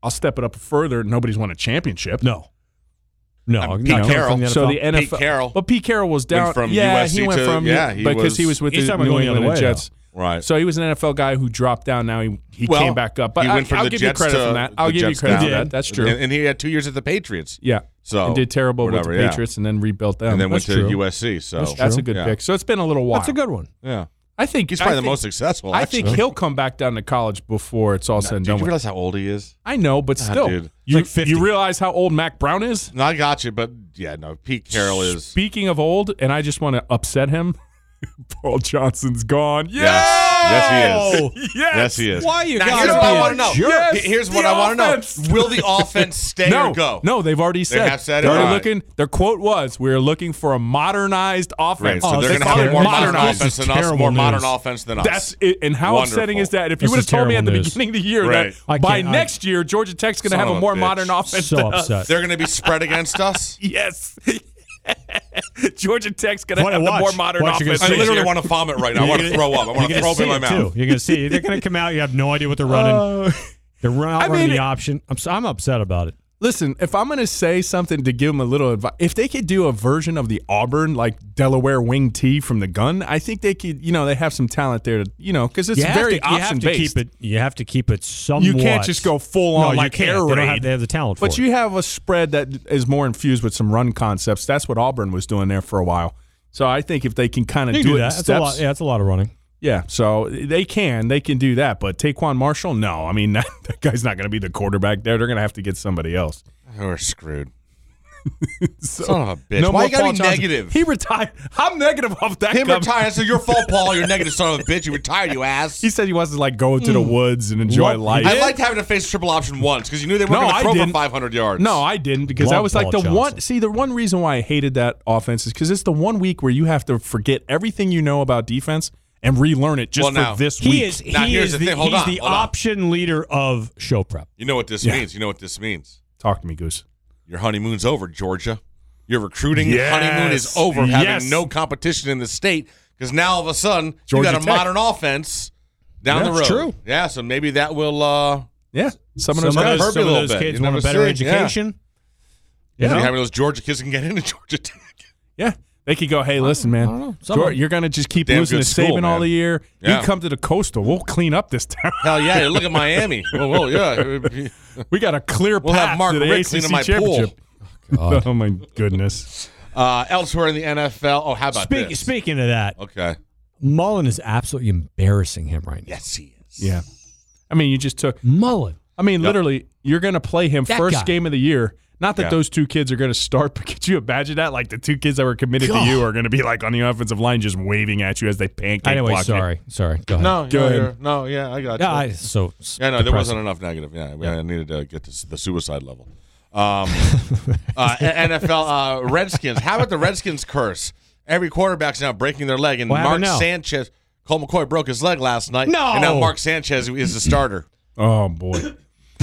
Speaker 6: I'll step it up further. Nobody's won a championship.
Speaker 4: no, no,
Speaker 3: I'm
Speaker 4: not
Speaker 3: Pete
Speaker 4: from
Speaker 3: Carroll,
Speaker 4: the
Speaker 6: So the
Speaker 4: NFL.
Speaker 6: NFL.
Speaker 3: Carroll.
Speaker 6: But Pete Carroll was down
Speaker 3: from
Speaker 6: yeah,
Speaker 3: USC
Speaker 6: he went
Speaker 3: to-
Speaker 6: from
Speaker 3: yeah, he
Speaker 6: because
Speaker 3: was-
Speaker 6: he was with
Speaker 4: He's
Speaker 6: the
Speaker 4: talking about
Speaker 6: New
Speaker 4: going the other
Speaker 6: England
Speaker 4: way,
Speaker 6: Jets.
Speaker 3: Right.
Speaker 6: So he was an NFL guy who dropped down. Now he, he
Speaker 3: Well,
Speaker 6: came back up. But
Speaker 3: he
Speaker 6: I,
Speaker 3: went from
Speaker 6: I'll
Speaker 3: the
Speaker 6: give
Speaker 3: Jets
Speaker 6: you credit
Speaker 3: to
Speaker 6: for that.
Speaker 3: the
Speaker 6: I'll give you
Speaker 3: Jets
Speaker 6: credit for
Speaker 3: down.
Speaker 6: that. That's true.
Speaker 3: And, and he had two years at the Patriots.
Speaker 6: yeah.
Speaker 3: So
Speaker 6: and did terrible
Speaker 3: whatever,
Speaker 6: with the
Speaker 3: yeah.
Speaker 6: Patriots and then rebuilt them.
Speaker 3: and then went
Speaker 6: that's,
Speaker 3: to
Speaker 4: true.
Speaker 3: USC. So
Speaker 4: That's true.
Speaker 6: a good
Speaker 3: Yeah.
Speaker 6: pick. So it's been a little while.
Speaker 4: That's a good one.
Speaker 3: Yeah,
Speaker 6: I think
Speaker 3: he's probably
Speaker 6: I
Speaker 3: the
Speaker 6: think-
Speaker 3: most successful.
Speaker 6: I think
Speaker 3: actually.
Speaker 6: he'll come back down to college before it's all said and
Speaker 3: Do you
Speaker 6: done. with.
Speaker 3: realize how old he is?
Speaker 6: I know, but
Speaker 3: Ah,
Speaker 6: still,
Speaker 3: dude. It's
Speaker 6: you
Speaker 4: like 50.
Speaker 6: you realize how old Mac Brown is.
Speaker 3: No, I got you, but yeah, no. Pete Carroll is.
Speaker 6: Speaking of old, and I just want to upset him. Paul Johnson's gone. Yeah.
Speaker 3: Yes, yes, he is.
Speaker 4: Yes.
Speaker 3: Yes, he is.
Speaker 4: Why you
Speaker 3: Now,
Speaker 4: gotta
Speaker 3: here's
Speaker 4: be
Speaker 3: what I
Speaker 4: a
Speaker 3: want to know.
Speaker 4: jerk?
Speaker 6: Yes,
Speaker 3: H- here's
Speaker 6: the
Speaker 3: what I want to
Speaker 6: offense.
Speaker 3: know. Will the offense stay
Speaker 6: no,
Speaker 3: or go?
Speaker 6: no, they've already said.
Speaker 3: have said it.
Speaker 6: they're
Speaker 3: All right.
Speaker 6: looking. Their quote was, "We're looking for a modernized
Speaker 3: Right,
Speaker 6: offense."
Speaker 3: so
Speaker 4: Oh,
Speaker 3: they're
Speaker 4: this
Speaker 3: going to
Speaker 4: is
Speaker 3: have a more
Speaker 4: terrible.
Speaker 3: modern
Speaker 4: This is
Speaker 3: offense than us.
Speaker 4: terrible
Speaker 3: More modern
Speaker 4: news.
Speaker 3: offense than us.
Speaker 6: That's it. And how upsetting
Speaker 3: Wonderful.
Speaker 6: is that? If you
Speaker 4: This
Speaker 6: would have
Speaker 4: is
Speaker 6: told me at the
Speaker 4: terrible news.
Speaker 6: beginning of the year
Speaker 3: Right.
Speaker 6: that
Speaker 4: I
Speaker 6: by
Speaker 4: can't- I-
Speaker 6: next year Georgia Tech's going to
Speaker 3: Son
Speaker 6: have
Speaker 3: of
Speaker 6: a
Speaker 3: a
Speaker 6: more
Speaker 3: bitch.
Speaker 6: modern offense.
Speaker 4: So
Speaker 6: than us.
Speaker 4: upset.
Speaker 3: They're going to be spread against us.
Speaker 6: Yes. Georgia Tech's going to
Speaker 4: What-
Speaker 6: have
Speaker 4: watch.
Speaker 6: the more modern
Speaker 4: Watch, you're gonna
Speaker 6: offense.
Speaker 3: I
Speaker 4: see
Speaker 6: this
Speaker 3: literally
Speaker 6: year.
Speaker 3: want to vomit right now. I want to throw up. I want to throw
Speaker 4: You're
Speaker 3: up
Speaker 4: gonna
Speaker 3: in
Speaker 4: see
Speaker 3: my
Speaker 4: it too.
Speaker 3: mouth. Oh.
Speaker 4: You're gonna see. it. They're gonna come out. You have no idea what they're running.
Speaker 6: Uh,
Speaker 4: They're running out
Speaker 6: I
Speaker 4: running
Speaker 6: mean-
Speaker 4: the option. I'm so, I'm upset about it.
Speaker 6: listen, if I'm going to say something to give them a little advice, if they could do a version of the Auburn, like Delaware wing tee from the gun, I think they could, you know, they have some talent there to, you know, because it's
Speaker 4: You have
Speaker 6: very
Speaker 4: to, you
Speaker 6: option
Speaker 4: have to
Speaker 6: based.
Speaker 4: keep it. You have to keep it somewhat.
Speaker 6: you can't just go full
Speaker 4: no,
Speaker 6: on
Speaker 4: you
Speaker 6: like
Speaker 4: can't.
Speaker 6: air
Speaker 4: They don't
Speaker 6: raid.
Speaker 4: have, they have the talent
Speaker 6: But
Speaker 4: for it.
Speaker 6: you have a spread that is more infused with some run concepts. That's what Auburn was doing there for a while. So I think if they can kind of
Speaker 4: You
Speaker 6: do,
Speaker 4: can do
Speaker 6: it in
Speaker 4: that. That's a
Speaker 6: steps,
Speaker 4: lot. Yeah, that's a lot of running.
Speaker 6: yeah. So they can, they can do that. But Taquan Marshall, no. I mean, that, that guy's not going to be the quarterback there. They're going to have to get somebody else.
Speaker 3: We're screwed. Son of a bitch.
Speaker 6: No
Speaker 3: Why
Speaker 6: more
Speaker 3: you gotta
Speaker 6: Paul
Speaker 3: be
Speaker 6: Johnson.
Speaker 3: negative?
Speaker 6: He retired. I'm negative off that.
Speaker 3: Him
Speaker 6: guy.
Speaker 3: retiring. So your fault, Paul. You're a negative son of a bitch. You retired, you ass.
Speaker 6: He said he wants to like go to the
Speaker 4: Hmm.
Speaker 6: woods and enjoy
Speaker 4: Lump-
Speaker 6: life.
Speaker 3: I liked having to face triple option once because you knew they
Speaker 6: No,
Speaker 3: weren't
Speaker 6: I
Speaker 3: going to throw for
Speaker 6: didn't.
Speaker 3: 500 yards.
Speaker 6: No, I didn't because that
Speaker 4: Love
Speaker 6: was like
Speaker 4: Paul
Speaker 6: the
Speaker 4: Johnson.
Speaker 6: one. See, the one reason why I hated that offense is because it's the one week where you have to forget everything you know about defense and relearn it just
Speaker 3: Well,
Speaker 6: for
Speaker 3: now-
Speaker 6: this
Speaker 4: He
Speaker 6: week.
Speaker 4: is.
Speaker 3: Now,
Speaker 4: he
Speaker 3: here's
Speaker 4: is
Speaker 3: the
Speaker 4: the,
Speaker 3: thing. Hold
Speaker 4: he's
Speaker 3: on,
Speaker 4: the
Speaker 3: hold on.
Speaker 4: option leader of show prep.
Speaker 3: You know what this
Speaker 6: Yeah.
Speaker 3: means. You know what this means.
Speaker 6: Talk to me, Goose.
Speaker 3: Your honeymoon's over, Georgia. Your recruiting
Speaker 6: Yes.
Speaker 3: honeymoon is over, having
Speaker 6: Yes.
Speaker 3: no competition in the state because now all of a sudden
Speaker 6: Georgia
Speaker 3: you got a
Speaker 6: Tech.
Speaker 3: modern offense down the road.
Speaker 6: That's true.
Speaker 3: Yeah, so maybe that will. uh
Speaker 6: Yeah, some of
Speaker 4: Some of
Speaker 6: those guys.
Speaker 4: those,
Speaker 3: Kirby a
Speaker 4: some of
Speaker 3: little
Speaker 4: those
Speaker 3: bit.
Speaker 4: kids
Speaker 3: You
Speaker 4: want a
Speaker 3: never
Speaker 4: better
Speaker 3: see it. Yeah.
Speaker 4: education. You
Speaker 3: maybe
Speaker 4: know?
Speaker 3: Having those Georgia kids can get into Georgia Tech.
Speaker 6: Yeah, they could go. Hey, listen, man, George, you're gonna just keep
Speaker 3: Damn
Speaker 6: losing
Speaker 3: good
Speaker 6: to
Speaker 3: school,
Speaker 6: Saban all
Speaker 3: man.
Speaker 6: the year.
Speaker 3: Yeah.
Speaker 6: You come to the coastal, we'll clean up this town.
Speaker 3: Hell yeah! you Look at Miami. Whoa, whoa, yeah.
Speaker 6: we got a clear
Speaker 3: We'll
Speaker 6: path
Speaker 3: have Mark
Speaker 6: to the
Speaker 3: Rick clean
Speaker 6: ACC
Speaker 3: up my pool.
Speaker 6: championship. oh my goodness.
Speaker 3: Uh, elsewhere in the NFL. Oh, how about
Speaker 4: Speak,
Speaker 3: this?
Speaker 4: speaking of that,
Speaker 3: Okay.
Speaker 4: Mullen is absolutely embarrassing him right now.
Speaker 3: Yes, he is.
Speaker 6: Yeah, I mean, you just took
Speaker 4: Mullen.
Speaker 6: I mean, literally, you're going to play him
Speaker 4: That
Speaker 6: first
Speaker 4: guy.
Speaker 6: game of the year. Not that
Speaker 3: Yeah.
Speaker 6: those two kids are going to start, but could you imagine that? Like the two kids that were committed to you are going to be like on the offensive line, just waving at you as they pancake
Speaker 4: Anyway,
Speaker 6: block you.
Speaker 4: sorry, sorry. Go ahead.
Speaker 3: No,
Speaker 6: Go
Speaker 3: no,
Speaker 6: ahead.
Speaker 3: you're- no, yeah, I got
Speaker 4: Yeah,
Speaker 3: you.
Speaker 4: I, so
Speaker 3: Yeah, no, there
Speaker 4: depressing.
Speaker 3: wasn't enough negative. Yeah, we- I needed to get to s- the suicide level. Um, uh, N- NFL uh, Redskins. How about the Redskins curse? Every quarterback's now breaking their leg, and
Speaker 4: What
Speaker 3: Mark
Speaker 4: happened now?
Speaker 3: Sanchez, Cole McCoy broke his leg last night.
Speaker 4: No!
Speaker 3: and now Mark Sanchez is the starter.
Speaker 6: Oh, boy.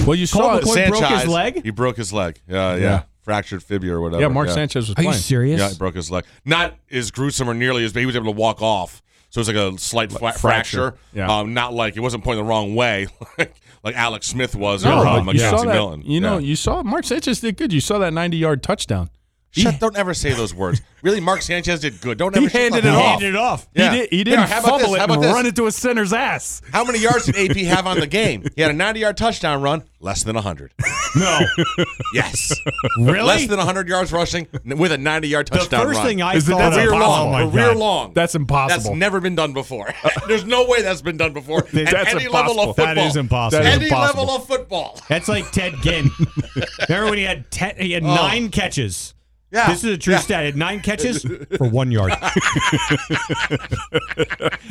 Speaker 6: well, you
Speaker 4: Cole
Speaker 6: saw it.
Speaker 4: McCoy- broke his
Speaker 3: Sanchez,
Speaker 4: leg?
Speaker 3: He broke his leg. Yeah, yeah,
Speaker 6: Yeah.
Speaker 3: fractured fibula or whatever.
Speaker 6: Yeah, Mark Sanchez was
Speaker 4: Are you
Speaker 6: playing.
Speaker 4: serious?
Speaker 3: Yeah, he broke his leg. Not as gruesome or nearly as, but he was able to walk off. So it was like a slight fla-
Speaker 6: fracture.
Speaker 3: fracture.
Speaker 6: Yeah.
Speaker 3: Um, not like it wasn't pointing the wrong way, like, like Alex Smith was.
Speaker 6: No,
Speaker 3: or,
Speaker 6: but
Speaker 3: um,
Speaker 6: you
Speaker 3: Mackenzie
Speaker 6: saw that.
Speaker 3: Milton.
Speaker 6: You know,
Speaker 3: Yeah.
Speaker 6: you saw Mark Sanchez did good. You saw that 90 yard touchdown.
Speaker 3: Shut, don't ever say those words. Really, Mark Sanchez did good. Don't ever
Speaker 6: He handed it
Speaker 3: shut the-
Speaker 6: off.
Speaker 4: Handed it off.
Speaker 3: Yeah.
Speaker 6: He, did, he
Speaker 3: Yeah,
Speaker 6: didn't
Speaker 3: how about
Speaker 6: fumble
Speaker 3: this?
Speaker 6: it
Speaker 3: How about
Speaker 6: and
Speaker 3: this?
Speaker 6: run it to a center's ass.
Speaker 3: How many yards did AP have on the game? He had a 90 yard touchdown run, less than 100.
Speaker 4: No,
Speaker 3: Yes.
Speaker 4: really.
Speaker 3: Less than 100 yards rushing n- with a 90 yard
Speaker 4: the
Speaker 3: touchdown run.
Speaker 4: first thing I
Speaker 6: Is it-
Speaker 4: thought
Speaker 6: that's
Speaker 4: of,
Speaker 3: career
Speaker 6: impossible.
Speaker 4: oh
Speaker 3: long.
Speaker 4: my
Speaker 3: career
Speaker 4: God.
Speaker 3: long.
Speaker 6: That's
Speaker 3: That's
Speaker 6: impossible. Uh,
Speaker 3: never been done before. There's no way that's been done before at any
Speaker 6: That's
Speaker 3: level of
Speaker 6: impossible.
Speaker 3: football.
Speaker 4: That is impossible.
Speaker 6: That is
Speaker 3: any
Speaker 6: impossible.
Speaker 3: level of football.
Speaker 4: That's like Ted Ginn. Remember when he had ten, he had nine catches.
Speaker 3: Oh. Yeah.
Speaker 4: This is a true
Speaker 3: Yeah.
Speaker 4: stat. He had nine catches for one yard. it's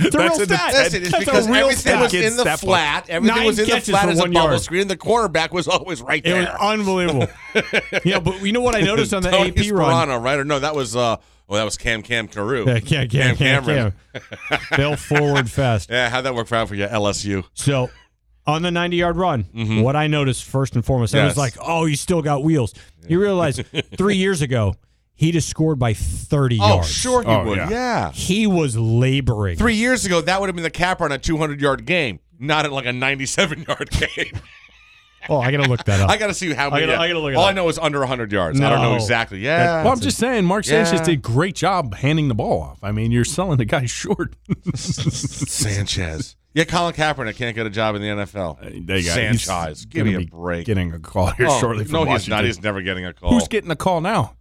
Speaker 4: a
Speaker 6: That's
Speaker 4: real
Speaker 6: in the
Speaker 4: stat.
Speaker 6: Ted-
Speaker 3: Listen, it's
Speaker 4: That's
Speaker 3: because
Speaker 4: a real
Speaker 3: everything
Speaker 4: stat.
Speaker 3: was
Speaker 6: Kids
Speaker 3: in the
Speaker 6: step up.
Speaker 3: flat. Everything
Speaker 4: Nine
Speaker 3: was in the
Speaker 4: catches
Speaker 3: flat
Speaker 4: for
Speaker 3: as a
Speaker 4: one
Speaker 3: bubble
Speaker 4: yard.
Speaker 3: screen. The quarterback was always right
Speaker 4: It
Speaker 3: there.
Speaker 4: was unbelievable. yeah, but you know what I noticed on the
Speaker 3: Tony
Speaker 4: AP run?
Speaker 3: Sperano, right? Or no, that was uh well that was Cam Cam Carew.
Speaker 4: Yeah, can't, can't, can't,
Speaker 3: Cameron.
Speaker 4: can't. Fell forward fast.
Speaker 3: Yeah, how'd that work out for you, LSU?
Speaker 4: So on the 90 yard run, what I noticed first and foremost, I
Speaker 3: Mm-hmm. Yes.
Speaker 4: was like, oh, you still got wheels. You realize three years ago, he just scored by 30
Speaker 3: Oh,
Speaker 4: yards.
Speaker 3: sure he
Speaker 6: Oh,
Speaker 3: would.
Speaker 6: yeah.
Speaker 4: He was laboring.
Speaker 3: Three years ago, that would have been the cap on a 200 yard game, not at like a 97 yard game.
Speaker 4: Oh, I got to look that up.
Speaker 3: I got to see how many.
Speaker 4: gotta- I gotta look it
Speaker 3: all I
Speaker 4: up.
Speaker 3: know is under 100 yards. I don't know
Speaker 4: No.
Speaker 3: exactly. Yeah.
Speaker 6: Well, I'm just saying, Mark Sanchez
Speaker 3: Yeah.
Speaker 6: did a great job handing the ball off. I mean, you're selling the guy short.
Speaker 3: Sanchez. Yeah, Colin Kaepernick can't get a job in the NFL.
Speaker 6: They got he's
Speaker 3: Sanchez. Give me
Speaker 6: gonna
Speaker 3: a
Speaker 6: be
Speaker 3: break.
Speaker 6: Getting a call here
Speaker 3: Oh,
Speaker 6: shortly. From
Speaker 3: no, he's
Speaker 6: Washington.
Speaker 3: not. He's never getting a call.
Speaker 6: Who's getting a call now?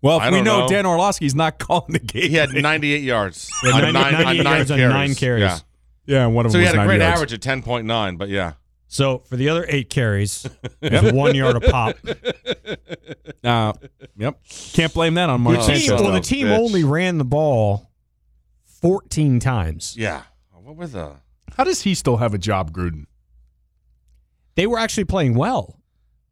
Speaker 6: Well,
Speaker 3: I
Speaker 6: if we
Speaker 3: don't
Speaker 6: know,
Speaker 3: know.
Speaker 6: Dan Orlovsky's not calling the game.
Speaker 3: he had 98 yards.
Speaker 4: Yeah,
Speaker 3: on
Speaker 4: 90
Speaker 3: nine, on
Speaker 4: 98
Speaker 3: nine
Speaker 4: yards on
Speaker 3: carries.
Speaker 4: nine carries.
Speaker 3: Yeah.
Speaker 6: yeah, and one of
Speaker 3: So
Speaker 6: them
Speaker 3: he
Speaker 6: was
Speaker 3: had a
Speaker 6: 90
Speaker 3: great
Speaker 6: yards.
Speaker 3: average of 10.9, but yeah.
Speaker 4: so for the other eight carries, it was one yard a pop.
Speaker 6: Uh, yep. Can't blame that on Mark
Speaker 3: Your
Speaker 4: Team-
Speaker 6: Sanchez.
Speaker 3: son
Speaker 4: well,
Speaker 3: of
Speaker 4: the
Speaker 3: a
Speaker 4: team
Speaker 3: bitch.
Speaker 4: only ran the ball 14 times.
Speaker 3: Yeah. What were the.
Speaker 6: How does he still have a job, Gruden?
Speaker 4: They were actually playing well.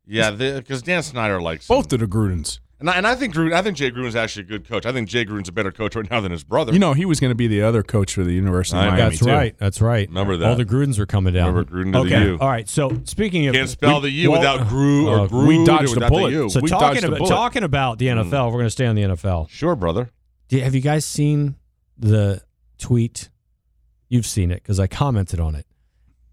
Speaker 3: Yeah, because Dan Snyder likes him.
Speaker 6: Both of the Grudens.
Speaker 3: And I, and I think Gruden, I think Jay Gruden's actually a good coach. I think Jay Gruden's a better coach right now than his brother.
Speaker 6: You know, he was going to be the other coach for the University
Speaker 3: I
Speaker 6: of
Speaker 3: know.
Speaker 6: Miami.
Speaker 4: That's
Speaker 6: too.
Speaker 4: right. That's right.
Speaker 3: Remember that.
Speaker 4: All the Grudens were coming down.
Speaker 3: Remember Gruden to the
Speaker 4: okay.
Speaker 3: U.
Speaker 4: All right. So speaking of
Speaker 3: Can't spell the U
Speaker 4: Well,
Speaker 3: without Gru or
Speaker 4: uh,
Speaker 3: Gru.
Speaker 6: we dodged a
Speaker 3: without
Speaker 6: bullet.
Speaker 3: U.
Speaker 4: So
Speaker 6: We
Speaker 4: talking
Speaker 6: dodged a
Speaker 4: about
Speaker 6: bullet.
Speaker 4: talking about the NFL,
Speaker 3: Mm-hmm.
Speaker 4: we're going to stay on the NFL.
Speaker 3: sure, brother.
Speaker 4: Do- have you guys seen the tweet? You've seen it because I commented on it.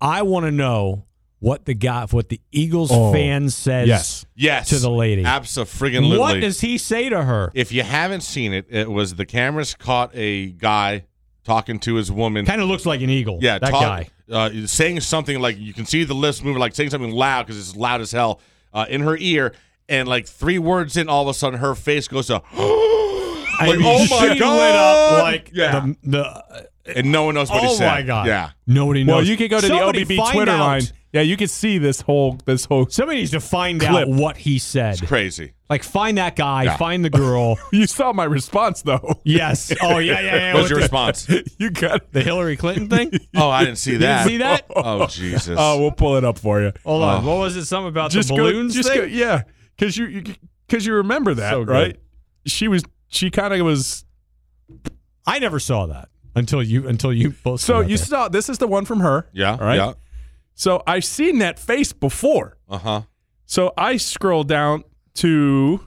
Speaker 4: I want to know what the guy, what the Eagles
Speaker 6: Oh,
Speaker 4: fan says
Speaker 6: yes.
Speaker 3: Yes.
Speaker 4: to the lady.
Speaker 3: Absolutely.
Speaker 4: What does he say to her?
Speaker 3: If you haven't seen it, it was the cameras caught a guy talking to his woman.
Speaker 4: Kind of looks like an eagle.
Speaker 3: yeah,
Speaker 4: that
Speaker 3: talk-
Speaker 4: guy.
Speaker 3: Uh, saying something like you can see the lips moving, like saying something loud because it's loud as hell uh, in her ear, and like three words in, all of a sudden her face goes to,
Speaker 4: I
Speaker 3: Like,
Speaker 4: mean,
Speaker 3: oh my
Speaker 4: she lit
Speaker 3: God!
Speaker 4: up like
Speaker 3: Yeah.
Speaker 4: the, the
Speaker 3: and no one knows what he
Speaker 4: oh
Speaker 3: said.
Speaker 4: my god.
Speaker 3: Yeah.
Speaker 4: Nobody knows.
Speaker 6: Well, you could go to
Speaker 4: Somebody
Speaker 6: the OBB
Speaker 4: find
Speaker 6: Twitter
Speaker 4: out
Speaker 6: line Yeah, you can see this whole this whole.
Speaker 4: Somebody needs to find
Speaker 6: Clip.
Speaker 4: out what he said.
Speaker 3: Crazy.
Speaker 4: Like find that guy, find the girl.
Speaker 6: You saw my response though.
Speaker 4: yes. Oh yeah, yeah, yeah.
Speaker 3: What was
Speaker 4: What
Speaker 3: your
Speaker 4: the,
Speaker 3: response?
Speaker 6: you got
Speaker 4: the Hillary Clinton thing?
Speaker 3: Oh, I didn't see that.
Speaker 4: see that?
Speaker 3: Oh, Jesus.
Speaker 6: Oh, we'll pull it up for you.
Speaker 4: Hold on. What was it? Something about
Speaker 6: just
Speaker 4: the
Speaker 6: go,
Speaker 4: balloons
Speaker 6: just
Speaker 4: thing?
Speaker 6: go, yeah, because you because you remember that,
Speaker 4: So good.
Speaker 6: right? She was she kind of was.
Speaker 4: I never saw that until you until you posted.
Speaker 6: So
Speaker 4: that
Speaker 6: you
Speaker 4: there.
Speaker 6: saw this is the one from her.
Speaker 3: yeah.
Speaker 6: all right.
Speaker 3: Yeah.
Speaker 6: So I've seen that face before.
Speaker 3: Uh huh.
Speaker 6: So I scroll down to.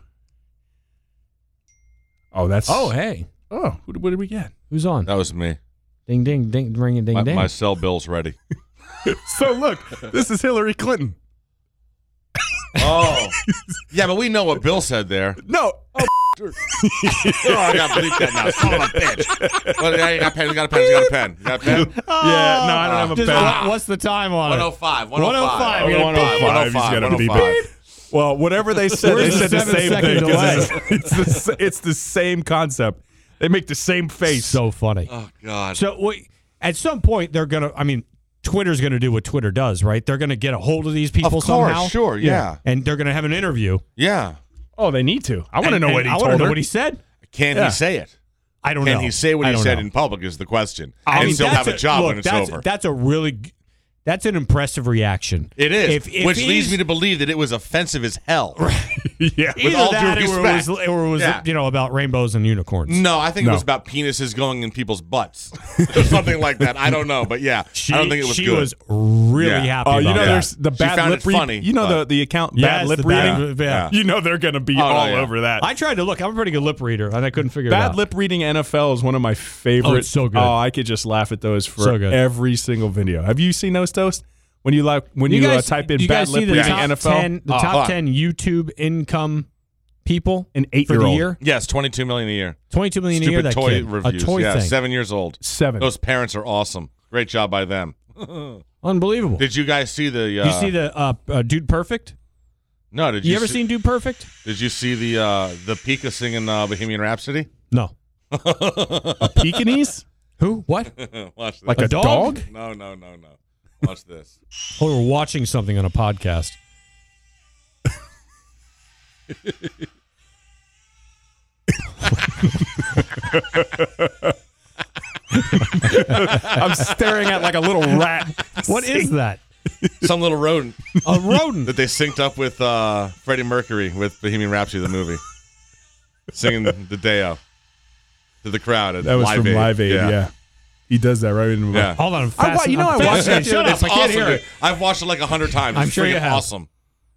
Speaker 6: Oh, that's
Speaker 4: Oh hey,
Speaker 6: oh. What, what did we get?
Speaker 4: who's on?
Speaker 3: That was me.
Speaker 4: Ding ding ding, ring a ding
Speaker 3: My,
Speaker 4: ding.
Speaker 3: my cell bill's ready.
Speaker 6: So look, this is Hillary Clinton.
Speaker 3: Oh. yeah, but we know what Bill said there.
Speaker 6: No,
Speaker 3: Oh, I got to bleep that now. Son of a bitch. Well, I got a pen. I got a pen. I got a pen. You got a pen?
Speaker 6: yeah, no, I don't have a
Speaker 4: Just
Speaker 6: pen.
Speaker 4: what- what's the time on it?
Speaker 3: 105. 105.
Speaker 4: 105, you're gonna
Speaker 3: 105.
Speaker 4: beep.
Speaker 3: 105.
Speaker 6: He's gonna beep
Speaker 3: 105.
Speaker 6: Well, whatever they said, they
Speaker 4: Where's
Speaker 6: said
Speaker 4: the
Speaker 6: the
Speaker 4: seven
Speaker 6: same
Speaker 4: second
Speaker 6: thing.
Speaker 4: delay?
Speaker 6: It's the, s- it's the same concept. They make the same face.
Speaker 4: So funny.
Speaker 3: Oh, God.
Speaker 4: So wait, at some point they're gonna. I mean, Twitter's gonna do what Twitter does, right? They're gonna get a hold of these people
Speaker 3: Of course,
Speaker 4: somehow.
Speaker 3: sure, yeah.
Speaker 4: And they're gonna have an interview.
Speaker 3: Yeah.
Speaker 6: oh, they need to. I want to
Speaker 4: And-
Speaker 6: know
Speaker 4: and
Speaker 6: what he
Speaker 4: I
Speaker 6: told
Speaker 4: wanna know
Speaker 6: her.
Speaker 4: what he said.
Speaker 3: Can
Speaker 6: Yeah.
Speaker 3: he say it?
Speaker 4: I don't
Speaker 3: Can
Speaker 4: know.
Speaker 3: he say what
Speaker 4: I
Speaker 3: he
Speaker 4: don't
Speaker 3: said
Speaker 4: know.
Speaker 3: in public is the question.
Speaker 4: I
Speaker 3: and
Speaker 4: mean,
Speaker 3: still
Speaker 4: that's
Speaker 3: have a job
Speaker 4: look,
Speaker 3: when it's
Speaker 4: that's,
Speaker 3: over.
Speaker 4: That's a really, g- that's an impressive reaction.
Speaker 3: it is,
Speaker 4: If, if
Speaker 3: which leads
Speaker 4: he's-
Speaker 3: me to believe that it was offensive as hell.
Speaker 6: yeah.
Speaker 4: either
Speaker 3: all due
Speaker 4: that or it was,
Speaker 3: respect.
Speaker 4: or it was
Speaker 3: Yeah.
Speaker 4: you know about rainbows and unicorns.
Speaker 3: No, I think it
Speaker 6: No.
Speaker 3: was about penises going in people's butts or something like that. I don't know, but yeah,
Speaker 4: She,
Speaker 3: I don't think it was
Speaker 4: she
Speaker 3: good.
Speaker 4: was really
Speaker 3: Yeah.
Speaker 4: happy.
Speaker 6: Oh, you
Speaker 4: about
Speaker 6: know,
Speaker 4: that.
Speaker 6: there's the
Speaker 3: She
Speaker 6: bad
Speaker 3: found
Speaker 6: lip
Speaker 3: it
Speaker 6: reading.
Speaker 3: funny,
Speaker 6: you know the
Speaker 3: but-
Speaker 6: the account
Speaker 4: Yes,
Speaker 6: bad lip
Speaker 4: the bad
Speaker 6: reading.
Speaker 4: lip- yeah. Oh,
Speaker 6: You know they're gonna be
Speaker 3: no,
Speaker 6: all
Speaker 3: yeah.
Speaker 6: over that.
Speaker 4: I tried to look. I'm a pretty good lip reader, and I couldn't figure it out.
Speaker 6: bad lip reading NFL is one of my favorite.
Speaker 4: Oh, it's so good.
Speaker 6: Oh, I could just laugh at those for
Speaker 4: So good.
Speaker 6: every single video. Have you seen those toast? When you like when you, uh, type in
Speaker 4: you
Speaker 6: bad
Speaker 4: guys
Speaker 6: lip
Speaker 4: see the
Speaker 6: reading
Speaker 4: top
Speaker 6: NFL,
Speaker 4: 10, the
Speaker 3: Oh,
Speaker 4: top
Speaker 3: hold on.
Speaker 4: 10 YouTube income people
Speaker 6: An
Speaker 4: for the
Speaker 6: eight-year-old.
Speaker 4: year?
Speaker 3: yes, twenty-two million a year.
Speaker 4: 22 million a year.
Speaker 3: Stupid
Speaker 4: That
Speaker 3: toy
Speaker 4: kid.
Speaker 3: reviews.
Speaker 4: A toy
Speaker 3: yeah,
Speaker 4: thing.
Speaker 3: seven years old.
Speaker 6: seven.
Speaker 3: Those parents are awesome. Great job by them.
Speaker 4: Unbelievable.
Speaker 3: Did you guys see the? Uh,
Speaker 4: you see the uh, uh, Dude Perfect?
Speaker 3: No, did you,
Speaker 4: You, ever
Speaker 3: see,
Speaker 4: seen Dude Perfect?
Speaker 3: Did you see the uh, the Pika singing uh, Bohemian Rhapsody?
Speaker 4: No.
Speaker 6: Pekinese?
Speaker 4: Who? What?
Speaker 3: Watch this.
Speaker 6: Like
Speaker 4: A
Speaker 6: a,
Speaker 4: dog?
Speaker 6: dog?
Speaker 3: no, no, no, no. Watch this.
Speaker 4: oh, we're watching something on a podcast.
Speaker 6: I'm staring at like a little rat.
Speaker 4: What is that?
Speaker 3: Some little rodent
Speaker 4: A rodent.
Speaker 3: that they synced up with uh, Freddie Mercury with Bohemian Rhapsody the movie, singing the Deo to the crowd at
Speaker 6: That was
Speaker 3: Live
Speaker 6: from
Speaker 3: Aid.
Speaker 6: Live Aid. Yeah. he does that right in.
Speaker 3: Yeah.
Speaker 4: Hold on. I'm
Speaker 6: I wa-
Speaker 4: fast-
Speaker 6: you know,
Speaker 4: I'm
Speaker 6: I watched
Speaker 4: fascinated.
Speaker 6: that,
Speaker 4: Shut
Speaker 6: dude.
Speaker 4: up.
Speaker 3: It's
Speaker 4: I can't
Speaker 3: awesome,
Speaker 4: hear
Speaker 3: dude.
Speaker 4: it.
Speaker 3: I've watched it like a hundred times.
Speaker 4: I'm
Speaker 3: It's
Speaker 4: sure you
Speaker 3: freaking
Speaker 4: have.
Speaker 3: Awesome.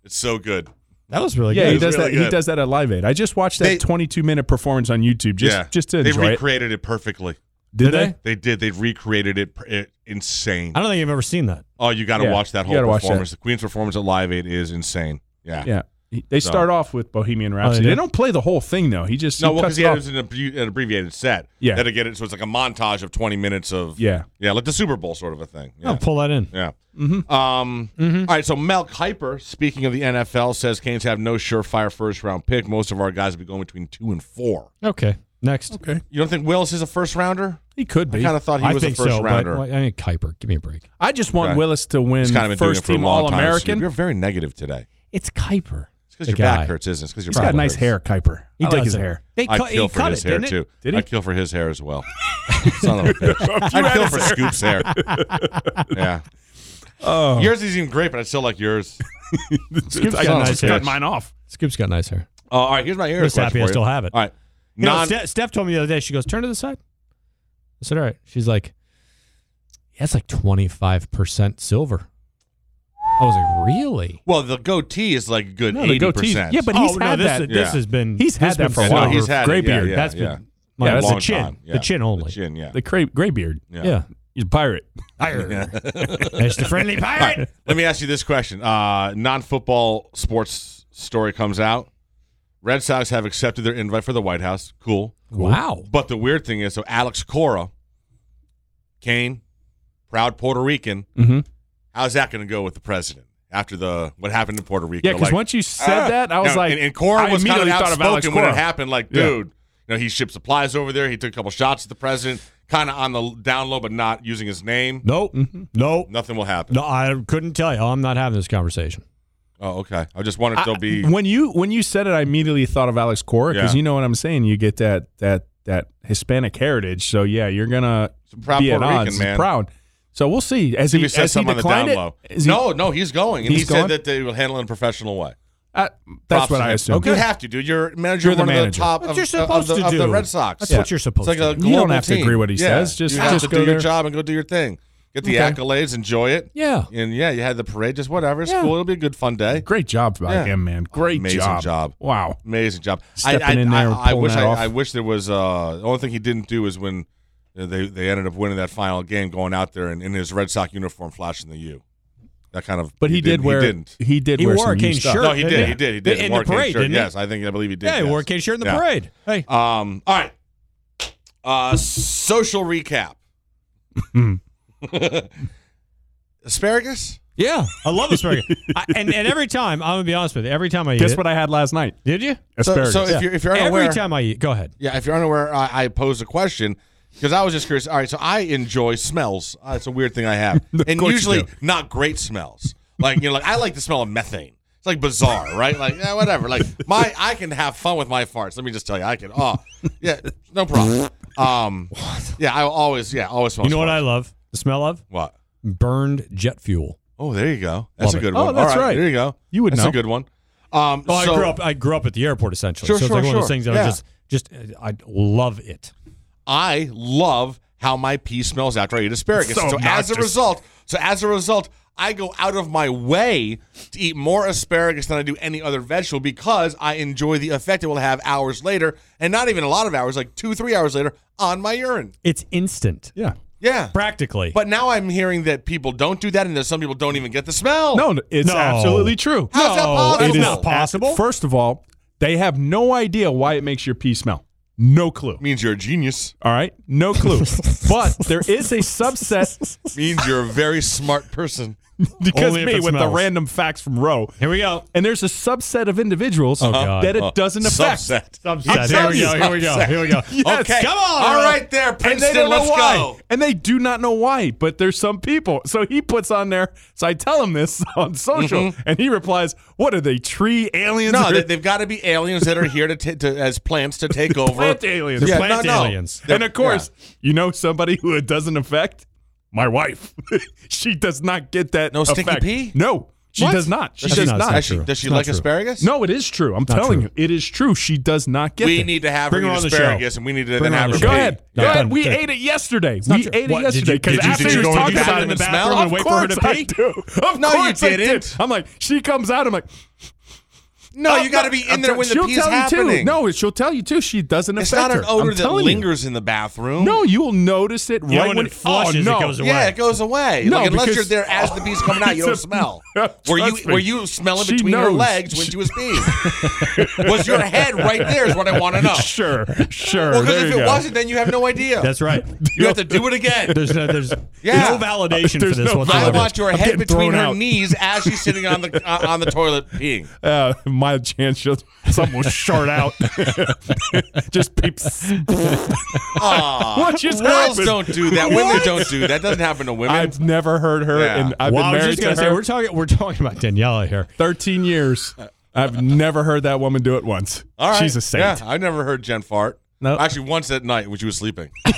Speaker 3: It's so good.
Speaker 4: That was really
Speaker 6: Yeah,
Speaker 4: good.
Speaker 6: he
Speaker 3: it's
Speaker 6: does
Speaker 3: really
Speaker 6: that. He
Speaker 3: good.
Speaker 6: does that at Live Aid. I just watched that
Speaker 3: They-
Speaker 6: 22 minute performance on YouTube just
Speaker 3: yeah,
Speaker 6: just to
Speaker 3: they
Speaker 6: enjoy it.
Speaker 3: recreated it. perfectly.
Speaker 6: Did
Speaker 4: they?
Speaker 3: They did. They recreated it. pr- it insane.
Speaker 4: I don't think I've ever seen that.
Speaker 3: Oh, you got to
Speaker 6: Yeah,
Speaker 3: watch that
Speaker 6: you
Speaker 3: whole
Speaker 6: gotta watch that.
Speaker 3: performance. The Queen's performance at Live Aid is insane. Yeah.
Speaker 6: Yeah. He- They
Speaker 3: So-
Speaker 6: start off with Bohemian Rhapsody.
Speaker 4: do?
Speaker 6: Oh, they don't play the whole thing though. He just
Speaker 3: No,
Speaker 6: he
Speaker 3: well,
Speaker 6: cuts
Speaker 3: because he
Speaker 6: it
Speaker 3: had
Speaker 6: off.
Speaker 3: it was an, abru- an abbreviated set.
Speaker 6: Yeah.
Speaker 3: Then again, so it's like a montage of 20 minutes of.
Speaker 6: Yeah. Oh,
Speaker 3: Yeah, like the Super Bowl sort of a thing. Yeah.
Speaker 4: I'll pull that in.
Speaker 3: Yeah.
Speaker 6: Mm-hmm.
Speaker 3: Um, all right. So Mel Kiper, speaking of the NFL, says Canes have no surefire first round pick. Most of our guys will be going between two and four.
Speaker 4: Okay. Next.
Speaker 3: You don't think Willis is a first rounder?
Speaker 6: He could
Speaker 3: I
Speaker 6: be.
Speaker 3: kind of thought he
Speaker 4: I
Speaker 3: was a
Speaker 4: think
Speaker 3: first
Speaker 4: so,
Speaker 3: rounder.
Speaker 4: but I mean Kuiper. Give me a break.
Speaker 6: I just want
Speaker 3: Okay.
Speaker 6: Willis to win
Speaker 3: He's kind of been
Speaker 6: first
Speaker 3: doing it
Speaker 6: team
Speaker 3: for a long
Speaker 6: All
Speaker 3: time,
Speaker 6: American.
Speaker 3: Steve. You're very negative today.
Speaker 4: It's Kuiper.
Speaker 3: It's because
Speaker 4: The
Speaker 3: your back
Speaker 4: guy.
Speaker 3: hurts, isn't it? It's because your
Speaker 6: He's got
Speaker 3: back
Speaker 6: nice
Speaker 3: hurts.
Speaker 6: hair, Kuiper.
Speaker 4: He
Speaker 6: I like
Speaker 4: does
Speaker 6: his
Speaker 4: it.
Speaker 6: hair.
Speaker 4: They
Speaker 3: I'd
Speaker 4: cut,
Speaker 3: kill
Speaker 4: he
Speaker 3: for
Speaker 4: cut
Speaker 3: his
Speaker 4: it,
Speaker 3: hair
Speaker 4: didn't
Speaker 3: too.
Speaker 4: It?
Speaker 6: Did he?
Speaker 3: I'd kill for his hair as well. Son of a bitch. I'd kill for Scoop's hair. Yeah.
Speaker 6: Oh,
Speaker 3: Yours isn't even great, but I still like yours.
Speaker 4: Scoop's
Speaker 6: I
Speaker 4: got
Speaker 3: of a
Speaker 4: nice
Speaker 3: bitch.
Speaker 4: hair.
Speaker 6: cut mine off.
Speaker 4: Scoop's got nice hair.
Speaker 3: Uh, all right, here's my ear.
Speaker 4: Just happy I still have it.
Speaker 3: All right.
Speaker 4: You know,
Speaker 3: Non-
Speaker 4: Ste- Steph told me the other day, she goes, turn to the side. I said, all right. She's like, yeah, it's like 25% silver. I was like, really?
Speaker 3: well, the goatee is like a good
Speaker 6: No, the
Speaker 3: eighty
Speaker 6: goatee.
Speaker 3: percent.
Speaker 6: Yeah, but
Speaker 4: oh,
Speaker 6: he's
Speaker 4: no,
Speaker 6: had
Speaker 4: this,
Speaker 6: that.
Speaker 4: This
Speaker 3: Yeah.
Speaker 4: has been.
Speaker 6: He's had
Speaker 4: this
Speaker 6: that
Speaker 4: been
Speaker 6: for a
Speaker 4: silver
Speaker 6: while.
Speaker 3: No, he's had
Speaker 6: Gray
Speaker 3: it. Yeah,
Speaker 6: beard.
Speaker 3: Yeah,
Speaker 4: That's
Speaker 3: yeah.
Speaker 4: been my
Speaker 6: Yeah, that's
Speaker 4: the
Speaker 3: Long
Speaker 4: chin.
Speaker 3: time. Yeah.
Speaker 4: The chin only.
Speaker 3: The chin, yeah.
Speaker 6: The gray gray beard.
Speaker 3: yeah.
Speaker 4: Yeah.
Speaker 6: He's a pirate.
Speaker 4: That's the friendly pirate.
Speaker 3: Let me ask you this question. Uh, non-football sports story comes out. Red Sox have accepted their invite for the White House. Cool.
Speaker 4: Wow.
Speaker 3: But the weird thing is, so Alex Cora, Kane, proud Puerto Rican.
Speaker 6: Mhm.
Speaker 3: How's that going to go with the president after the what happened in Puerto Rico?
Speaker 6: Yeah, because
Speaker 3: Like,
Speaker 6: once you said
Speaker 3: ah.
Speaker 6: that, I was
Speaker 3: No,
Speaker 6: like,
Speaker 3: and, and Cora
Speaker 6: I
Speaker 3: was kind of
Speaker 6: immediately thought of
Speaker 3: outspoken
Speaker 6: Alex
Speaker 3: when it
Speaker 6: Cora.
Speaker 3: happened. Like,
Speaker 6: Yeah.
Speaker 3: dude, you know, he shipped supplies over there. He took a couple shots at the president. kind of on the down low, but not using his name,
Speaker 4: Nope.
Speaker 6: Mm-hmm.
Speaker 4: Nope.
Speaker 3: nothing will happen.
Speaker 4: No, I couldn't tell you. I'm not having this conversation.
Speaker 3: Oh, okay. I just wondered if there'll be.
Speaker 6: when you when you said it, I immediately thought of Alex Cora because
Speaker 3: Yeah.
Speaker 6: you know what I'm saying. You get that that that Hispanic heritage, so yeah, you're gonna
Speaker 3: proud
Speaker 6: be at
Speaker 3: Puerto Rican,
Speaker 6: odds. He's
Speaker 3: man.
Speaker 6: Proud. So we'll see. As
Speaker 3: See if
Speaker 6: he,
Speaker 3: he says
Speaker 6: as he
Speaker 3: something on the
Speaker 6: declined
Speaker 3: down
Speaker 6: it,
Speaker 3: low.
Speaker 6: is he-
Speaker 3: no, no, he's going, and he
Speaker 6: He's
Speaker 3: said
Speaker 6: going?
Speaker 3: that they will handle it in a professional way.
Speaker 6: I-
Speaker 3: Uh, Props
Speaker 6: that's what
Speaker 3: to
Speaker 6: I
Speaker 3: him.
Speaker 6: assume.
Speaker 3: You have to, dude. You're manager
Speaker 6: You're
Speaker 3: of
Speaker 6: the
Speaker 3: one of the
Speaker 6: manager.
Speaker 3: top
Speaker 4: What
Speaker 3: of,
Speaker 4: you're
Speaker 3: of-
Speaker 4: supposed
Speaker 3: of the,
Speaker 4: to
Speaker 3: of the
Speaker 4: do.
Speaker 3: Red Sox.
Speaker 4: That's what you're supposed
Speaker 3: it's like
Speaker 4: to
Speaker 3: a
Speaker 4: do.
Speaker 3: global
Speaker 6: You don't have to
Speaker 3: team.
Speaker 6: agree what he
Speaker 3: Yeah.
Speaker 6: says. Just-
Speaker 3: you have
Speaker 6: just
Speaker 3: to
Speaker 6: go
Speaker 3: do your
Speaker 6: there.
Speaker 3: job and go do your thing. Get the
Speaker 6: Okay.
Speaker 3: accolades, enjoy it.
Speaker 4: Yeah.
Speaker 3: And yeah, you had the parade, just whatever. It's
Speaker 4: Yeah.
Speaker 3: cool. It'll be a good fun day.
Speaker 6: Great job by
Speaker 3: Yeah.
Speaker 6: him, man. Great
Speaker 3: Amazing job.
Speaker 6: Wow.
Speaker 3: Amazing job. I, I,
Speaker 6: Stepping in there and
Speaker 3: I, I
Speaker 6: pulling
Speaker 3: wish
Speaker 6: that
Speaker 3: I,
Speaker 6: off.
Speaker 3: I wish there was uh the only thing he didn't do is when uh, they they ended up winning that final game going out there and in his Red Sox uniform flashing the U. That kind of
Speaker 6: But he, did
Speaker 3: didn't-
Speaker 6: wear.
Speaker 3: he didn't.
Speaker 6: He did
Speaker 4: He
Speaker 6: wear
Speaker 4: wore
Speaker 6: some
Speaker 4: a
Speaker 6: new
Speaker 4: cane
Speaker 6: stuff.
Speaker 4: shirt.
Speaker 3: No, he
Speaker 4: Yeah.
Speaker 3: did. He did. He did.
Speaker 4: In
Speaker 3: He
Speaker 4: the
Speaker 3: wore a cane
Speaker 4: parade,
Speaker 3: shirt.
Speaker 4: didn't he?
Speaker 3: Yes, I think I believe he did.
Speaker 4: Yeah, he
Speaker 3: yes.
Speaker 4: wore a cane shirt in the
Speaker 3: Yeah.
Speaker 4: parade. Hey.
Speaker 3: Um, all right. Uh, social recap.
Speaker 4: Hmm.
Speaker 3: Asparagus?
Speaker 4: Yeah. I love asparagus. I, and, and every time, I'm going to be honest with you, every time I eat
Speaker 6: Guess
Speaker 4: it.
Speaker 6: what I had last night?
Speaker 4: did you?
Speaker 3: So,
Speaker 6: Asparagus.
Speaker 3: so if you're if you're unaware,
Speaker 4: Every time I eat. Go ahead.
Speaker 3: yeah, if you're unaware, I, I posed a question because I was just curious. All right, so I enjoy smells. Uh, it's a weird thing I have, and
Speaker 6: course you
Speaker 3: usually
Speaker 6: do.
Speaker 3: not great smells. Like you know, like I like the smell of methane. It's like bizarre, right? Like yeah, whatever. Like my I can have fun with my farts. Let me just tell you, I can. Oh, yeah, no problem. Um, yeah, I always yeah always smell.
Speaker 4: You know what
Speaker 3: farts.
Speaker 4: I love? The smell of?
Speaker 3: what?
Speaker 4: Burned jet fuel.
Speaker 3: Oh, there you go. That's
Speaker 4: Love
Speaker 3: a
Speaker 4: it.
Speaker 3: good
Speaker 6: Oh,
Speaker 3: one.
Speaker 6: that's
Speaker 3: All right,
Speaker 6: right.
Speaker 3: There you go.
Speaker 6: You would
Speaker 3: that's
Speaker 6: know.
Speaker 3: a good one. Um,
Speaker 4: Oh,
Speaker 3: so-
Speaker 4: I grew up. I grew up at the airport essentially.
Speaker 3: Sure,
Speaker 4: so it's
Speaker 3: sure,
Speaker 4: like one of
Speaker 3: sure.
Speaker 4: those things that
Speaker 3: Yeah.
Speaker 4: I just, just, uh, I love it.
Speaker 3: I love how my pee smells after I eat asparagus. So,
Speaker 6: So
Speaker 3: as a
Speaker 6: obnoxious.
Speaker 3: result, so as a result, I go out of my way to eat more asparagus than I do any other vegetable because I enjoy the effect it will have hours later, and not even a lot of hours, like two, three hours later, on my urine.
Speaker 4: It's instant.
Speaker 6: yeah.
Speaker 3: Yeah.
Speaker 4: Practically.
Speaker 3: But now I'm hearing that people don't do that, and that some people don't even get the smell.
Speaker 6: No, it's
Speaker 4: No.
Speaker 6: absolutely true.
Speaker 3: How's that
Speaker 4: No,
Speaker 3: possible?
Speaker 4: it is
Speaker 3: No.
Speaker 4: possible.
Speaker 6: First of all, they have no idea why it makes your pee smell. No clue.
Speaker 3: means you're a genius.
Speaker 6: All right, no clue. but there is a subset
Speaker 3: Means you're a very smart person.
Speaker 6: because
Speaker 4: Only if
Speaker 6: me
Speaker 4: it
Speaker 6: with the
Speaker 4: smells.
Speaker 6: random facts from Roe.
Speaker 4: Here we go.
Speaker 6: And there's a subset of individuals
Speaker 4: God.
Speaker 6: that it doesn't affect.
Speaker 3: Uh, Subset.
Speaker 4: Subset. Here we go. Here we go. Here we go.
Speaker 6: Yes.
Speaker 3: Okay.
Speaker 4: Come on.
Speaker 3: All right, there,
Speaker 6: And they
Speaker 3: Princeton.
Speaker 6: don't know
Speaker 3: let's
Speaker 6: why.
Speaker 3: go.
Speaker 6: And they do not know why, but there's some people. So he puts on there. So I tell him this on social, and he replies, "What are they? Tree aliens?
Speaker 3: Mm-hmm. No,
Speaker 6: or-
Speaker 3: they, they've got to be aliens that are here to, t- to as plants to take over.
Speaker 6: plant aliens.
Speaker 4: They're
Speaker 3: Yeah,
Speaker 4: plant
Speaker 3: no, no.
Speaker 4: aliens.
Speaker 6: and of course, you know somebody who it doesn't affect? My wife. she does not get that.
Speaker 3: No stinky
Speaker 6: effect.
Speaker 3: pee?
Speaker 6: No, she
Speaker 3: What?
Speaker 6: does not. She
Speaker 4: That's
Speaker 6: does
Speaker 4: not
Speaker 6: not.
Speaker 3: Does
Speaker 4: sexy.
Speaker 3: she,
Speaker 4: true.
Speaker 3: does she
Speaker 4: Not
Speaker 3: like
Speaker 4: true.
Speaker 3: asparagus?
Speaker 6: No, it is true. I'm telling
Speaker 4: true.
Speaker 6: you, it is true. She does not get
Speaker 3: We
Speaker 6: that.
Speaker 3: need to have
Speaker 4: Bring
Speaker 3: her
Speaker 4: her
Speaker 3: eat
Speaker 4: on the show.
Speaker 3: asparagus, and we need to
Speaker 4: Bring
Speaker 3: then
Speaker 4: her
Speaker 3: have
Speaker 4: on
Speaker 3: her
Speaker 4: the
Speaker 6: Go
Speaker 4: show.
Speaker 3: pee.
Speaker 6: ahead.
Speaker 4: No,
Speaker 6: Go
Speaker 4: it's
Speaker 6: ahead.
Speaker 4: done.
Speaker 6: We
Speaker 4: Done.
Speaker 6: ate it yesterday.
Speaker 4: not
Speaker 6: we
Speaker 4: true. What, did
Speaker 6: ate it
Speaker 4: you-
Speaker 6: yesterday because
Speaker 4: did you-
Speaker 6: after
Speaker 4: did
Speaker 6: you
Speaker 4: you go
Speaker 6: talking
Speaker 4: into the
Speaker 6: about it in the
Speaker 4: bathroom
Speaker 6: bathroom
Speaker 4: and wait for her to
Speaker 6: Of course
Speaker 4: pee?
Speaker 6: I do. Of
Speaker 3: No, you
Speaker 6: course I did.
Speaker 3: didn't.
Speaker 6: I'm like, she comes out. I'm like,
Speaker 3: No,
Speaker 6: I'm
Speaker 3: you got to
Speaker 6: not-
Speaker 3: be in
Speaker 6: I'm
Speaker 3: there
Speaker 6: tell-
Speaker 3: when the
Speaker 6: she'll
Speaker 3: pee's
Speaker 6: tell you too.
Speaker 3: happening.
Speaker 6: No, she'll tell you too. She doesn't
Speaker 3: it's
Speaker 6: affect
Speaker 3: not an
Speaker 6: her. I'm
Speaker 3: odor that
Speaker 6: telling you.
Speaker 3: lingers in the bathroom.
Speaker 6: No, you will notice it
Speaker 4: know,
Speaker 6: right
Speaker 4: when
Speaker 6: when
Speaker 4: it flushes,
Speaker 6: Oh, no.
Speaker 4: it goes away.
Speaker 3: Yeah, it goes away.
Speaker 6: No,
Speaker 3: like, unless
Speaker 6: because-
Speaker 3: you're there as the bee's coming out, you don't
Speaker 6: It's a-
Speaker 3: smell.
Speaker 6: Trust
Speaker 3: Were you
Speaker 6: me.
Speaker 3: were you smelling
Speaker 6: She
Speaker 3: between her
Speaker 6: knows.
Speaker 3: legs when she was peeing? was your head right there? Is what I want to know.
Speaker 6: Sure, sure.
Speaker 3: Well, because
Speaker 6: there
Speaker 3: if
Speaker 6: you
Speaker 3: it
Speaker 6: go.
Speaker 3: wasn't, then you have no idea.
Speaker 4: That's right.
Speaker 3: you have to do it again.
Speaker 4: There's no, there's
Speaker 3: Yeah.
Speaker 4: no validation
Speaker 6: There's
Speaker 4: for this
Speaker 6: no
Speaker 3: I
Speaker 4: whatsoever.
Speaker 3: want your
Speaker 6: I'm
Speaker 3: head
Speaker 6: getting
Speaker 3: between
Speaker 6: thrown
Speaker 3: her
Speaker 6: out.
Speaker 3: knees as she's sitting on the uh, on the toilet peeing.
Speaker 6: uh, my chance, she'll, some will shart out. just peeps.
Speaker 3: Aw.
Speaker 6: What just
Speaker 3: Girls
Speaker 6: happened?
Speaker 3: don't do that. Women don't do that. Doesn't happen to women.
Speaker 6: I've never heard her,
Speaker 3: Yeah.
Speaker 6: and I've
Speaker 4: Well, I
Speaker 6: been
Speaker 4: was
Speaker 6: married
Speaker 4: just gonna
Speaker 6: to
Speaker 4: say
Speaker 6: her
Speaker 4: we're talking we're talking about Daniela here.
Speaker 6: 13 years. I've never heard that woman do it once.
Speaker 3: All right.
Speaker 6: She's a saint.
Speaker 3: Yeah, I never heard Jen fart.
Speaker 6: No.
Speaker 3: Actually, once at night when she was sleeping.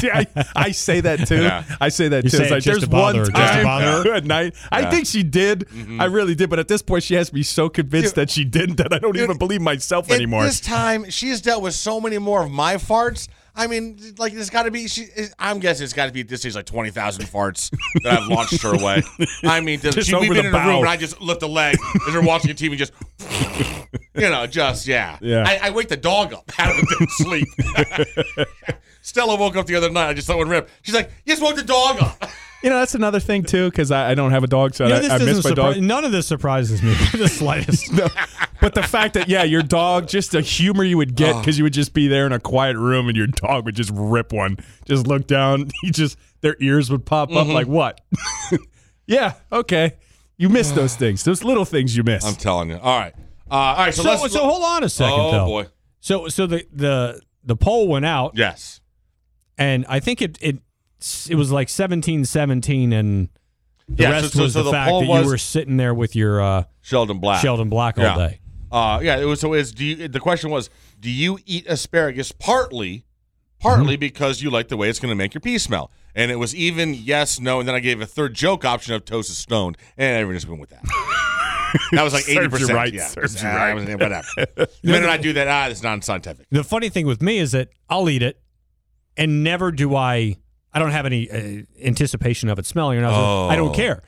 Speaker 6: See, I, I say that too.
Speaker 3: Yeah.
Speaker 6: I say that
Speaker 4: You
Speaker 6: too.
Speaker 4: say
Speaker 6: It's
Speaker 4: it
Speaker 6: like,
Speaker 4: just
Speaker 6: there's
Speaker 4: to bother her,
Speaker 6: one
Speaker 4: just to
Speaker 6: time
Speaker 4: bother
Speaker 6: at night. I think she did.
Speaker 4: Mm-hmm.
Speaker 6: I really did. But at this point, she has me so convinced that she didn't that I don't even believe myself
Speaker 3: At
Speaker 6: anymore.
Speaker 3: This time, she's dealt with so many more of my farts. I mean, like it's got to be. She, I'm guessing it's got to be at this stage like twenty thousand farts that I've launched her away. I mean, the,
Speaker 6: Just
Speaker 3: she, we've
Speaker 6: over
Speaker 3: been
Speaker 6: the
Speaker 3: in a room
Speaker 6: bow.
Speaker 3: and I just lift a leg as we're watching a TV and just, you know, just yeah.
Speaker 6: Yeah.
Speaker 3: I, I wake the dog up out of the sleep. Stella woke up the other night. I just let one rip. She's like, "You just woke the dog up."
Speaker 6: You know, that's another thing too, because I, I don't have a dog, so
Speaker 4: You know,
Speaker 6: I,
Speaker 4: this
Speaker 6: I
Speaker 4: doesn't
Speaker 6: miss my
Speaker 4: surpri-
Speaker 6: dog.
Speaker 4: None of this surprises me the slightest.
Speaker 6: But the fact that yeah, your dog, just the humor you would
Speaker 3: Oh.
Speaker 6: get because you would just be there in a quiet room and your dog would just rip one, just look down, he just their ears would pop
Speaker 3: Mm-hmm.
Speaker 6: up like what? yeah, okay, you miss those things, those little things you miss.
Speaker 3: I'm telling you. All right. Uh, all right. So,
Speaker 4: so,
Speaker 3: let's.
Speaker 4: so hold on a second
Speaker 3: oh
Speaker 4: though.
Speaker 3: boy.
Speaker 4: So so the the the poll went out.
Speaker 3: Yes.
Speaker 4: and I think it it it was like 17-17 and the
Speaker 3: Yeah, so-
Speaker 4: rest
Speaker 3: so-
Speaker 4: was
Speaker 3: so
Speaker 4: the,
Speaker 3: the
Speaker 4: fact
Speaker 3: poll
Speaker 4: that
Speaker 3: was-
Speaker 4: you were sitting there with your uh,
Speaker 3: Sheldon Black.
Speaker 4: Sheldon Black all
Speaker 3: Yeah.
Speaker 4: day.
Speaker 3: Uh, yeah. It was so. Is do you? The question was, do you eat asparagus partly, partly because you like the way it's going to make your pee smell? And it was even yes, no, and then I gave a third joke option of toast is stoned, and everyone just went with that. That was like
Speaker 7: Serves you
Speaker 3: eighty percent.
Speaker 7: right,
Speaker 3: yeah.
Speaker 7: serves you
Speaker 3: Ah,
Speaker 7: right.
Speaker 3: I was- Whatever. the minute I do that, ah, it's non-scientific.
Speaker 4: The funny thing with me is that I'll eat it, and never do I. I don't have any uh, anticipation of it smelling or nothing. I
Speaker 3: Oh.
Speaker 4: don't care.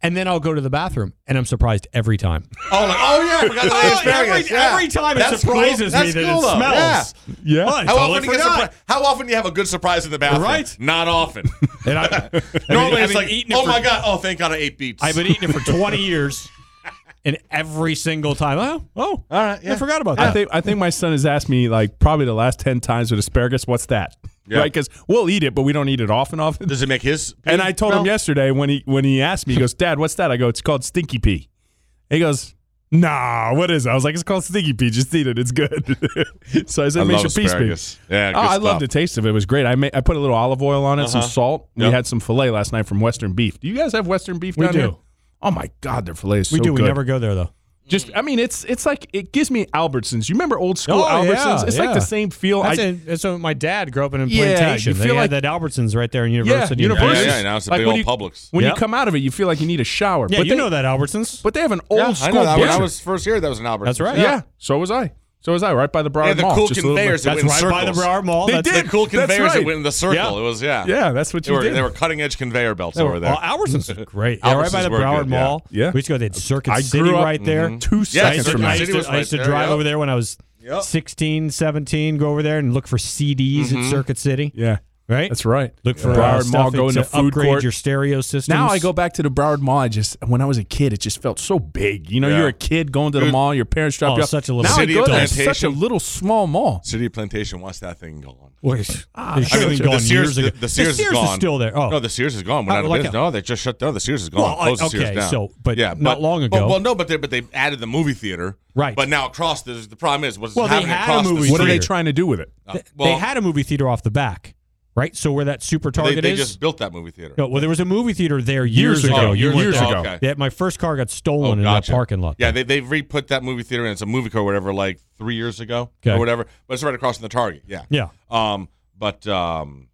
Speaker 4: And then I'll go to the bathroom, and I'm surprised every time.
Speaker 3: Oh, like, oh yeah, I forgot the
Speaker 4: Well,
Speaker 3: asparagus.
Speaker 4: every-
Speaker 3: yeah.
Speaker 4: every time it
Speaker 3: That's
Speaker 4: surprises
Speaker 3: cool.
Speaker 4: me
Speaker 3: That's
Speaker 4: that it
Speaker 3: cool, though.
Speaker 4: smells.
Speaker 3: Yeah.
Speaker 4: Yeah, I
Speaker 3: How
Speaker 4: totally
Speaker 3: often, do you get
Speaker 4: forgot.
Speaker 3: surpri- how often do you have a good surprise in the bathroom?
Speaker 4: Right?
Speaker 3: Not often.
Speaker 4: And I,
Speaker 3: Normally
Speaker 4: I
Speaker 3: it's
Speaker 4: mean,
Speaker 3: like,
Speaker 4: eating it
Speaker 3: oh
Speaker 4: for-
Speaker 3: my god, oh thank God I ate beets.
Speaker 4: I've been eating it for 20 years, and every single time, oh, oh, all right, I forgot about that.
Speaker 6: I think I think my son has asked me like probably the last ten times with asparagus, what's that?
Speaker 3: Yeah.
Speaker 6: Right? Because we'll eat it, but we don't eat it off and off.
Speaker 3: Does it make his? pee
Speaker 6: And I told him
Speaker 3: smell?
Speaker 6: yesterday when he when he asked me, he goes, "Dad, what's that?" I go, "It's called stinky pea." He goes, "Nah, what is it?" I was like, "It's called stinky pea. Just eat it. It's good." so I said,
Speaker 3: I
Speaker 6: "Make
Speaker 3: love
Speaker 6: your pea
Speaker 3: asparagus.
Speaker 6: speak."
Speaker 3: Yeah,
Speaker 6: oh,
Speaker 3: good
Speaker 6: I
Speaker 3: stuff. Uh-huh.
Speaker 6: love the taste of it. It was great. I made, I put a little olive oil on it, some salt.
Speaker 3: Yep.
Speaker 6: We had some fillet last night from Western Beef. Do you guys have Western Beef?
Speaker 4: We
Speaker 6: down
Speaker 4: do.
Speaker 6: here? Oh my God, their fillet is
Speaker 4: we
Speaker 6: so
Speaker 4: do.
Speaker 6: good.
Speaker 4: We never go there though.
Speaker 6: Just, I mean, it's it's like it gives me Albertsons. You remember old school
Speaker 4: Oh, yeah,
Speaker 6: Albertsons? it's like
Speaker 4: yeah.
Speaker 6: the same feel.
Speaker 4: That's
Speaker 6: I-
Speaker 4: in- that's what my dad grew up in in
Speaker 6: Yeah, you
Speaker 4: plantation. they
Speaker 6: feel
Speaker 4: had
Speaker 6: like-
Speaker 4: that Albertsons right there in University.
Speaker 6: Yeah,
Speaker 4: and-
Speaker 6: University.
Speaker 3: Yeah, yeah, now it's a big
Speaker 6: when
Speaker 3: old
Speaker 6: you-
Speaker 3: Publix.
Speaker 6: When
Speaker 4: Yeah.
Speaker 6: you come out of it, you feel like you need a shower.
Speaker 4: Yeah,
Speaker 6: but
Speaker 4: you
Speaker 6: they,
Speaker 4: know that Albertsons.
Speaker 6: But they have an old
Speaker 3: Yeah,
Speaker 6: school.
Speaker 3: I know that. When I
Speaker 6: butcher.
Speaker 3: was first here, that was an Albert.
Speaker 4: That's right.
Speaker 6: Yeah. So was I. So was I. Right by the Broward
Speaker 3: Yeah, the
Speaker 6: Mall.
Speaker 3: cool
Speaker 6: just a little
Speaker 3: conveyors
Speaker 6: bit-
Speaker 3: that
Speaker 4: That's
Speaker 3: went
Speaker 4: right
Speaker 3: in
Speaker 4: by the
Speaker 3: circles.
Speaker 4: Broward Mall.
Speaker 6: They
Speaker 4: That's
Speaker 6: did.
Speaker 3: The cool
Speaker 6: That's
Speaker 3: conveyors that
Speaker 6: right.
Speaker 3: went in the circle.
Speaker 4: Yeah.
Speaker 3: It was yeah.
Speaker 6: yeah, that's what
Speaker 3: They
Speaker 6: you
Speaker 3: were,
Speaker 6: did.
Speaker 3: they were cutting edge conveyor belts over there.
Speaker 4: Well, Albertsons is great. yeah, right by
Speaker 3: Albertsons
Speaker 4: the
Speaker 3: were
Speaker 4: Broward
Speaker 3: good, yeah.
Speaker 4: Mall.
Speaker 6: Yeah.
Speaker 4: We used to go. They had Circuit
Speaker 6: I
Speaker 4: City
Speaker 6: grew up- Mm-hmm.
Speaker 4: right there.
Speaker 6: Two
Speaker 3: Yeah,
Speaker 6: seconds
Speaker 3: so
Speaker 6: from
Speaker 3: nice.
Speaker 4: I used
Speaker 6: that.
Speaker 3: City
Speaker 4: to,
Speaker 3: was
Speaker 4: I used to
Speaker 3: right there,
Speaker 4: drive
Speaker 3: yep.
Speaker 4: over there when I was
Speaker 3: Yep.
Speaker 4: 16, 17, go over there and look for CDs
Speaker 3: Mm-hmm.
Speaker 4: at Circuit City.
Speaker 6: Yeah,
Speaker 4: Right?
Speaker 6: that's right.
Speaker 4: Look for
Speaker 6: Broward
Speaker 4: uh, stuff
Speaker 6: Mall, go
Speaker 4: to
Speaker 6: into food
Speaker 4: upgrade
Speaker 6: court.
Speaker 4: your stereo system.
Speaker 6: Now I go back to the Broward Mall. I just when I was a kid, it just felt so big. You know,
Speaker 3: Yeah.
Speaker 6: you're a kid going to the
Speaker 3: Dude.
Speaker 6: mall. Your parents drop
Speaker 4: Oh,
Speaker 6: you off.
Speaker 4: such a little
Speaker 6: now
Speaker 3: City
Speaker 6: I go
Speaker 3: of
Speaker 6: there. It's such a
Speaker 3: Plantation.
Speaker 6: little small mall.
Speaker 3: City of Plantation. Watch that thing gone.
Speaker 4: Wait, they should have
Speaker 3: ah, mean,
Speaker 4: been gone
Speaker 3: the Sears,
Speaker 4: years ago.
Speaker 3: The, the Sears, is gone.
Speaker 4: still there. Oh,
Speaker 3: no, the Sears is gone. We're
Speaker 4: Oh,
Speaker 3: not
Speaker 4: like
Speaker 3: business.
Speaker 4: a-
Speaker 3: no, they just shut down. The Sears is gone.
Speaker 4: Well, I-
Speaker 3: Closed the Sears
Speaker 4: okay,
Speaker 3: down.
Speaker 4: so, but
Speaker 3: yeah,
Speaker 4: not
Speaker 3: but-
Speaker 4: long
Speaker 3: but-
Speaker 4: ago.
Speaker 3: well, no, but they but they added the movie theater.
Speaker 4: Right.
Speaker 3: But now across the the problem is what's
Speaker 4: Well, they
Speaker 3: happening
Speaker 4: had a
Speaker 3: across the
Speaker 4: movie
Speaker 3: street.
Speaker 6: What are they
Speaker 4: Weird.
Speaker 6: trying to do with it?
Speaker 3: Uh,
Speaker 4: Th-
Speaker 3: well,
Speaker 4: they had a movie theater off the back, right? So where that super
Speaker 3: they-
Speaker 4: target
Speaker 3: they
Speaker 4: is.
Speaker 3: just built that movie theater.
Speaker 4: no, well, there was a movie theater there years,
Speaker 6: ago.
Speaker 4: ago.
Speaker 6: Oh,
Speaker 4: You
Speaker 6: years
Speaker 4: weren't
Speaker 6: ago.
Speaker 4: there.
Speaker 6: Oh,
Speaker 3: okay.
Speaker 4: Yeah, my first car got
Speaker 3: Oh,
Speaker 4: stolen in that
Speaker 3: gotcha.
Speaker 4: parking lot.
Speaker 3: Yeah, they they re-put that movie theater in. It's a movie or whatever, like three years ago
Speaker 4: Okay.
Speaker 3: or whatever. But it's right across from the Target. Yeah.
Speaker 4: yeah,
Speaker 3: Um. But um.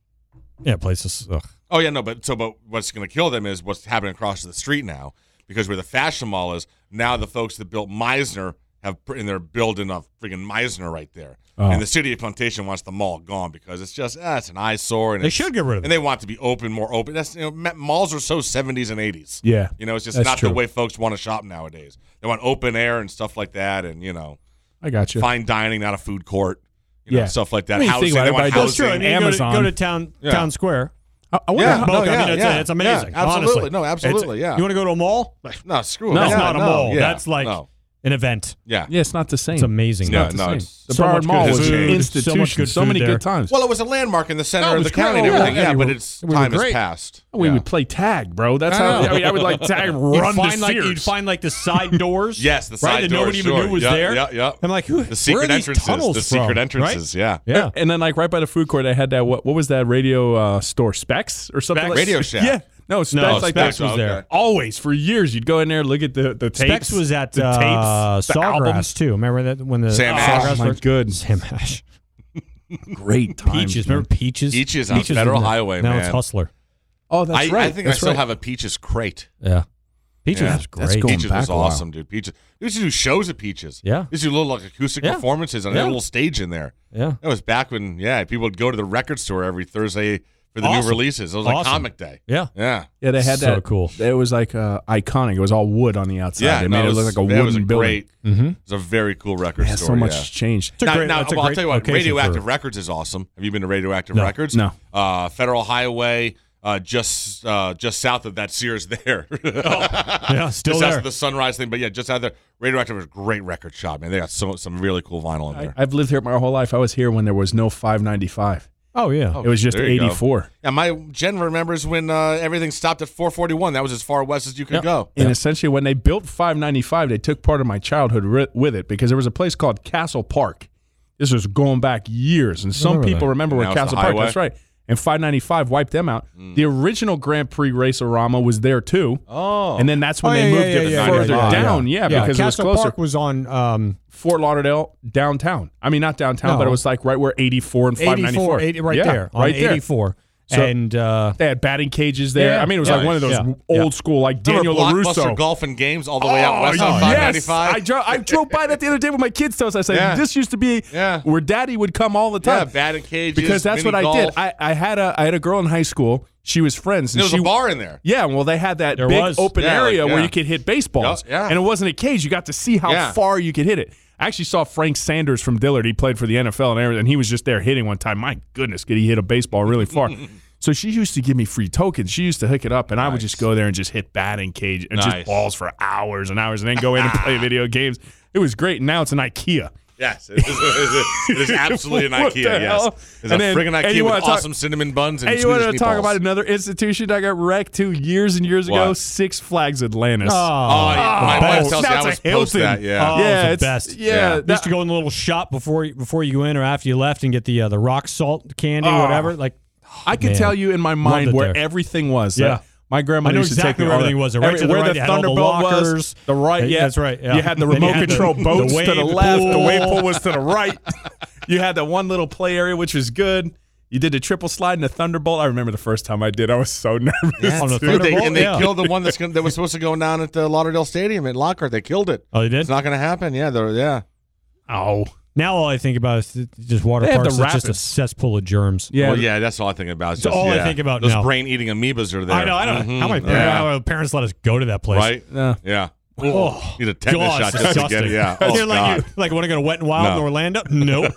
Speaker 4: yeah. Places. Ugh.
Speaker 3: Oh yeah, no. But so, but what's going to kill them is what's happening across the street now, because where the fashion mall is now, the folks that built Meisner have pr- and they're building a freaking Meisner right there.
Speaker 6: Oh.
Speaker 3: And the city of Plantation wants the mall gone because it's just ah, it's an eyesore. And
Speaker 4: They
Speaker 3: it's-
Speaker 4: should get rid of
Speaker 3: And they want to be open, more open. That's you know, ma- malls are so seventies and eighties.
Speaker 6: Yeah,
Speaker 3: You know, it's just
Speaker 6: that's
Speaker 3: not
Speaker 6: true.
Speaker 3: the way folks want to shop nowadays. They want open air and stuff like that, and you know,
Speaker 6: I got you.
Speaker 3: fine dining, not a food court, you know,
Speaker 6: Yeah.
Speaker 3: stuff like that.
Speaker 6: I mean,
Speaker 3: housing,
Speaker 6: think about
Speaker 3: they
Speaker 6: it,
Speaker 3: want
Speaker 6: but that's
Speaker 3: housing.
Speaker 6: true.
Speaker 4: you go to-
Speaker 6: Amazon.
Speaker 4: Go to, town
Speaker 3: Yeah.
Speaker 4: town square.
Speaker 6: I, I wonder
Speaker 3: Yeah.
Speaker 6: how-
Speaker 4: Both.
Speaker 3: No,
Speaker 4: I mean,
Speaker 3: yeah,
Speaker 4: it's,
Speaker 3: yeah,
Speaker 4: it's amazing.
Speaker 3: yeah, absolutely.
Speaker 4: honestly.
Speaker 3: No,
Speaker 4: It's-
Speaker 3: absolutely, yeah.
Speaker 4: You want to go to a mall?
Speaker 3: No, screw it.
Speaker 4: That's
Speaker 3: Yeah,
Speaker 4: not a
Speaker 3: no,
Speaker 4: mall.
Speaker 3: yeah,
Speaker 4: That's like
Speaker 3: no,
Speaker 4: an event.
Speaker 3: yeah.
Speaker 6: Yeah, it's not the same.
Speaker 4: It's amazing.
Speaker 3: Yeah,
Speaker 6: Not the
Speaker 3: no,
Speaker 6: same.
Speaker 3: it's-
Speaker 6: the
Speaker 4: so
Speaker 6: Broward
Speaker 4: much
Speaker 6: Mall
Speaker 4: good
Speaker 6: was
Speaker 4: food.
Speaker 6: an
Speaker 4: So
Speaker 6: institution.
Speaker 4: much
Speaker 6: So,
Speaker 4: good food
Speaker 6: many
Speaker 4: there.
Speaker 6: good times.
Speaker 3: Well, it was a landmark in the center
Speaker 6: No, it
Speaker 3: of the
Speaker 6: was great.
Speaker 3: county and
Speaker 6: Oh, yeah.
Speaker 3: everything. Yeah,
Speaker 6: Yeah, we
Speaker 3: but
Speaker 6: were-
Speaker 3: its
Speaker 6: we were
Speaker 3: time has
Speaker 6: great.
Speaker 3: passed.
Speaker 6: we
Speaker 3: yeah.
Speaker 6: would play tag, bro. That's how I, mean, I would like tag
Speaker 4: You'd
Speaker 6: run
Speaker 4: find
Speaker 6: to
Speaker 4: like
Speaker 6: Sears.
Speaker 4: you'd find like the side doors.
Speaker 3: Yes, the
Speaker 4: right,
Speaker 3: side
Speaker 4: that
Speaker 3: doors,
Speaker 4: nobody even
Speaker 3: sure.
Speaker 4: knew was
Speaker 3: Yeah,
Speaker 4: there.
Speaker 3: yeah, yeah.
Speaker 4: I'm like, who?
Speaker 3: the secret
Speaker 4: where are
Speaker 3: entrances.
Speaker 4: These tunnels
Speaker 3: The
Speaker 4: from?
Speaker 3: secret
Speaker 4: Right?
Speaker 3: entrances. Yeah.
Speaker 4: Yeah.
Speaker 6: And then like right by the food court, I had that what what was that radio uh, store Specs or something?
Speaker 4: Specs.
Speaker 6: Like,
Speaker 3: Radio Shack.
Speaker 6: Yeah, no Specs
Speaker 4: No,
Speaker 6: like
Speaker 4: Specs
Speaker 6: that.
Speaker 4: was
Speaker 3: okay.
Speaker 4: there.
Speaker 6: Always for years, you'd go in there, look at the the tapes.
Speaker 4: Specs was at
Speaker 6: the
Speaker 4: uh,
Speaker 6: tapes, the albums.
Speaker 4: Sawgrass too. Remember that when the
Speaker 3: Sam
Speaker 4: Sawgrass
Speaker 3: Ash.
Speaker 6: Oh my
Speaker 4: first-
Speaker 6: goodness,
Speaker 4: Sam Ash.
Speaker 6: great times.
Speaker 4: Peaches.
Speaker 6: man.
Speaker 4: Remember Peaches?
Speaker 3: Peaches on
Speaker 4: was
Speaker 3: Federal
Speaker 4: in there.
Speaker 3: Highway,
Speaker 4: Now it's
Speaker 3: man.
Speaker 4: Hustler.
Speaker 6: Oh, that's
Speaker 3: I,
Speaker 6: right.
Speaker 3: I think I
Speaker 6: that's
Speaker 3: still
Speaker 6: right.
Speaker 3: have a Peaches crate.
Speaker 4: Yeah. Peaches
Speaker 3: Yeah.
Speaker 4: was great.
Speaker 6: That's cool. Going
Speaker 3: Peaches
Speaker 6: back
Speaker 3: was
Speaker 6: a while.
Speaker 3: awesome, dude. Peaches. We used to do shows at Peaches.
Speaker 4: Yeah.
Speaker 3: We used to do little like acoustic
Speaker 4: Yeah.
Speaker 3: performances on a
Speaker 4: Yeah.
Speaker 3: little stage in there.
Speaker 4: Yeah.
Speaker 3: That was back when, yeah, people would go to the record store every Thursday for the
Speaker 4: Awesome.
Speaker 3: new releases. It was like
Speaker 4: Awesome.
Speaker 3: comic day.
Speaker 4: Yeah.
Speaker 3: Yeah.
Speaker 6: Yeah, they had
Speaker 4: So
Speaker 6: that.
Speaker 4: cool.
Speaker 6: It was like uh, iconic. It was all wood on the outside.
Speaker 3: Yeah.
Speaker 6: they
Speaker 3: no,
Speaker 6: made it,
Speaker 3: was-
Speaker 6: look like a
Speaker 3: that
Speaker 6: wooden
Speaker 3: was a
Speaker 6: building.
Speaker 3: Great, It was a very cool record
Speaker 6: yeah,
Speaker 3: store.
Speaker 6: so much
Speaker 3: yeah.
Speaker 6: has changed.
Speaker 4: a
Speaker 3: Now,
Speaker 4: great-
Speaker 3: now,
Speaker 4: that's a
Speaker 3: well, I'll
Speaker 4: great
Speaker 3: tell you what,
Speaker 4: location
Speaker 3: Radioactive
Speaker 4: for-
Speaker 3: Records is awesome. Have you been to Radioactive
Speaker 4: No.
Speaker 3: Records?
Speaker 6: No.
Speaker 3: Uh, Federal Highway, uh, just uh, just south of that Sears there.
Speaker 4: Yeah, Oh, still
Speaker 3: just south
Speaker 4: there.
Speaker 3: of the Sunrise thing. But yeah, just out there. Radioactive was a great record shop, man. They got so, some really cool vinyl in
Speaker 6: I,
Speaker 3: there.
Speaker 6: I've lived here my whole life. I was here when there was no 595.
Speaker 4: Oh yeah.
Speaker 6: it was just
Speaker 3: there you go.
Speaker 6: 84.
Speaker 3: yeah, my Jen remembers when uh, everything stopped at 441. That was as far west as you could go.
Speaker 6: And essentially, when they built 595, they took part of my childhood ri- with it because there was a place called Castle Park. This was going back years, and some
Speaker 4: remember
Speaker 6: people
Speaker 4: that.
Speaker 6: remember where
Speaker 3: Now it's the
Speaker 6: Castle Park.
Speaker 3: highway. Hmm.
Speaker 6: That's right. and 595 wiped them out. The original Grand Prix Racerama was there too.
Speaker 3: Oh.
Speaker 6: And then that's when
Speaker 4: Oh,
Speaker 6: they
Speaker 4: yeah,
Speaker 6: moved
Speaker 4: yeah,
Speaker 6: it
Speaker 4: yeah, yeah,
Speaker 6: further
Speaker 4: yeah, yeah.
Speaker 6: down. Yeah, because
Speaker 4: Castle
Speaker 6: it was closer.
Speaker 4: Park was on um,
Speaker 6: Fort Lauderdale downtown. I mean, not downtown,
Speaker 4: No.
Speaker 6: but it was like right where 84 and 594.
Speaker 4: 84, 80 right
Speaker 6: Yeah,
Speaker 4: there, on
Speaker 6: right there.
Speaker 4: 84.
Speaker 6: So-
Speaker 4: and uh,
Speaker 6: They had batting cages there.
Speaker 4: Yeah.
Speaker 6: I mean, it was
Speaker 3: Yeah.
Speaker 6: like one of those
Speaker 4: Yeah.
Speaker 6: old school, like Daniel
Speaker 3: Remember
Speaker 6: LaRusso.
Speaker 3: Blockbuster Golf and Games all the way
Speaker 4: Oh,
Speaker 3: out west on
Speaker 6: Oh, yes.
Speaker 3: 595?
Speaker 6: I, dro- I drove by that the other day with my kids' toast. I said,
Speaker 3: Yeah.
Speaker 6: this used to be
Speaker 3: Yeah.
Speaker 6: where daddy would come all the
Speaker 3: yeah,
Speaker 6: time.
Speaker 3: batting cages.
Speaker 6: because that's
Speaker 3: mini
Speaker 6: what I
Speaker 3: golf.
Speaker 6: did. I, I had a I had a girl in high school. She was friends. And
Speaker 3: there was
Speaker 6: she,
Speaker 3: a bar in there.
Speaker 6: Yeah, well, they had that
Speaker 4: There
Speaker 6: big
Speaker 4: was.
Speaker 6: open
Speaker 3: Yeah, like,
Speaker 6: area where
Speaker 3: yeah.
Speaker 6: you could hit baseballs.
Speaker 3: Yeah, yeah.
Speaker 6: And it wasn't a cage. You got to see how
Speaker 3: Yeah.
Speaker 6: far you could hit it. I actually saw Frank Sanders from Dillard. He played for the NFL and everything. He was just there hitting one time. My goodness, could he hit a baseball really far? so she used to give me free tokens. She used to hook it up, and I would just go there and just hit batting cage and
Speaker 3: Nice.
Speaker 6: just balls for hours and hours and then go in and play video games. It was great. And now it's an IKEA.
Speaker 3: Yes, it is, it is, it is absolutely an
Speaker 6: What
Speaker 3: IKEA.
Speaker 6: the
Speaker 3: Yes,
Speaker 6: hell?
Speaker 3: it's a
Speaker 6: And then-
Speaker 3: friggin'
Speaker 6: and
Speaker 3: IKEA
Speaker 6: you
Speaker 3: with
Speaker 6: wanna talk-
Speaker 3: awesome cinnamon buns and,
Speaker 6: Hey, you want to
Speaker 3: Swedish
Speaker 6: talk
Speaker 3: meatballs.
Speaker 6: about another institution I got wrecked to years and years ago?
Speaker 3: What?
Speaker 6: Six Flags Atlantis.
Speaker 3: Oh, yeah, my wife
Speaker 6: Oh,
Speaker 3: tells me I
Speaker 6: that's a
Speaker 3: was supposed to
Speaker 6: Hilton.
Speaker 3: that. Yeah,
Speaker 4: Oh, it was the
Speaker 6: yeah, it's
Speaker 4: best.
Speaker 6: Yeah,
Speaker 3: Yeah.
Speaker 4: used
Speaker 6: that-
Speaker 4: to go in the little shop before you- before you go in or after you left and get the uh, the rock salt candy,
Speaker 6: Oh.
Speaker 4: whatever. Like
Speaker 6: I could
Speaker 4: man.
Speaker 6: tell you in my mind
Speaker 4: it
Speaker 6: where
Speaker 4: there.
Speaker 6: everything was.
Speaker 4: Yeah.
Speaker 6: Like, my grandma
Speaker 4: I know
Speaker 6: used to take
Speaker 4: exactly
Speaker 6: me
Speaker 4: where
Speaker 6: all
Speaker 4: everything
Speaker 6: the-
Speaker 4: was. The right to the
Speaker 6: where
Speaker 4: right,
Speaker 6: the
Speaker 4: they had all the
Speaker 6: Thunderbolt was,
Speaker 4: walkers.
Speaker 6: the right.
Speaker 4: Yeah,
Speaker 6: Yeah,
Speaker 4: that's right, yeah.
Speaker 6: You had the
Speaker 4: Then you
Speaker 6: remote
Speaker 4: had the-
Speaker 6: control
Speaker 4: the
Speaker 6: boats to
Speaker 4: wave
Speaker 6: the left. The
Speaker 4: pool.
Speaker 6: wave pool was to the right. you had the one little play area, which was good. You did the triple slide and the thunderbolt. I remember the first time I did. I was so nervous.
Speaker 4: on the
Speaker 3: Dude,
Speaker 6: dude.
Speaker 3: they,
Speaker 4: Thunderbolt,
Speaker 3: and they
Speaker 4: yeah.
Speaker 3: killed the one that's gonna, that was supposed to go down at the Lauderdale Stadium at Lockhart. They killed it.
Speaker 4: Oh, they did?
Speaker 3: It's not going to happen. Yeah, they're, yeah.
Speaker 6: Oh,
Speaker 4: now, all I think about is th- just water
Speaker 6: They have
Speaker 4: parks.
Speaker 6: the
Speaker 4: It's just a
Speaker 6: rapids.
Speaker 4: cesspool of germs.
Speaker 6: yeah.
Speaker 3: Well, yeah, that's all I think about. It's
Speaker 4: It's
Speaker 3: just,
Speaker 4: all I
Speaker 3: yeah.
Speaker 4: think about
Speaker 3: Those
Speaker 4: now.
Speaker 3: brain-eating amoebas are there.
Speaker 4: I know. I don't.
Speaker 3: Mhm.
Speaker 4: How my parents,
Speaker 3: Yeah.
Speaker 4: how my parents let us go to that place?
Speaker 3: Right?
Speaker 6: Yeah.
Speaker 3: Yeah.
Speaker 4: Oh,
Speaker 3: Need a tetanus
Speaker 4: God,
Speaker 3: shot
Speaker 4: it's
Speaker 3: just to
Speaker 4: disgusting.
Speaker 3: get it. Yeah. Oh,
Speaker 4: You're like,
Speaker 3: God.
Speaker 4: you- like, want to go to Wet and Wild
Speaker 3: No.
Speaker 4: in Orlando? No.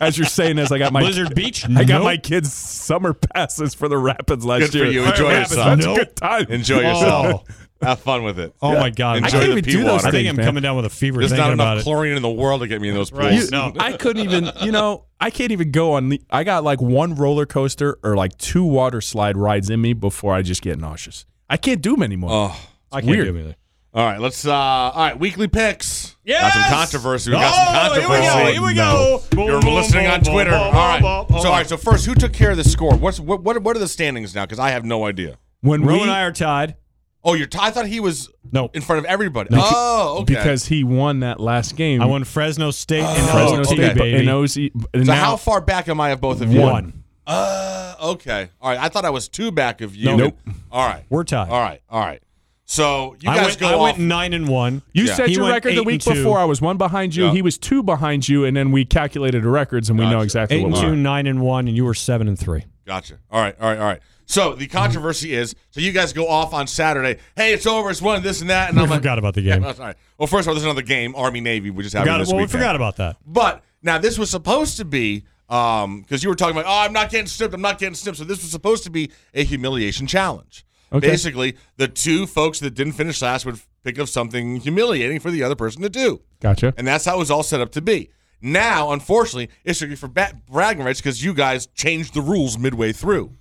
Speaker 6: As you're saying this, I got my
Speaker 4: Blizzard Beach?
Speaker 6: I got
Speaker 4: Nope.
Speaker 6: my kids summer passes for the Rapids
Speaker 3: Good
Speaker 6: last
Speaker 3: for
Speaker 6: year.
Speaker 3: you. Enjoy
Speaker 6: Rapids,
Speaker 3: yourself.
Speaker 6: That's
Speaker 4: Nope.
Speaker 6: a good time.
Speaker 3: Enjoy yourself. Have fun with it.
Speaker 4: Oh my God!
Speaker 3: Enjoy
Speaker 4: I can't
Speaker 3: the
Speaker 4: even
Speaker 3: pee
Speaker 4: do those.
Speaker 3: water.
Speaker 4: I think
Speaker 6: things,
Speaker 4: I'm
Speaker 6: man.
Speaker 4: coming down with a fever.
Speaker 3: There's
Speaker 4: thinking
Speaker 3: not
Speaker 4: about
Speaker 3: enough
Speaker 4: it.
Speaker 3: chlorine in the world to get me in those pools.
Speaker 4: Right.
Speaker 6: You-
Speaker 4: No.
Speaker 6: I couldn't even, you know, I can't even go on the. I got like one roller coaster or like two water slide rides in me before I just get nauseous. I can't do them anymore.
Speaker 3: Oh.
Speaker 4: I can't
Speaker 6: Weird.
Speaker 4: do anything.
Speaker 3: All right, let's. uh All right, weekly picks. Yeah. Got some
Speaker 4: Yes!
Speaker 3: controversy. We got some
Speaker 4: Oh, here we
Speaker 3: controversy.
Speaker 4: go, here we go. Boom,
Speaker 3: You're
Speaker 4: boom,
Speaker 3: listening
Speaker 4: boom,
Speaker 3: on
Speaker 4: boom,
Speaker 3: Twitter.
Speaker 4: boom,
Speaker 3: all right.
Speaker 4: boom, boom.
Speaker 3: so, all right. So first, who took care of the score? What's what? What, what are the standings now? Because I have no idea.
Speaker 6: when
Speaker 4: Roe
Speaker 6: we,
Speaker 4: and I are tied.
Speaker 3: Oh, you're. T- I thought he was
Speaker 4: No.
Speaker 3: in front of everybody. oh, okay.
Speaker 6: because he won that last game,
Speaker 4: I won Fresno State and
Speaker 6: Fresno
Speaker 4: Fresno
Speaker 3: okay.
Speaker 6: State
Speaker 4: State,
Speaker 6: but-
Speaker 4: baby.
Speaker 6: and OC. and
Speaker 3: so
Speaker 6: now,
Speaker 3: how far back am I of both of you?
Speaker 4: One.
Speaker 3: Uh, okay. All right. I thought I was two back of you.
Speaker 6: Nope.
Speaker 3: All right.
Speaker 4: We're tied.
Speaker 3: All right. All right. So you
Speaker 4: I
Speaker 3: guys
Speaker 4: went,
Speaker 3: go
Speaker 4: I
Speaker 3: off.
Speaker 4: went nine and one.
Speaker 6: you
Speaker 3: Yeah.
Speaker 6: said
Speaker 4: He
Speaker 6: your
Speaker 4: went
Speaker 6: record
Speaker 4: eight
Speaker 6: the
Speaker 4: and
Speaker 6: week
Speaker 4: two.
Speaker 6: before. I was one behind you.
Speaker 3: Yeah.
Speaker 6: He was two behind you, and then we calculated the records, and we know
Speaker 3: Gotcha.
Speaker 6: exactly
Speaker 4: Eight
Speaker 6: what
Speaker 4: and
Speaker 6: we
Speaker 4: two,
Speaker 6: were.
Speaker 4: nine and one, and you were seven and three.
Speaker 3: Gotcha. All right. All right. All right. So the controversy is so you guys go off on Saturday. Hey, it's over. It's one, this, and that. And
Speaker 4: We
Speaker 3: I'm like,
Speaker 4: forgot about the game.
Speaker 3: That's all right. Well, first of all, there's another game, Army Navy. We just having
Speaker 4: Forgot-
Speaker 3: this
Speaker 4: well, we
Speaker 3: weekend.
Speaker 4: forgot about that.
Speaker 3: But now this was supposed to be because you were talking about, oh, I'm not getting snipped. I'm not getting snipped. So this was supposed to be a humiliation challenge.
Speaker 6: Okay.
Speaker 3: Basically, the two folks that didn't finish last would pick up something humiliating for the other person to do.
Speaker 6: Gotcha.
Speaker 3: And that's how it was all set up to be. Now, unfortunately, it's strictly for ba- bragging rights because you guys changed the rules midway through.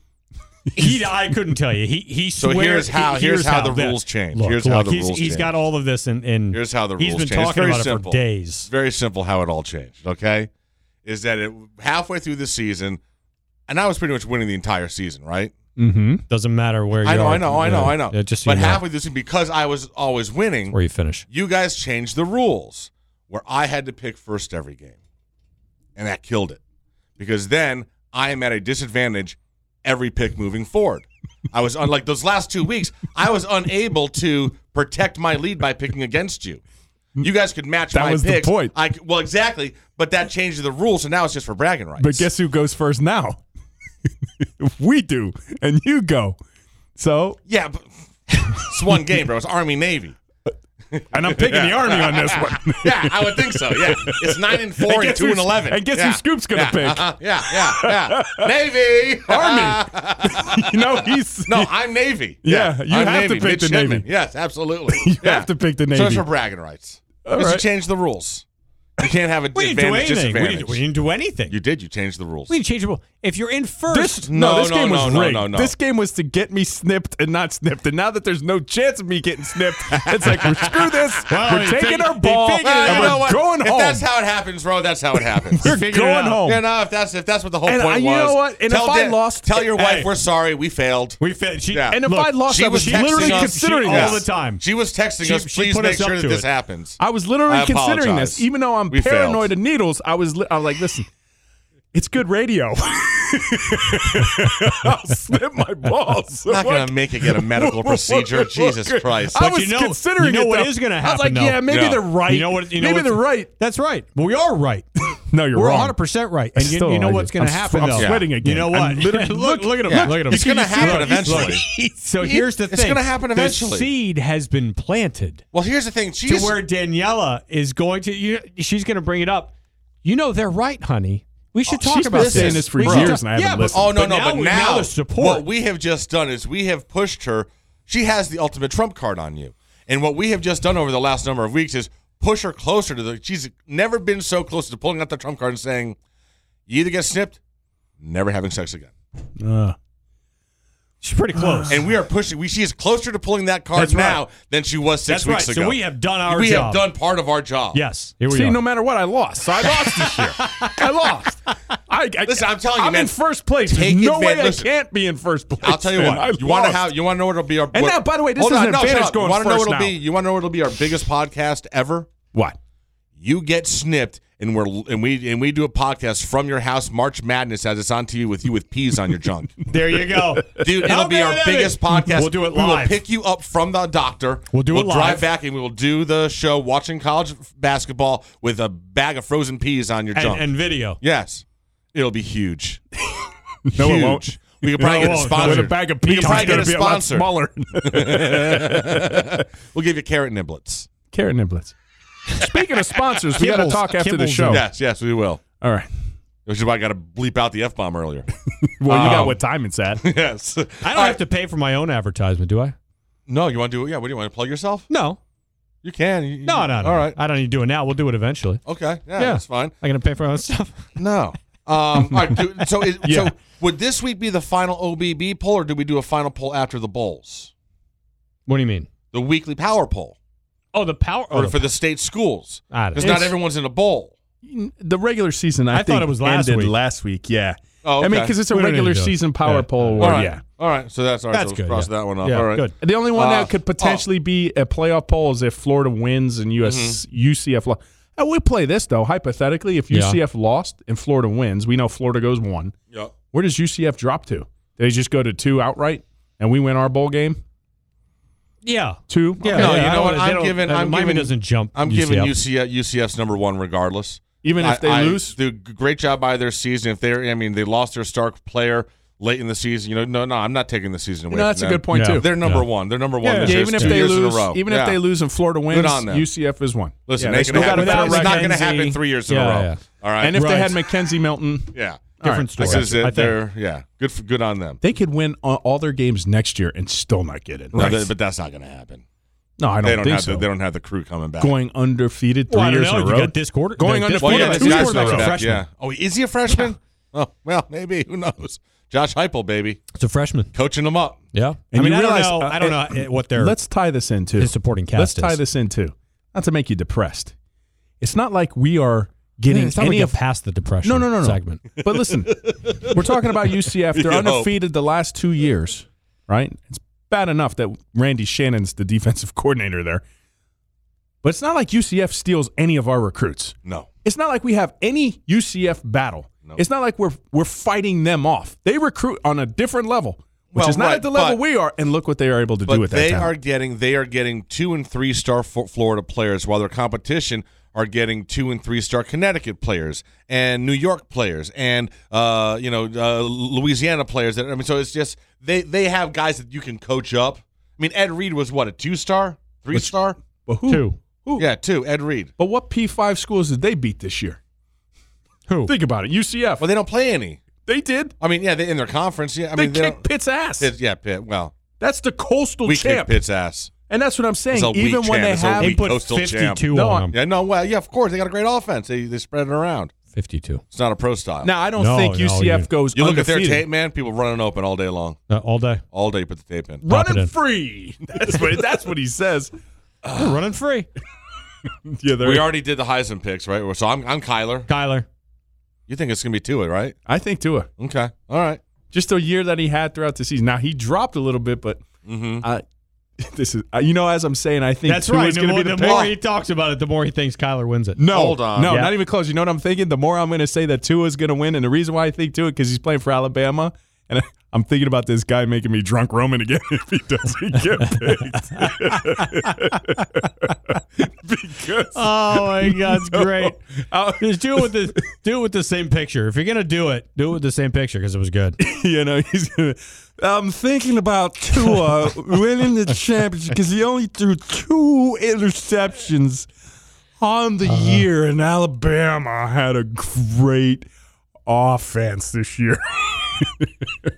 Speaker 4: He, I couldn't tell you. He, he
Speaker 3: So
Speaker 4: swears.
Speaker 3: here's how-
Speaker 4: he-
Speaker 3: here's how the
Speaker 4: that-
Speaker 3: rules change.
Speaker 4: Look,
Speaker 3: Here's how
Speaker 4: look,
Speaker 3: the
Speaker 4: he's-
Speaker 3: rules
Speaker 4: He's
Speaker 3: change.
Speaker 4: got all of this, and and
Speaker 3: Here's how the
Speaker 4: he's
Speaker 3: rules
Speaker 4: been
Speaker 3: change. It's
Speaker 4: talking
Speaker 3: very
Speaker 4: about
Speaker 3: simple.
Speaker 4: it for days.
Speaker 3: It's very simple how it all changed, okay? Is that it halfway through the season, and I was pretty much winning the entire season, right?
Speaker 6: Mm-hmm.
Speaker 4: Doesn't matter where you
Speaker 3: I know,
Speaker 4: are.
Speaker 3: I know, I know,
Speaker 4: Yeah.
Speaker 3: I know.
Speaker 4: Yeah, just so
Speaker 3: but
Speaker 4: you know
Speaker 3: halfway through the season, because I was always winning,
Speaker 4: where you finish.
Speaker 3: you guys changed the rules where I had to pick first every game. And that killed it. Because then I am at a disadvantage every pick moving forward. I was unlike those last two weeks, I was unable to protect my lead by picking against you. You guys could match
Speaker 6: That
Speaker 3: my
Speaker 6: was the
Speaker 3: picks.
Speaker 6: point.
Speaker 3: I c- well, exactly, but that changes the rules, so now it's just for bragging rights.
Speaker 6: But guess who goes first now? we do, and you go. So,
Speaker 3: yeah, but it's one game, bro. It's Army Navy.
Speaker 6: and I'm picking the army on this one.
Speaker 3: Yeah, I would think so. Yeah, it's nine and four and,
Speaker 6: guess
Speaker 3: two
Speaker 6: who-
Speaker 3: and eleven.
Speaker 6: and guess who
Speaker 3: Yeah.
Speaker 6: Scoop's gonna
Speaker 3: Yeah,
Speaker 6: pick?
Speaker 3: uh-huh. Yeah, yeah, yeah. Navy, Army.
Speaker 6: you know, he's
Speaker 3: No, I'm Navy.
Speaker 6: Yeah, you
Speaker 3: I'm
Speaker 6: have to pick
Speaker 3: Mitch
Speaker 6: the Navy.
Speaker 3: Hedman. Yes, absolutely.
Speaker 6: You have to pick the
Speaker 3: So
Speaker 6: Navy.
Speaker 3: it's for bragging rights.
Speaker 6: All
Speaker 3: Just
Speaker 6: right.
Speaker 3: change the rules. You can't have an
Speaker 4: We didn't do
Speaker 3: advantage
Speaker 4: anything. We
Speaker 3: disadvantage.
Speaker 4: didn't, we didn't do anything.
Speaker 3: you did. You changed the rules.
Speaker 4: we didn't change the rule. If you're in first,
Speaker 6: This, no,
Speaker 3: No,
Speaker 6: this
Speaker 3: no,
Speaker 6: game
Speaker 3: no,
Speaker 6: was
Speaker 3: no,
Speaker 6: rigged.
Speaker 3: no, no.
Speaker 6: This game was to get me snipped and not snipped. And now that there's no chance of me getting snipped, it's like, well, screw this.
Speaker 4: Well,
Speaker 6: we're
Speaker 4: he
Speaker 6: taking
Speaker 4: fig-
Speaker 6: our
Speaker 4: he
Speaker 6: ball
Speaker 4: figured it out.
Speaker 6: and
Speaker 3: You
Speaker 6: we're
Speaker 3: know what?
Speaker 6: going
Speaker 3: if
Speaker 6: home.
Speaker 3: that's how it happens, bro, that's how it happens.
Speaker 6: we're
Speaker 4: figured it out.
Speaker 6: going home.
Speaker 3: Yeah, no, if that's if that's what the whole
Speaker 6: And, uh,
Speaker 3: point
Speaker 6: you
Speaker 3: was.
Speaker 6: know what? And
Speaker 3: tell
Speaker 6: if I
Speaker 3: Dan-
Speaker 6: lost-
Speaker 3: tell your wife
Speaker 4: Hey.
Speaker 3: we're sorry, we failed.
Speaker 4: we fit. She,
Speaker 3: Yeah.
Speaker 6: And if I lost,
Speaker 4: she
Speaker 6: I was
Speaker 4: she
Speaker 6: texting
Speaker 4: literally
Speaker 6: us.
Speaker 4: considering
Speaker 6: She-
Speaker 4: all
Speaker 3: Yes.
Speaker 4: the time.
Speaker 3: She was texting
Speaker 4: She-
Speaker 3: us.
Speaker 4: she
Speaker 3: Please
Speaker 4: put
Speaker 3: make
Speaker 4: us up
Speaker 3: sure that
Speaker 4: to
Speaker 3: this
Speaker 4: it."
Speaker 3: happens.
Speaker 6: I was literally
Speaker 3: I
Speaker 6: considering
Speaker 3: apologize.
Speaker 6: this, even though I'm
Speaker 3: We failed.
Speaker 6: paranoid of needles. I was, li- I was like, listen, it's good radio. I'll snip my balls.
Speaker 3: I'm not going to make it get a medical procedure. Jesus Christ.
Speaker 6: I
Speaker 4: But
Speaker 6: was
Speaker 4: you know-
Speaker 6: considering
Speaker 4: you know
Speaker 6: it,
Speaker 4: what
Speaker 6: though.
Speaker 4: is gonna
Speaker 6: I was like,
Speaker 4: happen, though.
Speaker 6: yeah, maybe
Speaker 3: Yeah.
Speaker 6: they're right.
Speaker 4: You know what? You know
Speaker 6: maybe
Speaker 4: what's-
Speaker 6: they're right.
Speaker 4: That's right. Well, we are right.
Speaker 6: No, you're
Speaker 4: We're
Speaker 6: wrong.
Speaker 4: 100 percent right. And you,
Speaker 6: still
Speaker 4: you know
Speaker 6: don't
Speaker 4: what's going
Speaker 6: like it.
Speaker 4: to
Speaker 6: I'm s-
Speaker 4: happen?
Speaker 6: I'm
Speaker 4: though.
Speaker 6: sweating again.
Speaker 4: You know what?
Speaker 6: I'm literally-
Speaker 4: look, look at him.
Speaker 3: Yeah.
Speaker 4: Look at him.
Speaker 3: It's going to
Speaker 4: You see
Speaker 3: happen
Speaker 4: it?
Speaker 3: eventually.
Speaker 4: So here's the thing.
Speaker 3: It's going to happen eventually.
Speaker 4: The seed has been planted
Speaker 3: well, here's the thing.
Speaker 4: to
Speaker 3: She's
Speaker 4: where Daniela is going to. You, she's going to bring it up. You know they're right, honey. We should talk
Speaker 6: she's been
Speaker 4: about this.
Speaker 6: saying this for
Speaker 4: We should
Speaker 6: years
Speaker 4: talk-
Speaker 6: and I haven't
Speaker 4: yeah, but-
Speaker 6: listened.
Speaker 3: Oh no,
Speaker 4: but
Speaker 3: no,
Speaker 4: now
Speaker 3: but
Speaker 4: we-
Speaker 3: now,
Speaker 4: the support.
Speaker 3: What we have just done is we have pushed her. She has the ultimate trump card on you, and what we have just done over the last number of weeks is push her closer to the. She's never been so close to pulling out the trump card and saying, "You either get snipped, never having sex again."
Speaker 4: she's pretty close.
Speaker 3: And we are pushing. We she is closer to pulling that card
Speaker 4: That's right.
Speaker 3: now than she was six
Speaker 4: That's
Speaker 3: weeks
Speaker 4: right.
Speaker 3: ago.
Speaker 4: So we have done our
Speaker 3: we
Speaker 4: job.
Speaker 3: have done part of our job.
Speaker 4: Yes. Here we
Speaker 6: See,
Speaker 4: are.
Speaker 6: no matter what, I lost. So I lost this year. I lost. I, I,
Speaker 3: Listen, I'm telling you,
Speaker 6: I'm
Speaker 3: man,
Speaker 6: in first place.
Speaker 3: take
Speaker 6: There's no way
Speaker 3: advantage- listen.
Speaker 6: I can't be in first place.
Speaker 3: I'll tell you
Speaker 6: man. I
Speaker 3: what. You want to
Speaker 6: lost.
Speaker 3: have. You want to know what'll be our.
Speaker 6: And
Speaker 3: what-
Speaker 6: now, by the way, this
Speaker 3: Hold
Speaker 6: is
Speaker 3: on,
Speaker 6: an
Speaker 3: no, shut
Speaker 6: advantage
Speaker 3: up.
Speaker 6: going
Speaker 3: You wanna know
Speaker 6: first
Speaker 3: what'll
Speaker 6: now.
Speaker 3: be? You want to know what'll be our biggest podcast ever?
Speaker 6: what?
Speaker 3: you get snipped and we're and we and we do a podcast from your house march madness as it's on tv with you with peas on your junk
Speaker 4: there you go.
Speaker 3: dude it'll
Speaker 4: How
Speaker 3: be
Speaker 4: good
Speaker 3: our
Speaker 4: would that
Speaker 3: biggest
Speaker 4: be?
Speaker 3: podcast
Speaker 4: We'll do it
Speaker 3: we will
Speaker 4: live.
Speaker 3: pick you up from the doctor
Speaker 4: We'll do
Speaker 3: we'll
Speaker 4: it
Speaker 3: drive
Speaker 4: live.
Speaker 3: back and we will do the show watching college f- basketball with a bag of frozen peas on your junk
Speaker 4: And, and video.
Speaker 3: yes it'll be huge
Speaker 6: No,
Speaker 3: huge
Speaker 6: it won't.
Speaker 3: we could probably
Speaker 4: No, it
Speaker 3: get a
Speaker 4: won't.
Speaker 3: sponsor
Speaker 6: With a bag of peas,
Speaker 3: we
Speaker 6: it's
Speaker 3: could probably
Speaker 6: going
Speaker 3: get
Speaker 6: to
Speaker 3: a
Speaker 6: be a lot
Speaker 3: sponsor
Speaker 6: smaller.
Speaker 3: we'll give you carrot niblets
Speaker 6: Carrot niblets. Speaking of sponsors, we got to
Speaker 4: Kibbles-
Speaker 6: talk after the
Speaker 4: Kibbles
Speaker 6: show.
Speaker 4: Oh.
Speaker 3: yes yes we will
Speaker 6: All right.
Speaker 3: which is why i got to bleep out the f-bomb earlier
Speaker 6: Well, you got what time it's at.
Speaker 3: yes
Speaker 4: I don't have to pay for my own advertisement, do I?
Speaker 3: no you want to do yeah what do you want to plug yourself
Speaker 4: No.
Speaker 3: You can. You-
Speaker 4: No,
Speaker 3: you-
Speaker 4: no, no.
Speaker 3: All right.
Speaker 4: I don't need to do it now. We'll do it eventually.
Speaker 3: Okay. Yeah,
Speaker 4: Yeah.
Speaker 3: that's fine.
Speaker 4: I'm going to pay for my own stuff.
Speaker 3: No. Um, all right. Do, so, is,
Speaker 6: Yeah.
Speaker 3: so would this week be the final OBB poll, or do we do a final poll after the bowls?
Speaker 4: What do you mean?
Speaker 3: The weekly power poll
Speaker 4: Oh, the power.
Speaker 3: or
Speaker 4: oh,
Speaker 3: for the state schools,
Speaker 4: I don't
Speaker 3: because
Speaker 4: know.
Speaker 3: not everyone's in a bowl.
Speaker 6: The regular season, I,
Speaker 4: I thought
Speaker 6: think,
Speaker 4: it was last
Speaker 6: ended
Speaker 4: week.
Speaker 6: last week. Yeah.
Speaker 3: Oh,
Speaker 6: I mean,
Speaker 3: okay.
Speaker 6: because it's a
Speaker 4: We don't need
Speaker 6: regular
Speaker 4: to do it.
Speaker 6: season power
Speaker 4: Yeah.
Speaker 6: poll
Speaker 3: all
Speaker 6: award.
Speaker 3: right.
Speaker 6: Yeah.
Speaker 3: All right. So that's all right.
Speaker 4: That's
Speaker 3: so
Speaker 4: good.
Speaker 3: Cross
Speaker 4: yeah.
Speaker 3: that one off.
Speaker 4: Yeah,
Speaker 3: all right.
Speaker 4: Good.
Speaker 6: The only one
Speaker 3: Uh,
Speaker 6: that could potentially be a playoff poll is if Florida wins and US
Speaker 3: Mm-hmm.
Speaker 6: UCF lost. I would Uh, play this though. Hypothetically, if
Speaker 4: Yeah.
Speaker 6: UCF lost and Florida wins, we know Florida goes one.
Speaker 3: Yep.
Speaker 6: Where does UCF drop to? They just go to two outright, and we win our bowl game
Speaker 4: Yeah.
Speaker 6: two.
Speaker 3: No,
Speaker 4: Yeah, yeah,
Speaker 3: you
Speaker 4: I
Speaker 3: know what?
Speaker 4: don't- they
Speaker 3: I'm
Speaker 4: don't-
Speaker 3: giving.
Speaker 4: uh,
Speaker 3: I'm
Speaker 4: Miami
Speaker 3: giving.
Speaker 4: doesn't jump.
Speaker 3: I'm giving UCF,
Speaker 4: UCF.
Speaker 3: UCF's number one regardless.
Speaker 6: Even if they
Speaker 3: I- I-
Speaker 6: lose,
Speaker 3: the great job by their season. If they're, I mean, they lost their star player late in the season. You know, no, no, I'm not taking the season away.
Speaker 6: no, that's
Speaker 3: from
Speaker 6: a
Speaker 3: them.
Speaker 6: good point
Speaker 4: Yeah.
Speaker 6: too.
Speaker 3: They're number one. They're number one.
Speaker 6: yeah,
Speaker 3: this
Speaker 6: yeah,
Speaker 3: year.
Speaker 6: even
Speaker 3: It's
Speaker 6: if
Speaker 3: two
Speaker 6: they
Speaker 3: years in a
Speaker 6: lose,
Speaker 3: row.
Speaker 6: even
Speaker 3: Yeah.
Speaker 6: if they lose and Florida wins,
Speaker 3: on them.
Speaker 6: UCF is one.
Speaker 3: listen,
Speaker 6: Yeah,
Speaker 3: they
Speaker 6: still
Speaker 3: can have
Speaker 6: gotta
Speaker 3: it.
Speaker 6: finish
Speaker 3: It's not
Speaker 6: second.
Speaker 3: going to happen
Speaker 4: McKenzie.
Speaker 3: three years in
Speaker 4: Yeah,
Speaker 3: a row.
Speaker 4: yeah.
Speaker 3: All right,
Speaker 6: And if they
Speaker 4: Right.
Speaker 6: had McKenzie Milton,
Speaker 3: yeah,
Speaker 6: All
Speaker 4: Different story.
Speaker 3: this is
Speaker 4: I
Speaker 3: it.
Speaker 4: think.
Speaker 3: They're yeah, good for, good on them.
Speaker 6: they could win a- all their games next year and still not get it.
Speaker 3: No, th- but that's not going to happen.
Speaker 6: No, I don't,
Speaker 3: They don't
Speaker 6: think
Speaker 3: have
Speaker 6: so.
Speaker 3: the, they don't have the crew coming back.
Speaker 6: going undefeated three
Speaker 4: Well, I don't
Speaker 6: years
Speaker 4: know.
Speaker 6: in a
Speaker 4: You
Speaker 6: row.
Speaker 4: got this quarter.
Speaker 6: Going
Speaker 4: the-
Speaker 6: under
Speaker 4: this-
Speaker 3: well, yeah,
Speaker 6: Yeah,
Speaker 3: but
Speaker 6: two
Speaker 3: Josh
Speaker 6: quarterbacks
Speaker 3: is
Speaker 6: are
Speaker 3: back,
Speaker 4: freshman.
Speaker 3: Yeah. Oh, is he a freshman? Oh, well, maybe. Who knows? Josh Heupel, baby,
Speaker 4: It's a freshman.
Speaker 3: coaching him up.
Speaker 4: Yeah.
Speaker 6: And
Speaker 4: I mean,
Speaker 6: you realize,
Speaker 4: I don't know,
Speaker 6: uh,
Speaker 4: I don't know uh, what their
Speaker 6: Let's tie this in too.
Speaker 4: his supporting cast
Speaker 6: Let's tie
Speaker 4: is.
Speaker 6: this in too. Not to make you depressed. It's not like we are getting
Speaker 4: Yeah, it's not
Speaker 6: any
Speaker 4: like
Speaker 6: of.
Speaker 4: a past the depression
Speaker 6: no, no, no, no.
Speaker 4: segment.
Speaker 6: But listen, we're talking about UCF. They're
Speaker 3: You
Speaker 6: undefeated the last two years, right? It's bad enough that Randy Shannon's the defensive coordinator there. But it's not like UCF steals any of our recruits.
Speaker 3: No,
Speaker 6: It's not like we have any UCF battle. It's not like we're we're fighting them off. They recruit on a different level, which
Speaker 3: Well,
Speaker 6: is not
Speaker 3: right,
Speaker 6: at the level
Speaker 3: but-
Speaker 6: we are. And look what they are able to
Speaker 3: but
Speaker 6: do with
Speaker 3: they
Speaker 6: that.
Speaker 3: are
Speaker 6: talent.
Speaker 3: getting they are getting two and three star Fo- Florida players, while their competition are getting two and three star Connecticut players and New York players and uh, you know uh, Louisiana players. That I mean, so it's just they they have guys that you can coach up. I mean, Ed Reed was what a two star, three star,
Speaker 6: but who?
Speaker 4: Two.
Speaker 6: Who?
Speaker 3: yeah, two. Ed Reed.
Speaker 6: But what P5 schools did they beat this year?
Speaker 4: Who?
Speaker 6: Think about it. UCF.
Speaker 3: Well, they don't play any.
Speaker 6: they did.
Speaker 3: I mean, yeah, they in their conference. Yeah, I mean,
Speaker 6: they
Speaker 3: they
Speaker 6: kicked Pitt's ass.
Speaker 3: don't, yeah, Pitt. Well,
Speaker 6: That's the coastal
Speaker 3: we kicked
Speaker 6: champ.
Speaker 3: Pitt's ass.
Speaker 6: And that's what I'm saying.
Speaker 3: It's a weak
Speaker 6: Even when
Speaker 3: champ.
Speaker 6: they
Speaker 3: It's a
Speaker 6: have
Speaker 4: They
Speaker 3: weak
Speaker 4: put
Speaker 3: coastal champ.
Speaker 4: 52
Speaker 6: No,
Speaker 4: on them.
Speaker 3: Yeah, no, well, yeah, of course. They got a great offense. They, they spread it around.
Speaker 4: 52.
Speaker 3: It's not a pro style.
Speaker 6: now, I don't
Speaker 4: No,
Speaker 6: think
Speaker 4: no,
Speaker 6: UCF
Speaker 4: you-
Speaker 6: goes.
Speaker 3: you look at their
Speaker 6: undefeated.
Speaker 3: tape, man, people running open all day long.
Speaker 4: Uh, all day.
Speaker 3: All day, put the tape in.
Speaker 4: Pop it
Speaker 6: running
Speaker 4: in.
Speaker 6: free. That's what that's what he says.
Speaker 4: They're running free.
Speaker 6: Yeah, there.
Speaker 3: We already did the Heisman picks, right? So I'm, I'm Kyler.
Speaker 4: Kyler.
Speaker 3: You think it's going to be Tua, right?
Speaker 6: I think Tua.
Speaker 3: Okay. All right.
Speaker 6: Just a year that he had throughout the season. Now he dropped a little bit, but uh, this is uh, you know as I'm saying, I think
Speaker 4: Mm-hmm. That's
Speaker 6: Tua's
Speaker 4: right. The,
Speaker 6: Going to
Speaker 4: more,
Speaker 6: be the,
Speaker 4: the more
Speaker 6: pick.
Speaker 4: he talks about it, the more he thinks Kyler wins it.
Speaker 6: No,
Speaker 3: Hold on.
Speaker 6: No,
Speaker 4: Yeah.
Speaker 6: not even close. You know what I'm thinking? The more I'm going to say that Tua is going to win, and the reason why I think Tua because he's playing for Alabama, and I- I'm thinking about this guy making me drunk Roman again if he doesn't get picked. because
Speaker 4: Oh my God, it's great.
Speaker 6: I-
Speaker 4: Just do it with the do it with the same picture. If you're gonna do it, do it with the same picture because it was good.
Speaker 6: you know he's gonna. I'm thinking about Tua winning the championship because he only threw two interceptions on the
Speaker 4: Uh-huh.
Speaker 6: year, and Alabama had a great offense this year.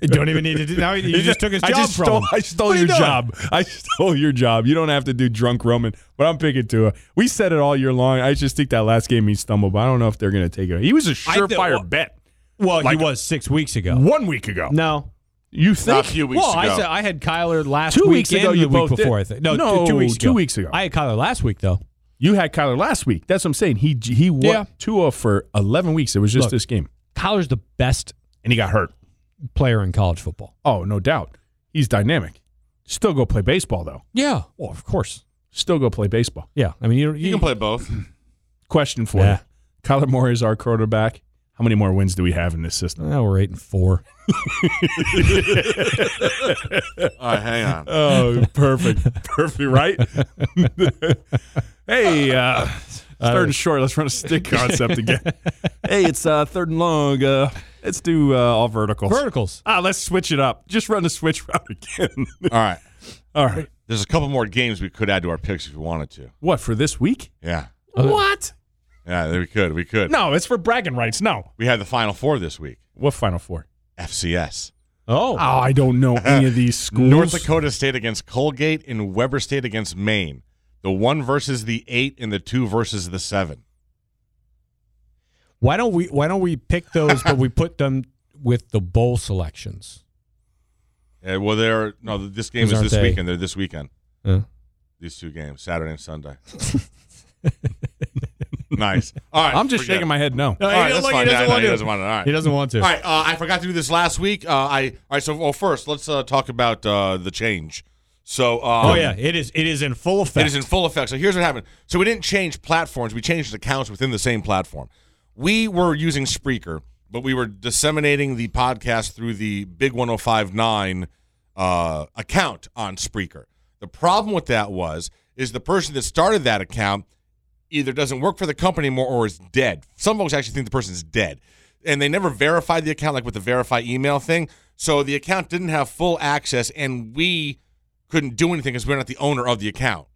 Speaker 4: You don't even need to. Do, now you just took his job
Speaker 6: I just
Speaker 4: from
Speaker 6: stole,
Speaker 4: him.
Speaker 6: I stole
Speaker 4: What are you
Speaker 6: your
Speaker 4: doing?
Speaker 6: job. I stole your job. You don't have to do drunk Roman, but I'm picking Tua. We said it all year long. I just think that last game he stumbled, but I don't know if they're going to take it. He was a
Speaker 4: I thi-
Speaker 6: surefire
Speaker 4: wh-
Speaker 6: bet
Speaker 4: Well,
Speaker 6: Like-
Speaker 4: he was six weeks ago.
Speaker 6: one week ago.
Speaker 4: No.
Speaker 6: You
Speaker 3: Not
Speaker 6: think?
Speaker 3: a few weeks
Speaker 4: Well,
Speaker 3: ago.
Speaker 4: I said I had Kyler last
Speaker 6: Two
Speaker 4: week
Speaker 6: weeks ago,
Speaker 4: and
Speaker 6: you
Speaker 4: the week
Speaker 6: both
Speaker 4: before. I
Speaker 6: did.
Speaker 4: think no, two-
Speaker 6: No,
Speaker 4: two weeks
Speaker 6: two
Speaker 4: ago.
Speaker 6: weeks ago.
Speaker 4: I had Kyler last week though.
Speaker 6: You had Kyler last week. That's what I'm saying. He he won
Speaker 4: Yeah.
Speaker 6: Tua for 11 weeks. It was just
Speaker 4: Look.
Speaker 6: this game,
Speaker 4: Kyler's the best
Speaker 6: and he got hurt.
Speaker 4: player in college football.
Speaker 6: Oh, no doubt. He's dynamic. Still go play baseball though.
Speaker 4: Yeah. Well, of course.
Speaker 6: Still go play baseball.
Speaker 4: Yeah. I mean, you,
Speaker 3: You can play both.
Speaker 6: Question for
Speaker 4: Yeah.
Speaker 6: you: Kyler Moore is our quarterback. How many more wins do we have in this system?
Speaker 4: Now we're eight and four.
Speaker 3: All right, hang on.
Speaker 6: Oh, perfect. Perfect, right? hey, uh, it's third and short. Let's run a stick concept again. hey, it's uh, third and long. Uh, let's do uh, all verticals.
Speaker 4: Verticals.
Speaker 6: ah, let's switch it up. Just run the switch route again.
Speaker 3: All right.
Speaker 6: all right.
Speaker 3: There's a couple more games we could add to our picks if we wanted to.
Speaker 6: What, for this week?
Speaker 3: Yeah.
Speaker 6: What?
Speaker 3: Yeah, we could. We could.
Speaker 6: No, it's for bragging rights. No.
Speaker 3: We had the final four this week
Speaker 6: What Final Four?
Speaker 3: FCS.
Speaker 4: Oh.
Speaker 6: Oh, I don't know any of these schools.
Speaker 3: North Dakota State against Colgate and Weber State against Maine. The one versus the eight and the two versus the seven.
Speaker 4: Why don't we why don't we pick those but we put them with the bowl selections?
Speaker 3: Uh, well, they're no. This game
Speaker 4: Those
Speaker 3: is
Speaker 4: aren't
Speaker 3: this
Speaker 4: they-
Speaker 3: weekend. They're this weekend.
Speaker 4: Huh?
Speaker 3: These two games, Saturday and Sunday. nice. All right,
Speaker 6: I'm just
Speaker 3: forget
Speaker 6: shaking
Speaker 3: it.
Speaker 6: my head no.
Speaker 4: No,
Speaker 3: All right, that's
Speaker 4: look,
Speaker 3: fine. Yeah, I know,
Speaker 4: want
Speaker 3: he
Speaker 4: to.
Speaker 3: doesn't want it. All right.
Speaker 4: He doesn't want to.
Speaker 3: All right, uh, I forgot to do this last week. Uh, I all right. So, well, first, let's uh, talk about uh, the change. So, uh,
Speaker 4: Oh yeah, it is. It is in full effect.
Speaker 3: It is in full effect. So here's what happened. So we didn't change platforms. We changed accounts within the same platform. We were using Spreaker, but we were disseminating the podcast through the Big 1059 uh, account on Spreaker. The problem with that was is the person that started that account either doesn't work for the company anymore or is dead. Some folks actually think the person's dead. And they never verified the account, like with the verify email thing. So the account didn't have full access, and we couldn't do anything because we're not the owner of the account.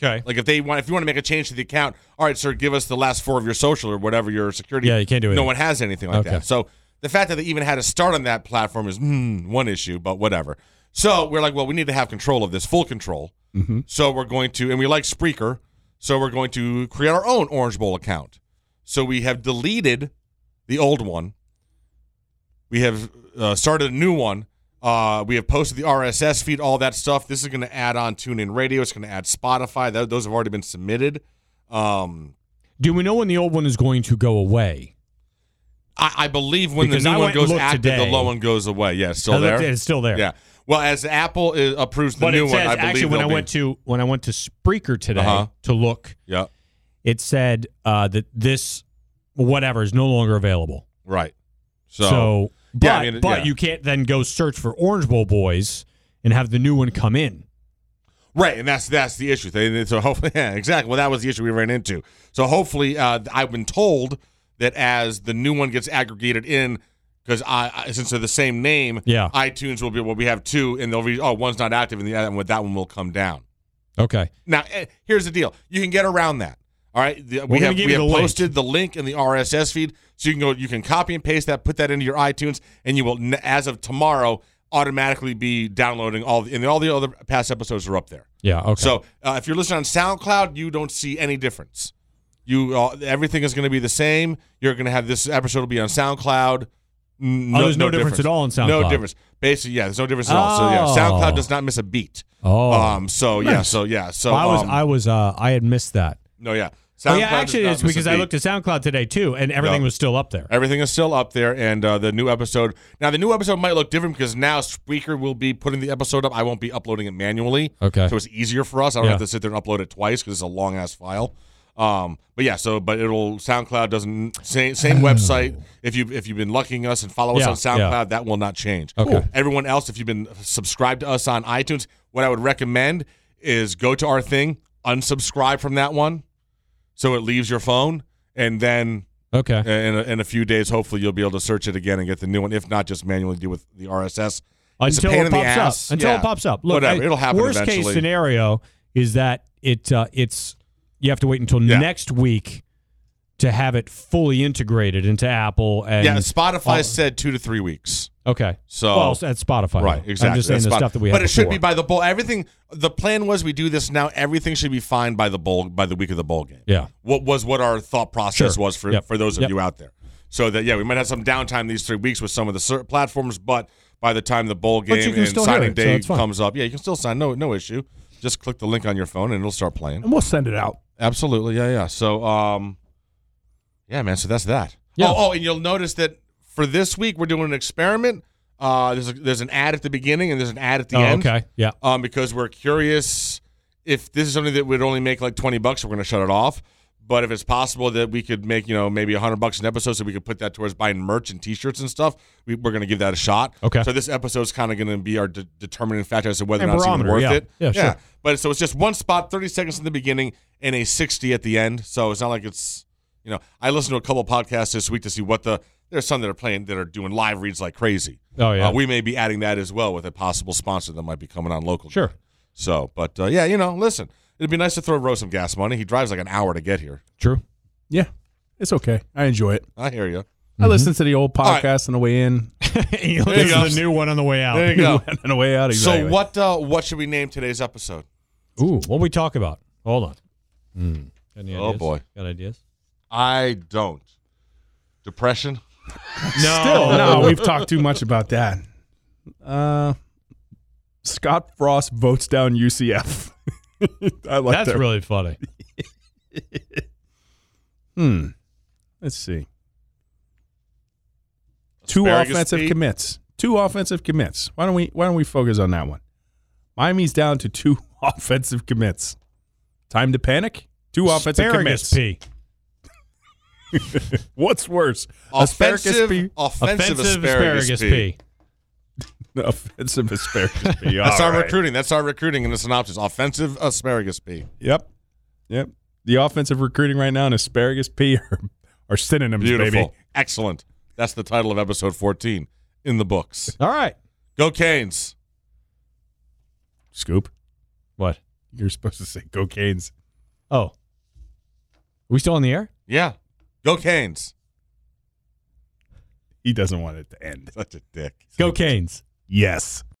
Speaker 4: okay.
Speaker 3: Like if they want, if you want to make a change to the account, all right, sir, give us the last four of your social or whatever your security.
Speaker 4: Yeah, you can't do
Speaker 3: No
Speaker 4: anything.
Speaker 3: one has anything like
Speaker 4: Okay.
Speaker 3: that. So the fact that they even had to start on that platform is mm, one issue, but whatever. So we're like, well, we need to have control of this, full control.
Speaker 4: Mm-hmm.
Speaker 3: So we're going to, and we like Spreaker, so we're going to create our own Orange Bowl account. So we have deleted the old one. We have uh, started a new one. Uh, we have posted the RSS feed, all that stuff. This is going to add on TuneIn Radio. It's going to add Spotify. Tho- those have already been submitted. Um,
Speaker 4: Do we know when the old one is going to go away?
Speaker 3: I, I believe when
Speaker 4: Because
Speaker 3: the
Speaker 4: I
Speaker 3: new
Speaker 4: went
Speaker 3: one
Speaker 4: and
Speaker 3: goes
Speaker 4: looked
Speaker 3: active, the
Speaker 4: today.
Speaker 3: low one goes away. Yeah, it's still
Speaker 4: I looked
Speaker 3: there.
Speaker 4: at it, It's still there.
Speaker 3: Yeah. Well, as Apple is, approves the
Speaker 4: But
Speaker 3: new
Speaker 4: it
Speaker 3: one,
Speaker 4: says
Speaker 3: I believe
Speaker 4: actually when I
Speaker 3: they'll be-
Speaker 4: went to when I went to Spreaker today
Speaker 3: Uh-huh.
Speaker 4: to look,
Speaker 3: yeah,
Speaker 4: it said uh, that this whatever is no longer available.
Speaker 3: right. So,
Speaker 4: So, but
Speaker 3: Yeah, I mean,
Speaker 4: but
Speaker 3: yeah.
Speaker 4: you can't then go search for Orange Bowl boys and have the new one come in.
Speaker 3: right, and that's that's the issue. They, they- so hopefully, yeah, exactly. Well, that was the issue we ran into. So hopefully, uh, I've been told that as the new one gets aggregated in, because I, I since they're the same name,
Speaker 4: Yeah.
Speaker 3: iTunes will be well, we have two, and they'll be oh one's not active, and the other one that one will come down.
Speaker 4: Okay.
Speaker 3: Now, eh, here's the deal: you can get around that. All right, The-
Speaker 4: We're
Speaker 3: we
Speaker 4: gonna
Speaker 3: have
Speaker 4: give
Speaker 3: we
Speaker 4: you
Speaker 3: have
Speaker 4: the link.
Speaker 3: posted the link in the RSS feed, so you can go, you can copy and paste that, put that into your iTunes, and you will, n- as of tomorrow, automatically be downloading all the, and all the other past episodes are up there.
Speaker 4: Yeah. Okay.
Speaker 3: So uh, if you're listening on SoundCloud, you don't see any difference. You uh, everything is going to be the same. You're going to have this episode will be on SoundCloud. N-
Speaker 4: Oh, there's no difference at all on
Speaker 3: No
Speaker 4: SoundCloud.
Speaker 3: difference. Basically, yeah, there's no difference at all. So yeah,
Speaker 4: Oh.
Speaker 3: SoundCloud does not miss a beat.
Speaker 4: Oh.
Speaker 3: um, so yeah, so yeah, so
Speaker 4: I was
Speaker 3: um,
Speaker 4: I was uh I had missed that.
Speaker 3: no, yeah.
Speaker 4: Oh,
Speaker 3: SoundCloud
Speaker 4: yeah,
Speaker 3: does
Speaker 4: actually
Speaker 3: not
Speaker 4: it's
Speaker 3: miss a
Speaker 4: because I
Speaker 3: beat.
Speaker 4: looked at SoundCloud today too and everything
Speaker 3: No.
Speaker 4: was still up there.
Speaker 3: Everything is still up there, and uh, the new episode. Now, the new episode might look different because now Spreaker will be putting the episode up. I won't be uploading it manually.
Speaker 4: Okay.
Speaker 3: So it's easier for us. I don't
Speaker 4: Yeah.
Speaker 3: have to sit there and upload it twice because it's a long ass file. Um, but yeah, so but it'll SoundCloud doesn't same same website. If you if you've been lucking us and follow
Speaker 4: Oh. Yeah,
Speaker 3: us on SoundCloud, that will not change.
Speaker 4: Okay. Cool.
Speaker 3: Everyone else, if you've been subscribed to us on iTunes, what I would recommend is go to our thing, unsubscribe from that one, so it leaves your phone, and then
Speaker 4: Okay.
Speaker 3: in a, in a few days, hopefully, you'll be able to search it again and get the new one. If not, just manually deal with the RSS. It's a
Speaker 4: until
Speaker 3: pain
Speaker 4: it
Speaker 3: in the
Speaker 4: pops
Speaker 3: ass.
Speaker 4: up. Until
Speaker 3: Yeah.
Speaker 4: it pops up. Look,
Speaker 3: Whatever,
Speaker 4: I-
Speaker 3: it'll happen
Speaker 4: Worst
Speaker 3: eventually.
Speaker 4: case scenario is that it uh, it's you have to wait until
Speaker 3: Yeah.
Speaker 4: next week to have it fully integrated into Apple and
Speaker 3: yeah, Spotify
Speaker 4: all-
Speaker 3: said two to three weeks.
Speaker 4: Okay.
Speaker 3: So-
Speaker 4: Oh. well, at Spotify.
Speaker 3: Oh. Right,
Speaker 4: though.
Speaker 3: exactly.
Speaker 4: I'm just saying
Speaker 3: That's
Speaker 4: the
Speaker 3: fine.
Speaker 4: stuff that we have.
Speaker 3: But it should be
Speaker 4: before.
Speaker 3: by the bowl. Everything. The plan was we do this now. Everything should be fine by the bowl by the week of the bowl game.
Speaker 4: Yeah.
Speaker 3: What was what our thought process
Speaker 4: Sure.
Speaker 3: was for
Speaker 4: Yep.
Speaker 3: for those of
Speaker 4: Yep.
Speaker 3: you out there. So that yeah, we might have some downtime these three weeks with some of the cer- platforms, but by the time the bowl
Speaker 4: But you
Speaker 3: game
Speaker 4: can
Speaker 3: and
Speaker 4: still hear
Speaker 3: signing
Speaker 4: it, so
Speaker 3: day
Speaker 4: it's fine.
Speaker 3: comes up, yeah, you can still sign. No, no issue. Just click the link on your phone and it'll start playing.
Speaker 6: And we'll send it out.
Speaker 3: Absolutely, yeah, yeah. So, um, yeah, man. So that's that.
Speaker 4: Yeah.
Speaker 3: Oh, oh, and you'll notice that for this week we're doing an experiment. Uh, there's a, there's an ad at the beginning and there's an ad at the
Speaker 4: Oh,
Speaker 3: end.
Speaker 4: okay. Yeah.
Speaker 3: Um, because we're curious if this is something that would only make like twenty bucks, we're gonna shut it off. But if it's possible that we could make you know maybe hundred bucks an episode, so we could put that towards buying merch and T-shirts and stuff, we, we're gonna give that a shot.
Speaker 4: Okay.
Speaker 3: So this episode's kind of gonna be our de- determining factor as to whether or
Speaker 4: And
Speaker 3: not it's even
Speaker 4: barometer,
Speaker 3: worth
Speaker 4: yeah.
Speaker 3: it.
Speaker 4: Yeah, sure.
Speaker 3: But so it's just one spot, 30 seconds in the beginning and a 60 at the end. So it's not like it's, you know, I listened to a couple podcasts this week to see what the, there's some that are playing, that are doing live reads like crazy.
Speaker 4: Oh, yeah.
Speaker 3: Uh, we may be adding that as well with a possible sponsor that might be coming on local.
Speaker 4: Sure.
Speaker 3: So, but uh, yeah, you know, listen, it'd be nice to throw Rose some gas money. He drives like an hour to get here.
Speaker 4: True.
Speaker 6: Yeah, it's okay. I enjoy it.
Speaker 3: I hear you.
Speaker 6: I listen to the old
Speaker 3: Mm-hmm. right.
Speaker 6: podcast on the way in
Speaker 3: you
Speaker 4: you
Speaker 3: go.
Speaker 4: the new one on the way out.
Speaker 3: There you go.
Speaker 6: and the way out. Exactly.
Speaker 3: So what, uh, what should we name today's episode?
Speaker 4: Ooh, what we talk about? Hold on. Got any
Speaker 3: Oh,
Speaker 4: ideas?
Speaker 3: boy.
Speaker 4: Got ideas?
Speaker 3: I don't. Depression?
Speaker 4: No.
Speaker 6: Still, no, we've talked too much about that. Uh, Scott Frost votes down UCF. I like
Speaker 4: That's
Speaker 6: that.
Speaker 4: really funny.
Speaker 6: Hmm. Let's see. Two
Speaker 3: Asparagus
Speaker 6: offensive
Speaker 3: tea?
Speaker 6: commits. Two offensive commits. Why don't we why don't we focus on that one? Miami's down to two offensive commits. Time to panic? Two offensive
Speaker 4: Asparagus
Speaker 6: commits.
Speaker 4: pea.
Speaker 6: What's worse?
Speaker 3: Offensive,
Speaker 6: Asparagus
Speaker 3: offensive,
Speaker 4: Offensive
Speaker 3: asparagus,
Speaker 4: asparagus
Speaker 3: pea.
Speaker 4: pea.
Speaker 6: pea? Offensive asparagus pea. All
Speaker 3: That's our
Speaker 6: right.
Speaker 3: recruiting. That's our recruiting in the synopsis. Offensive asparagus pea.
Speaker 6: Yep. Yep. The offensive recruiting right now and asparagus pea are, are synonyms,
Speaker 3: Beautiful.
Speaker 6: baby.
Speaker 3: Excellent. That's the title of episode 14 in the books.
Speaker 4: All right.
Speaker 3: Go Canes.
Speaker 6: Scoop.
Speaker 4: What?
Speaker 6: You're supposed to say go Canes.
Speaker 4: Oh. Are we still on the air?
Speaker 3: Yeah. Go Canes.
Speaker 6: He doesn't want it to end.
Speaker 3: Such a dick.
Speaker 4: Go Canes.
Speaker 6: Yes.